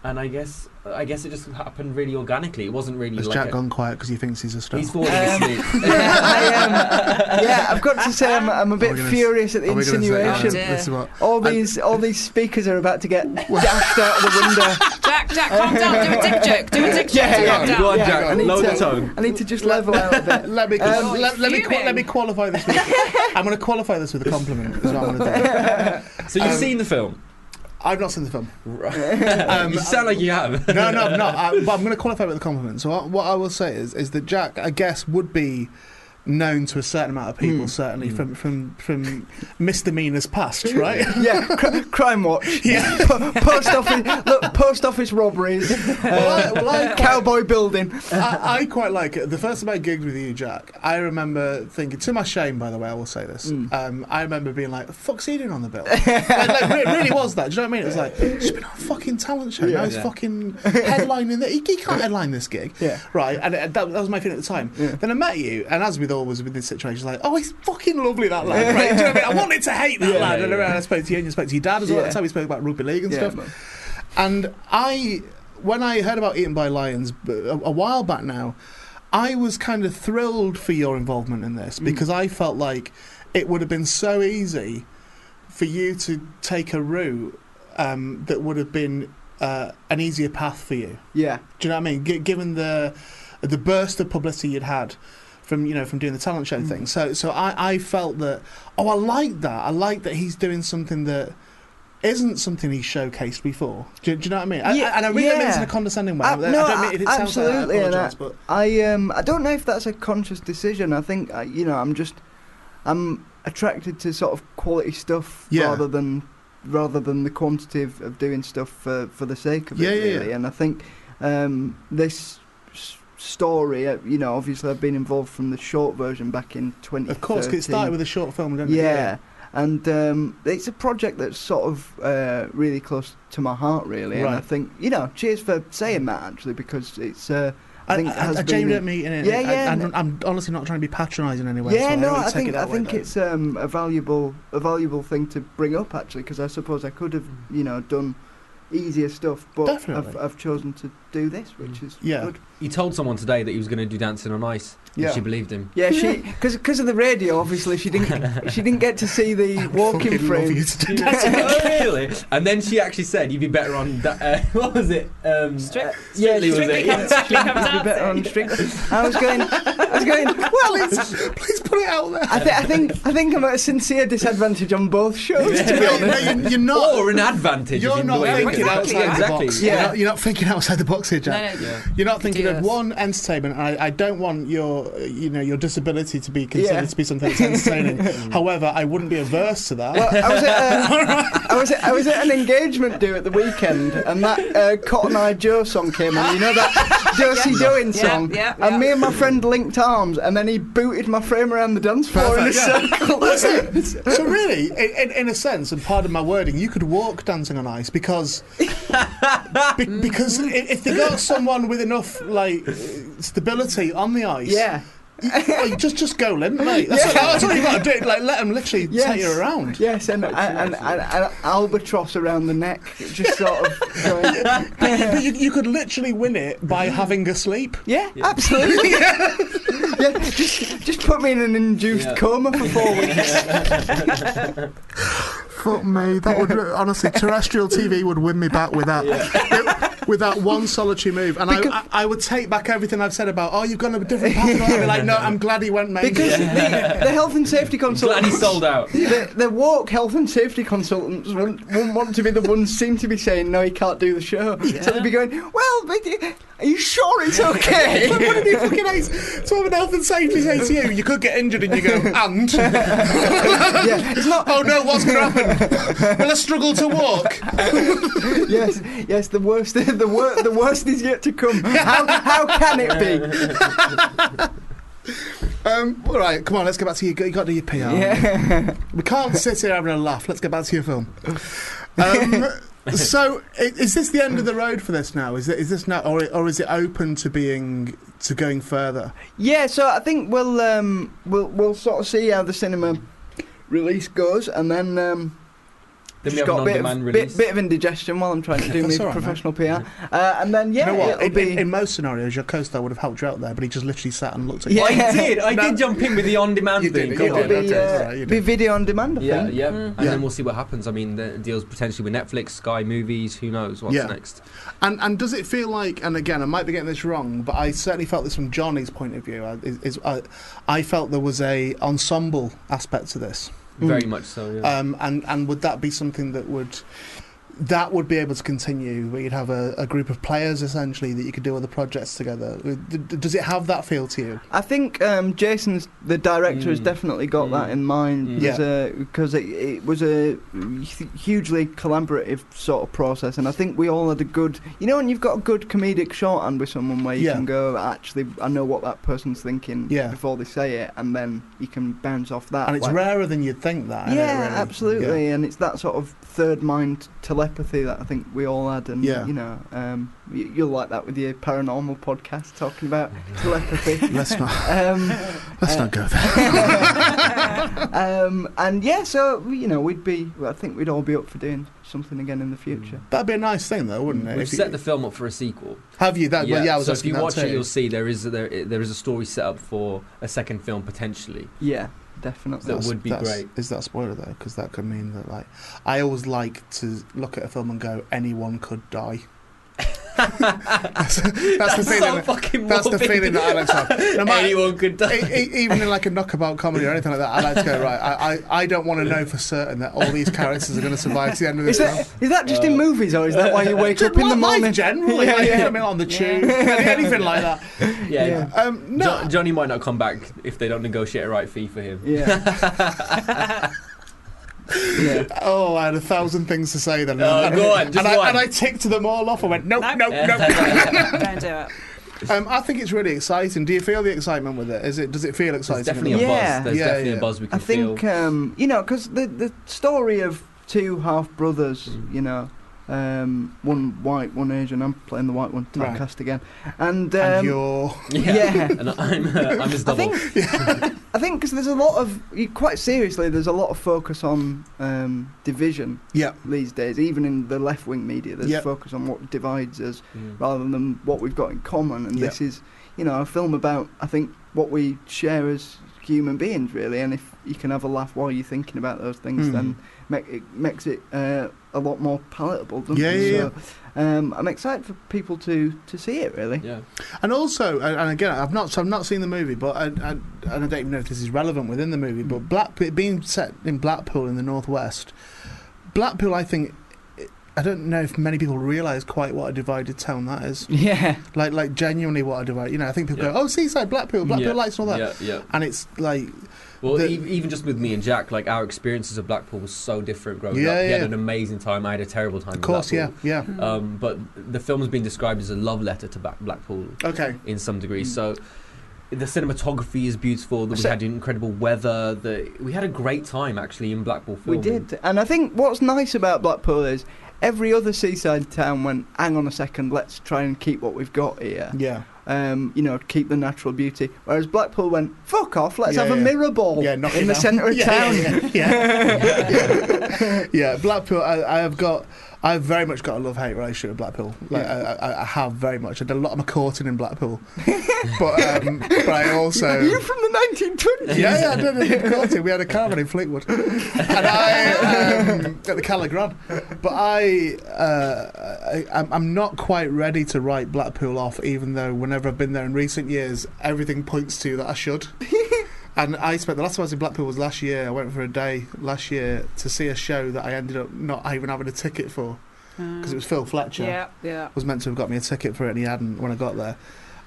and I guess I guess it just happened really organically. It wasn't really Has like Jack a- gone quiet because he thinks he's a star? He's falling asleep. yeah, I am. Um, Yeah, I've got to say I'm, I'm a bit gonna s- furious at the are we uh, gonna say- oh, insinuation. this is what- all these all these speakers are about to get dashed out of the window. Jack, Jack, calm down. Do a dick joke. Do a dick joke. Yeah, yeah, calm down. Go on, Jack, I need lower to- the tone. I need to just level out a bit. Let me Um, let, let me fuming. qua- let me qualify this. With, I'm going to qualify this with a compliment. Is what I'm going to do. So you've Um, seen the film? I've not seen the film. Um, you sound like you have. No, no, no. I, but I'm going to qualify with a compliment. So what, what I will say is, is that Jack, I guess, would be known to a certain amount of people, certainly from from from misdemeanors past, right? Yeah, cr- crime watch. Yeah. Po- post office. Look, post office robberies. Well, I- uh, well, I quite- cowboy building. I, I quite like it. The first time I gigged with you, Jack, I remember thinking, to my shame, by the way, I will say this. Mm. Um, I remember being like, "Fuck's he doing on the bill?" like, like, re- it really was that. Do you know what I mean? It was like he's been on a fucking talent show. now he's yeah. fucking headlining. The, he, he can't headline this gig, Yeah. right? And it, that, that was my feeling at the time. Then I met you, and as with always with this situation, like, "Oh, he's fucking lovely that lad." Right? Do you know what I mean? I wanted to hate that lad. and yeah. around, I spoke to you, and you spoke to your dad as well. Yeah. That's how we spoke about rugby league and Yeah, stuff. man. And I, when I heard about Eaten by Lions b- a, a while back now, I was kind of thrilled for your involvement in this because I felt like it would have been so easy for you to take a route um, that would have been uh, an easier path for you. Yeah. Do you know what I mean? G- given the the burst of publicity you'd had from you know from doing the talent Mm. show thing, so so I, I felt that oh I like that I like that he's doing something that isn't something he's showcased before. Do, do you know what I mean? I, Yeah, I- and I really don't mean this in yeah. a condescending way. Uh, I don't- no, I don't mean if it a- sounds like that, absolutely, I and apologise, but I um I don't know if that's a conscious decision. I think uh, you know I'm just I'm attracted to sort of quality stuff Yeah. rather than rather than the quantity of, of doing stuff for for the sake of Yeah, it yeah, yeah. really. And I think um this s- story, uh, you know, obviously I've been involved from the short version back in 2013. of course, 'cause it started with a short film, didn't it? Yeah. And um, it's a project that's sort of uh, really close to my heart, really. And I Right. think, you know, cheers for saying that, actually, because it's. Uh, I think it I, has I, I been. genuinely don't mean it. Yeah, I- yeah, I, no. am I'm honestly not trying to be patronising in any way. yeah, so I, no, I really take think it that I way, think though. it's um, a valuable a valuable thing to bring up actually, because I suppose I could have you know done easier stuff, but I've, Definitely. Mm. I've chosen to do this, which is Yeah. good. He told someone today that he was going to do Dancing on Ice. Yeah. And she believed him. Yeah, she because of the radio, obviously she didn't she didn't get to see the walking Fucking love frame. you to death. oh, really? And then she actually said, "You'd be better on that." Uh, what was it? Um, Strict- yeah, strictly was it? comes- strictly comes Be out better saying. on string. I was going, I was going. Well, it's. Please put it out there. I, th- I think I think I'm at a sincere disadvantage on both shows. To be honest. No, you- you're not. or an advantage. You're in not the way thinking that- Exactly, outside exactly. the box. Yeah. You're, not, you're not thinking outside the box here, No, Jack. no. You're not thinking of Yes. one entertainment. and I, I don't want your, uh, you know, your disability to be considered Yeah. to be something that's entertaining. However, I wouldn't be averse to that. Well, I was at a, I was at, I was at an engagement do at the weekend, and that uh, Cotton Eye Joe song came on. You know that Josie Doing Yeah, song. yeah, and yeah. me and my friend linked arms, and then he booted my frame around the dance floor in a circle. so really, i- in, in a sense, and pardon my wording, you could walk dancing on ice because be, because i- if they got someone with enough like uh, stability on the ice, Yeah. well, just just go limp, mate. That's, what, that's what you got to do. Like let them literally Yes. take you around. Yes, and, and, and, and, and albatross around the neck, just sort of going, But you, you could literally win it by having a sleep. yeah, absolutely. yeah. just, just put me in an induced Yeah. coma for four weeks. Fuck me. That would honestly terrestrial TV would win me back with that. It- with that one solitary move, and I, I, I would take back everything I've said about. Oh, you've gone a different path. and I'd be like, no, I'm glad he went, mate. Because the, the health and safety Glad he consultants. sold out. The, the walk health and safety consultants wouldn't, wouldn't want to be the ones seen to be saying no, he can't do the show. So they'd be going, well, but you- are you sure it's okay? But what if he fucking hates? So if an health and safety says to you, you could get injured, and you go, and yeah, it's not. oh no, what's going to happen? Will I struggle to walk? Yes, yes, the worst, the worst, the worst is yet to come. How, how can it be? Um, all right, come on, let's go back to you. You got to do your PR. Yeah. We can't sit here having a laugh. Let's get back to your film. Um, so, i- is this the end of the road for this now? Is it, is this now, or or is it open to being to going further? Yeah, so I think we'll um, we'll we'll sort of see how the cinema release goes, and then um, Then we have Just an got a bit on-demand of, release. bit, bit of indigestion while I'm trying to do That's my all right, mate. professional PR. Uh, and then, yeah, you know what? it'll In, be. in, in most scenarios, your co-star would have helped you out there, but he just literally sat and looked at you. Yeah. I did. I No. did jump in with the on-demand You thing. did, Come you on. did. It'll be, Okay, uh, alright, you be did. video on demand, I Yeah, think. yeah, Mm. and Yeah. then we'll see what happens. I mean, the deals potentially with Netflix, Sky Movies. Who knows what's Yeah. next? And and does it feel like? And again, I might be getting this wrong, but I certainly felt this from Johnny's point of view. I, is, is, I, I felt there was a ensemble aspect to this, Very much so. Yeah. um, and and would that be something that would that would be able to continue? Where you'd have a, a group of players essentially that you could do other projects together. Uh, D- d- Does it have that feel to you? I think um, Jason's the director has Mm. definitely got that Mm. in mind Mm. because uh, it, it was a hugely collaborative sort of process, and I think we all had a good, you know, when you've got a good comedic shorthand with someone where you Yeah. can go, actually, I know what that person's thinking Yeah. before they say it, and then you can bounce off that. And it's like- rarer than you'd think that. Yeah, isn't it, really? absolutely, and it's that sort of third mind telepathy that I think we all had, and Yeah. you know, um, y- you'll like that with your paranormal podcast talking about telepathy. Yeah. Let's not Um, let's Uh, not go there. um, and yeah, so you know, we'd be. I think we'd all be up for doing something again in the future. That'd be a nice thing, though, wouldn't it? We've If you- set the film up for a sequel. have you? That, well, yeah I was so if asking you that watch too. it, you'll see there is there there is a story set up for a second film potentially. Mm. Yeah, definitely. That would be great. Is that a spoiler though? Because that could mean that like I always like to look at a film and go, anyone could die. that's, that's the so feeling. fucking that's the morbid. feeling that I like to have. No matter- Anyone could die. e- e- even in like a knockabout comedy or anything like that, I like to go right. I, I, I don't want to know for certain that all these characters are going to survive to the end of Is this. film. that is that just in movies, or is that why you wake Just up in the like life morning? generally, Yeah, like, yeah. I mean, on the tube, anything like that. yeah. Yeah. Um, no, Jo- Johnny might not come back if they don't negotiate a right fee for him. Yeah. yeah. Oh, I had a thousand things to say then. Oh, and, go on, just and, I, one. and I ticked them all off. I went, nope, Nope. nope, nope. Don't do it. um, I think it's really exciting. Do you feel the excitement with it? Is it? Does it feel exciting? There's definitely a Yeah. buzz. There's Yeah, definitely yeah. a buzz we can I think feel. um, you know because the the story of two half brothers, Mm. you know, um, one white, one Asian. I'm playing the white one. Right. Typecast again, and, um, and you're yeah. and I'm, uh, I'm his I double. think I think because there's a lot of you- quite seriously there's a lot of focus on um, division Yeah. these days even in the left wing media there's Yeah. focus on what divides us Mm. rather than what we've got in common and Yeah. this is you know a film about I think what we share as human beings really and if you can have a laugh while you're thinking about those things Mhm. then make, it makes it uh, a lot more palatable doesn't Yeah, it yeah, yeah. so um, I'm excited for people to to see it really Yeah. And also, and and again, I've not, so I've not seen the movie, but I, I, and I don't even know if this is relevant within the movie. But Black, it being set in Blackpool in the northwest, Blackpool, I think, I don't know if many people realise quite what a divided town that is. yeah Like, like genuinely, what a divide. You know, I think people Yeah. go, "Oh, seaside, Blackpool, Blackpool yeah. lights, and all that," Yeah, yeah. and it's like, Well, The- e- even just with me and Jack, like our experiences of Blackpool was so different growing Yeah, up. He had yeah. an amazing time. I had a terrible time. of course, in yeah, Blackpool. yeah. Um, but the film has been described as a love letter to Black- Blackpool Okay. in some degree. So the cinematography is beautiful. That we So- had incredible weather. The, we had a great time actually in Blackpool. Filming. We did, and I think what's nice about Blackpool is every other seaside town went, hang on a second, let's try and keep what we've got here. Yeah. Um, you know, keep the natural beauty. Whereas Blackpool went, fuck off, let's Yeah, have a yeah. mirror ball Yeah, in knock the it down. centre of Yeah, town. Yeah, yeah. yeah. Yeah, Blackpool. I, I have got. I've very much got a love hate relationship with Blackpool. Like I, I, I have very much. I did a lot of my courting in Blackpool, but um, but I also You're from the 1920s. yeah, yeah, I did it in Corton. We had a caravan in Fleetwood, and I um, at the Cala Gran. But I, uh, I, I'm- I'm not quite ready to write Blackpool off, even though whenever I've been there in recent years, everything points to that I should. And I spent the last time I was in Blackpool was last year. I went for a day last year to see a show that I ended up not even having a ticket for because it was Phil Fletcher Yeah, yeah. was meant to have got me a ticket for it and he hadn't when I got there.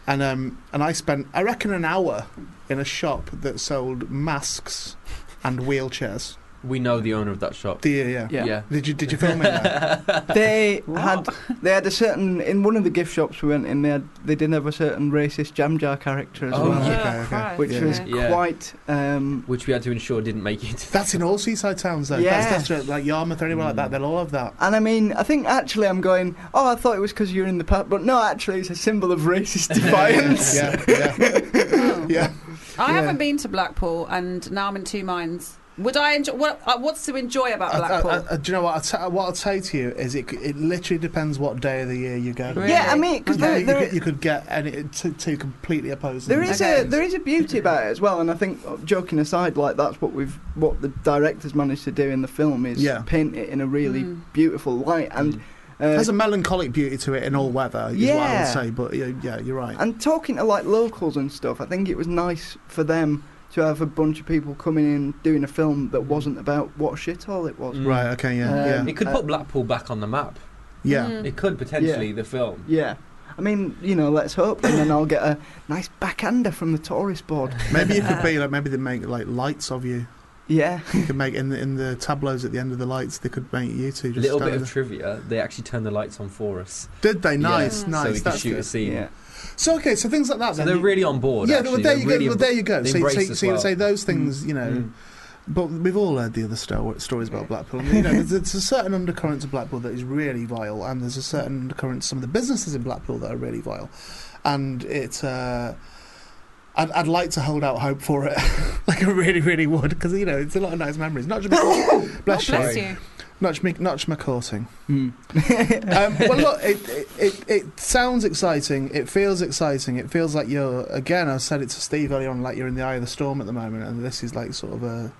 And um, and I spent I reckon an hour in a shop that sold masks and wheelchairs. We know the owner of that shop. Do you, yeah. Yeah. Did you did you film in there? They had they had a certain in one of the gift shops we went in. They had they did have a certain racist jam jar character as Oh, well, yeah. okay, okay. Christ, which yeah. was Yeah. quite um, Which we had to ensure didn't make it. That's in all seaside towns though. Yeah. Mm. That's, that's like Yarmouth or anywhere like that. They'll all have that. And I mean, I think actually I'm going, oh, I thought it was because you're in the pub, but no, actually it's a symbol of racist defiance. Yeah, yeah, Oh. yeah. I haven't been to Blackpool, and now I'm in two minds Would I enjoy? What, uh, what's to enjoy Oh. about Blackpool? I, I, I, do you know what? I'll t- what I'll say to you is it, it literally depends what day of the year you go. Really? Yeah, I mean, 'cause You know, there- you, there- could, you could get any, two, two completely opposing. There is a there is a beauty about it as well, and I think uh, joking aside, like that's what we've what the directors managed to do in the film is Yeah. paint it in a really Mm. beautiful light, and uh, There's a melancholic beauty to it in all weather. Is what I Yeah. would say, but yeah, yeah you're right. and talking to like locals and stuff. I think it was nice for them to have a bunch of people coming in doing a film that wasn't about what a shithole it was. Right, okay, yeah, yeah. It could uh, put Blackpool back on the map. Yeah. Mm. It could potentially, Yeah. the film. Yeah. I mean, you know, let's hope, and then I'll get a nice backhander from the tourist board. Maybe you could be like maybe they make like lights of you. Yeah, you could make in the in the tableaus at the end of the lights. They could make you two. Just little stand bit of there. trivia, they actually turned the lights on for us. Did they? Yeah, Nice, nice. So we could that's shoot a good. scene. So okay, so things like that. So then, they're you- really on board. Yeah, actually. well, there They're you really go. Well, there you go. they So, you- so, embrace Hmm. you- as so you well. say those things, you know. But we've all heard the other sto- stories about Blackpool. And, you know, there's, there's a certain undercurrent to Blackpool that is really vile, and there's a certain undercurrent to some of the businesses in Blackpool that are really vile. And it, uh, I'd, I'd like to hold out hope for it, like I really, really would, because you know it's a lot of nice memories. Not just bless, Oh, bless you. Not just me, not just my courting. Hmm. um, well, look, it, it, it, it sounds exciting. It feels exciting. It feels like you're, again, I said it to Steve earlier on, like you're in the eye of the storm at the moment, and this is like sort of a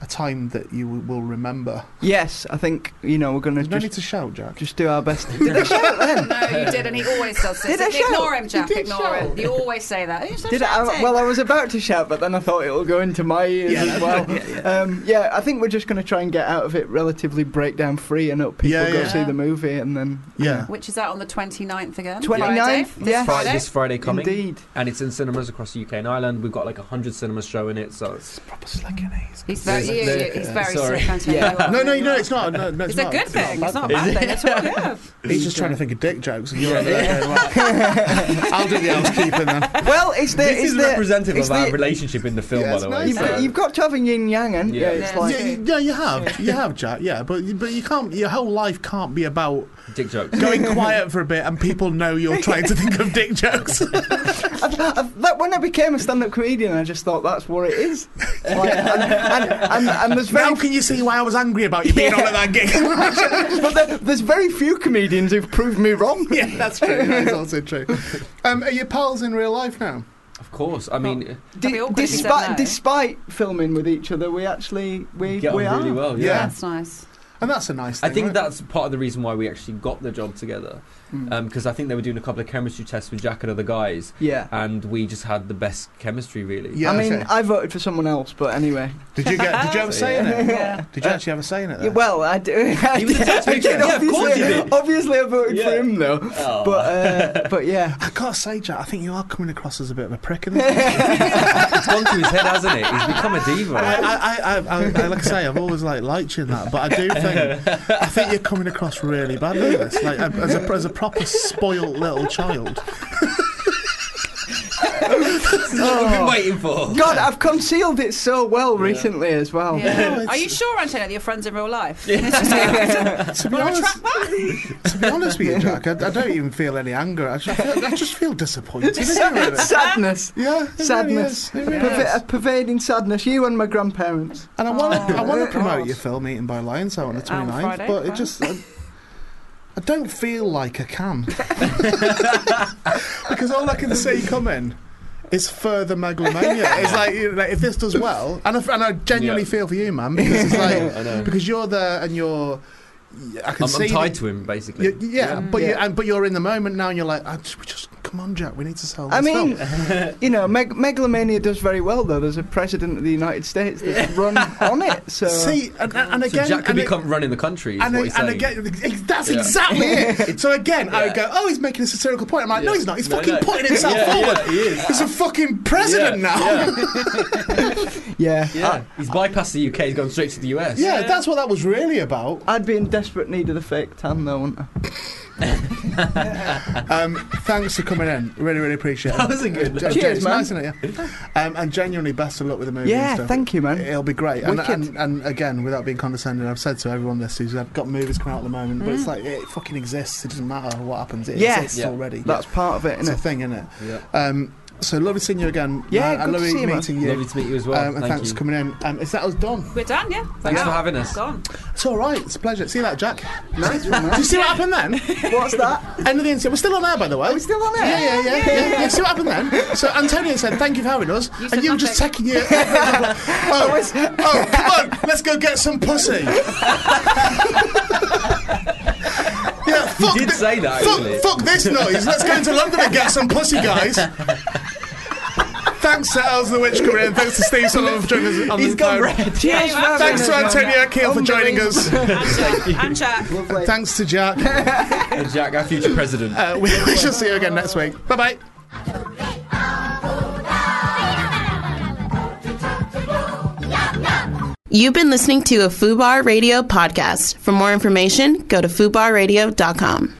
a time that you will- will remember. Yes, I think you know we're going to No just need to shout, Jack. just do our best. no, you did, and he always does this. Did I shout? ignore him, Jack. You did Ignore shout. him. You always say that. You're so Did I, uh, shouty. well, I was about to shout, but then I thought it'll go into my ears Yeah, as well. Yeah, Um, yeah, I think we're just going to try and get out of it relatively breakdown free and up. People Yeah, go yeah. see the movie and then Which is out on the 29th again. 29th, Friday. yes. Friday, this Friday coming. Indeed. And it's in cinemas across the UK and Ireland. We've got like 100 cinemas showing it, so it's proper slacking. He's very, There's- you- there- he's very sorry. sick. Antonio. You are, No, no, you no, are. it's not. No, no, it's, it's, a good thing. It's not a bad thing. That's what we have. He's just trying to think of dick jokes. And you're Yeah. over there going, like, I'll do the housekeeping then. Well, it's the this it's is the, representative it's of our the- relationship in the film, by the way. You've, so- you've got to have a yin yang, and yeah, Yeah. it's Yeah. like Yeah, you- yeah, you have, you have, Jack. Yeah, but you- but you can't. Your whole life can't be about dick jokes. Going quiet for a bit, and people know you're trying to think of dick jokes. I, I, that, when I became a stand-up comedian, I just thought that's what it is. Like, and, and, and, and there's very Now can you see why I was angry about you being on at that gig? but there, there's very few comedians who've proved me wrong. yeah, that's true. That's also true. Um, are your pals in real life now? Of course. I mean, D- despite despite filming with each other, we actually we get on we are really well. Yeah. That's nice. And that's a nice I thing. think right? that's part of the reason why we actually got the job together. Mm. Because I think they were doing a couple of chemistry tests with Jack and other guys. Yeah. And we just had the best chemistry, really. I mean, I voted for someone else, but anyway. Did you get? Did you have a So, say in it? yeah. Did you actually have a say in it? Yeah, Though? well, I do. I He was a did, touch I picture. did, Yeah, of course obviously, you did. obviously I voted for him though. Oh. But uh, but yeah, I gotta say, Jack, I think you are coming across as a bit of a prick in this. it's gone to his head, hasn't it? He's become a diva. I, I, I, I, I, like I say, I've always like liked you in that, but I do think I think you're coming across really badly. in This, like as a, as a proper spoilt little child. This is what we've been waiting for. Oh. God, I've concealed it so well recently as well. Yeah. Are you sure, Antonio, that you're friends in real life? To be honest, to be honest with you, Jack, I, I don't even feel any anger. I just, I feel, I just feel disappointed. in you. sadness. Yeah, it Sadness. really is. It really Perva- is. a pervading sadness. You and my grandparents. And I want to, I want to Aw. promote your film Eaten by Lions out on the On 29th, Friday, but it right. just. I, I don't feel like I can. because all I can see coming is further megalomania. It's like, you know, like, if this does well, and I, and I genuinely Yeah. feel for you, man, because it's like, I know. because you're there and you're. I can I'm, see I'm tied that- to him, basically. you- yeah, but you Yeah. and but you're in the moment now, and you're like, I just, we just come on, Jack, we need to sell. This I mean, film. you know, meg- megalomania does very well, though. There's a president of the United States that's run on it. So see, and, and, and So again, Jack could and it- become running the country. Is and, what a- he's and saying. again, ex- that's Yeah. exactly it. So again, I would Yeah. go, oh, he's making a satirical point. I'm like, no, Yeah. he's not. He's No, fucking no. putting himself Yeah, forward. yeah, he is. He's a fucking president Yeah, now. Yeah. yeah, Yeah, he's bypassed the UK. He's gone straight to the US. that's what that was really about. I- I'd be in desperate need of the fake tan, though, wouldn't I? Um, thanks for coming in. Really, really appreciate it. That was a good It's one. Cheers, nice, isn't it? Yeah. Um, and genuinely, best of luck with the movie. Yeah, and stuff. thank you, man. It'll be great. And, Wicked. and, and again, without being condescending, I've said to everyone this who's got movies coming out at the moment, but it's like it fucking exists. It doesn't matter what happens. It Yeah. exists Mm. Yeah. already. That's part of it, It's isn't a thing, isn't it? Yeah. Um, So lovely seeing you again. Yeah, man. I good love to see you, man. meeting you. Lovely to meet you as well. Um, and Thank thanks you. for coming in. Um, is that us done? We're done, yeah. Thanks for having us. Gone. It's all right. It's a pleasure. See you later, Jack. Nice one, man. Did you see what happened then? What's that? End of the interview. We're still on air, by the way. Are we still on Yeah, air? yeah, yeah, yeah, yeah. See what happened then? So Antonio said, "Thank you for having us," You said and you were just taking your. oh, oh, come on, let's go get some pussy. yeah, fuck, You did thi- say that, actually. fuck, fuck this noise. Let's go into London and get some pussy, guys. Thanks to Els the Witch coming in. Thanks to Steve Sullivan for joining us on He's the gone phone. red. Cheers, man. Thanks to Antonio Keel for joining Unbelievable. us. And Jack. And Jack. Lovely. Thanks to Jack. And Jack, our future president. Uh, we, we shall see you again next week. Bye bye. You've been listening to a FUBAR Radio podcast. For more information, go to FUBARradio.com.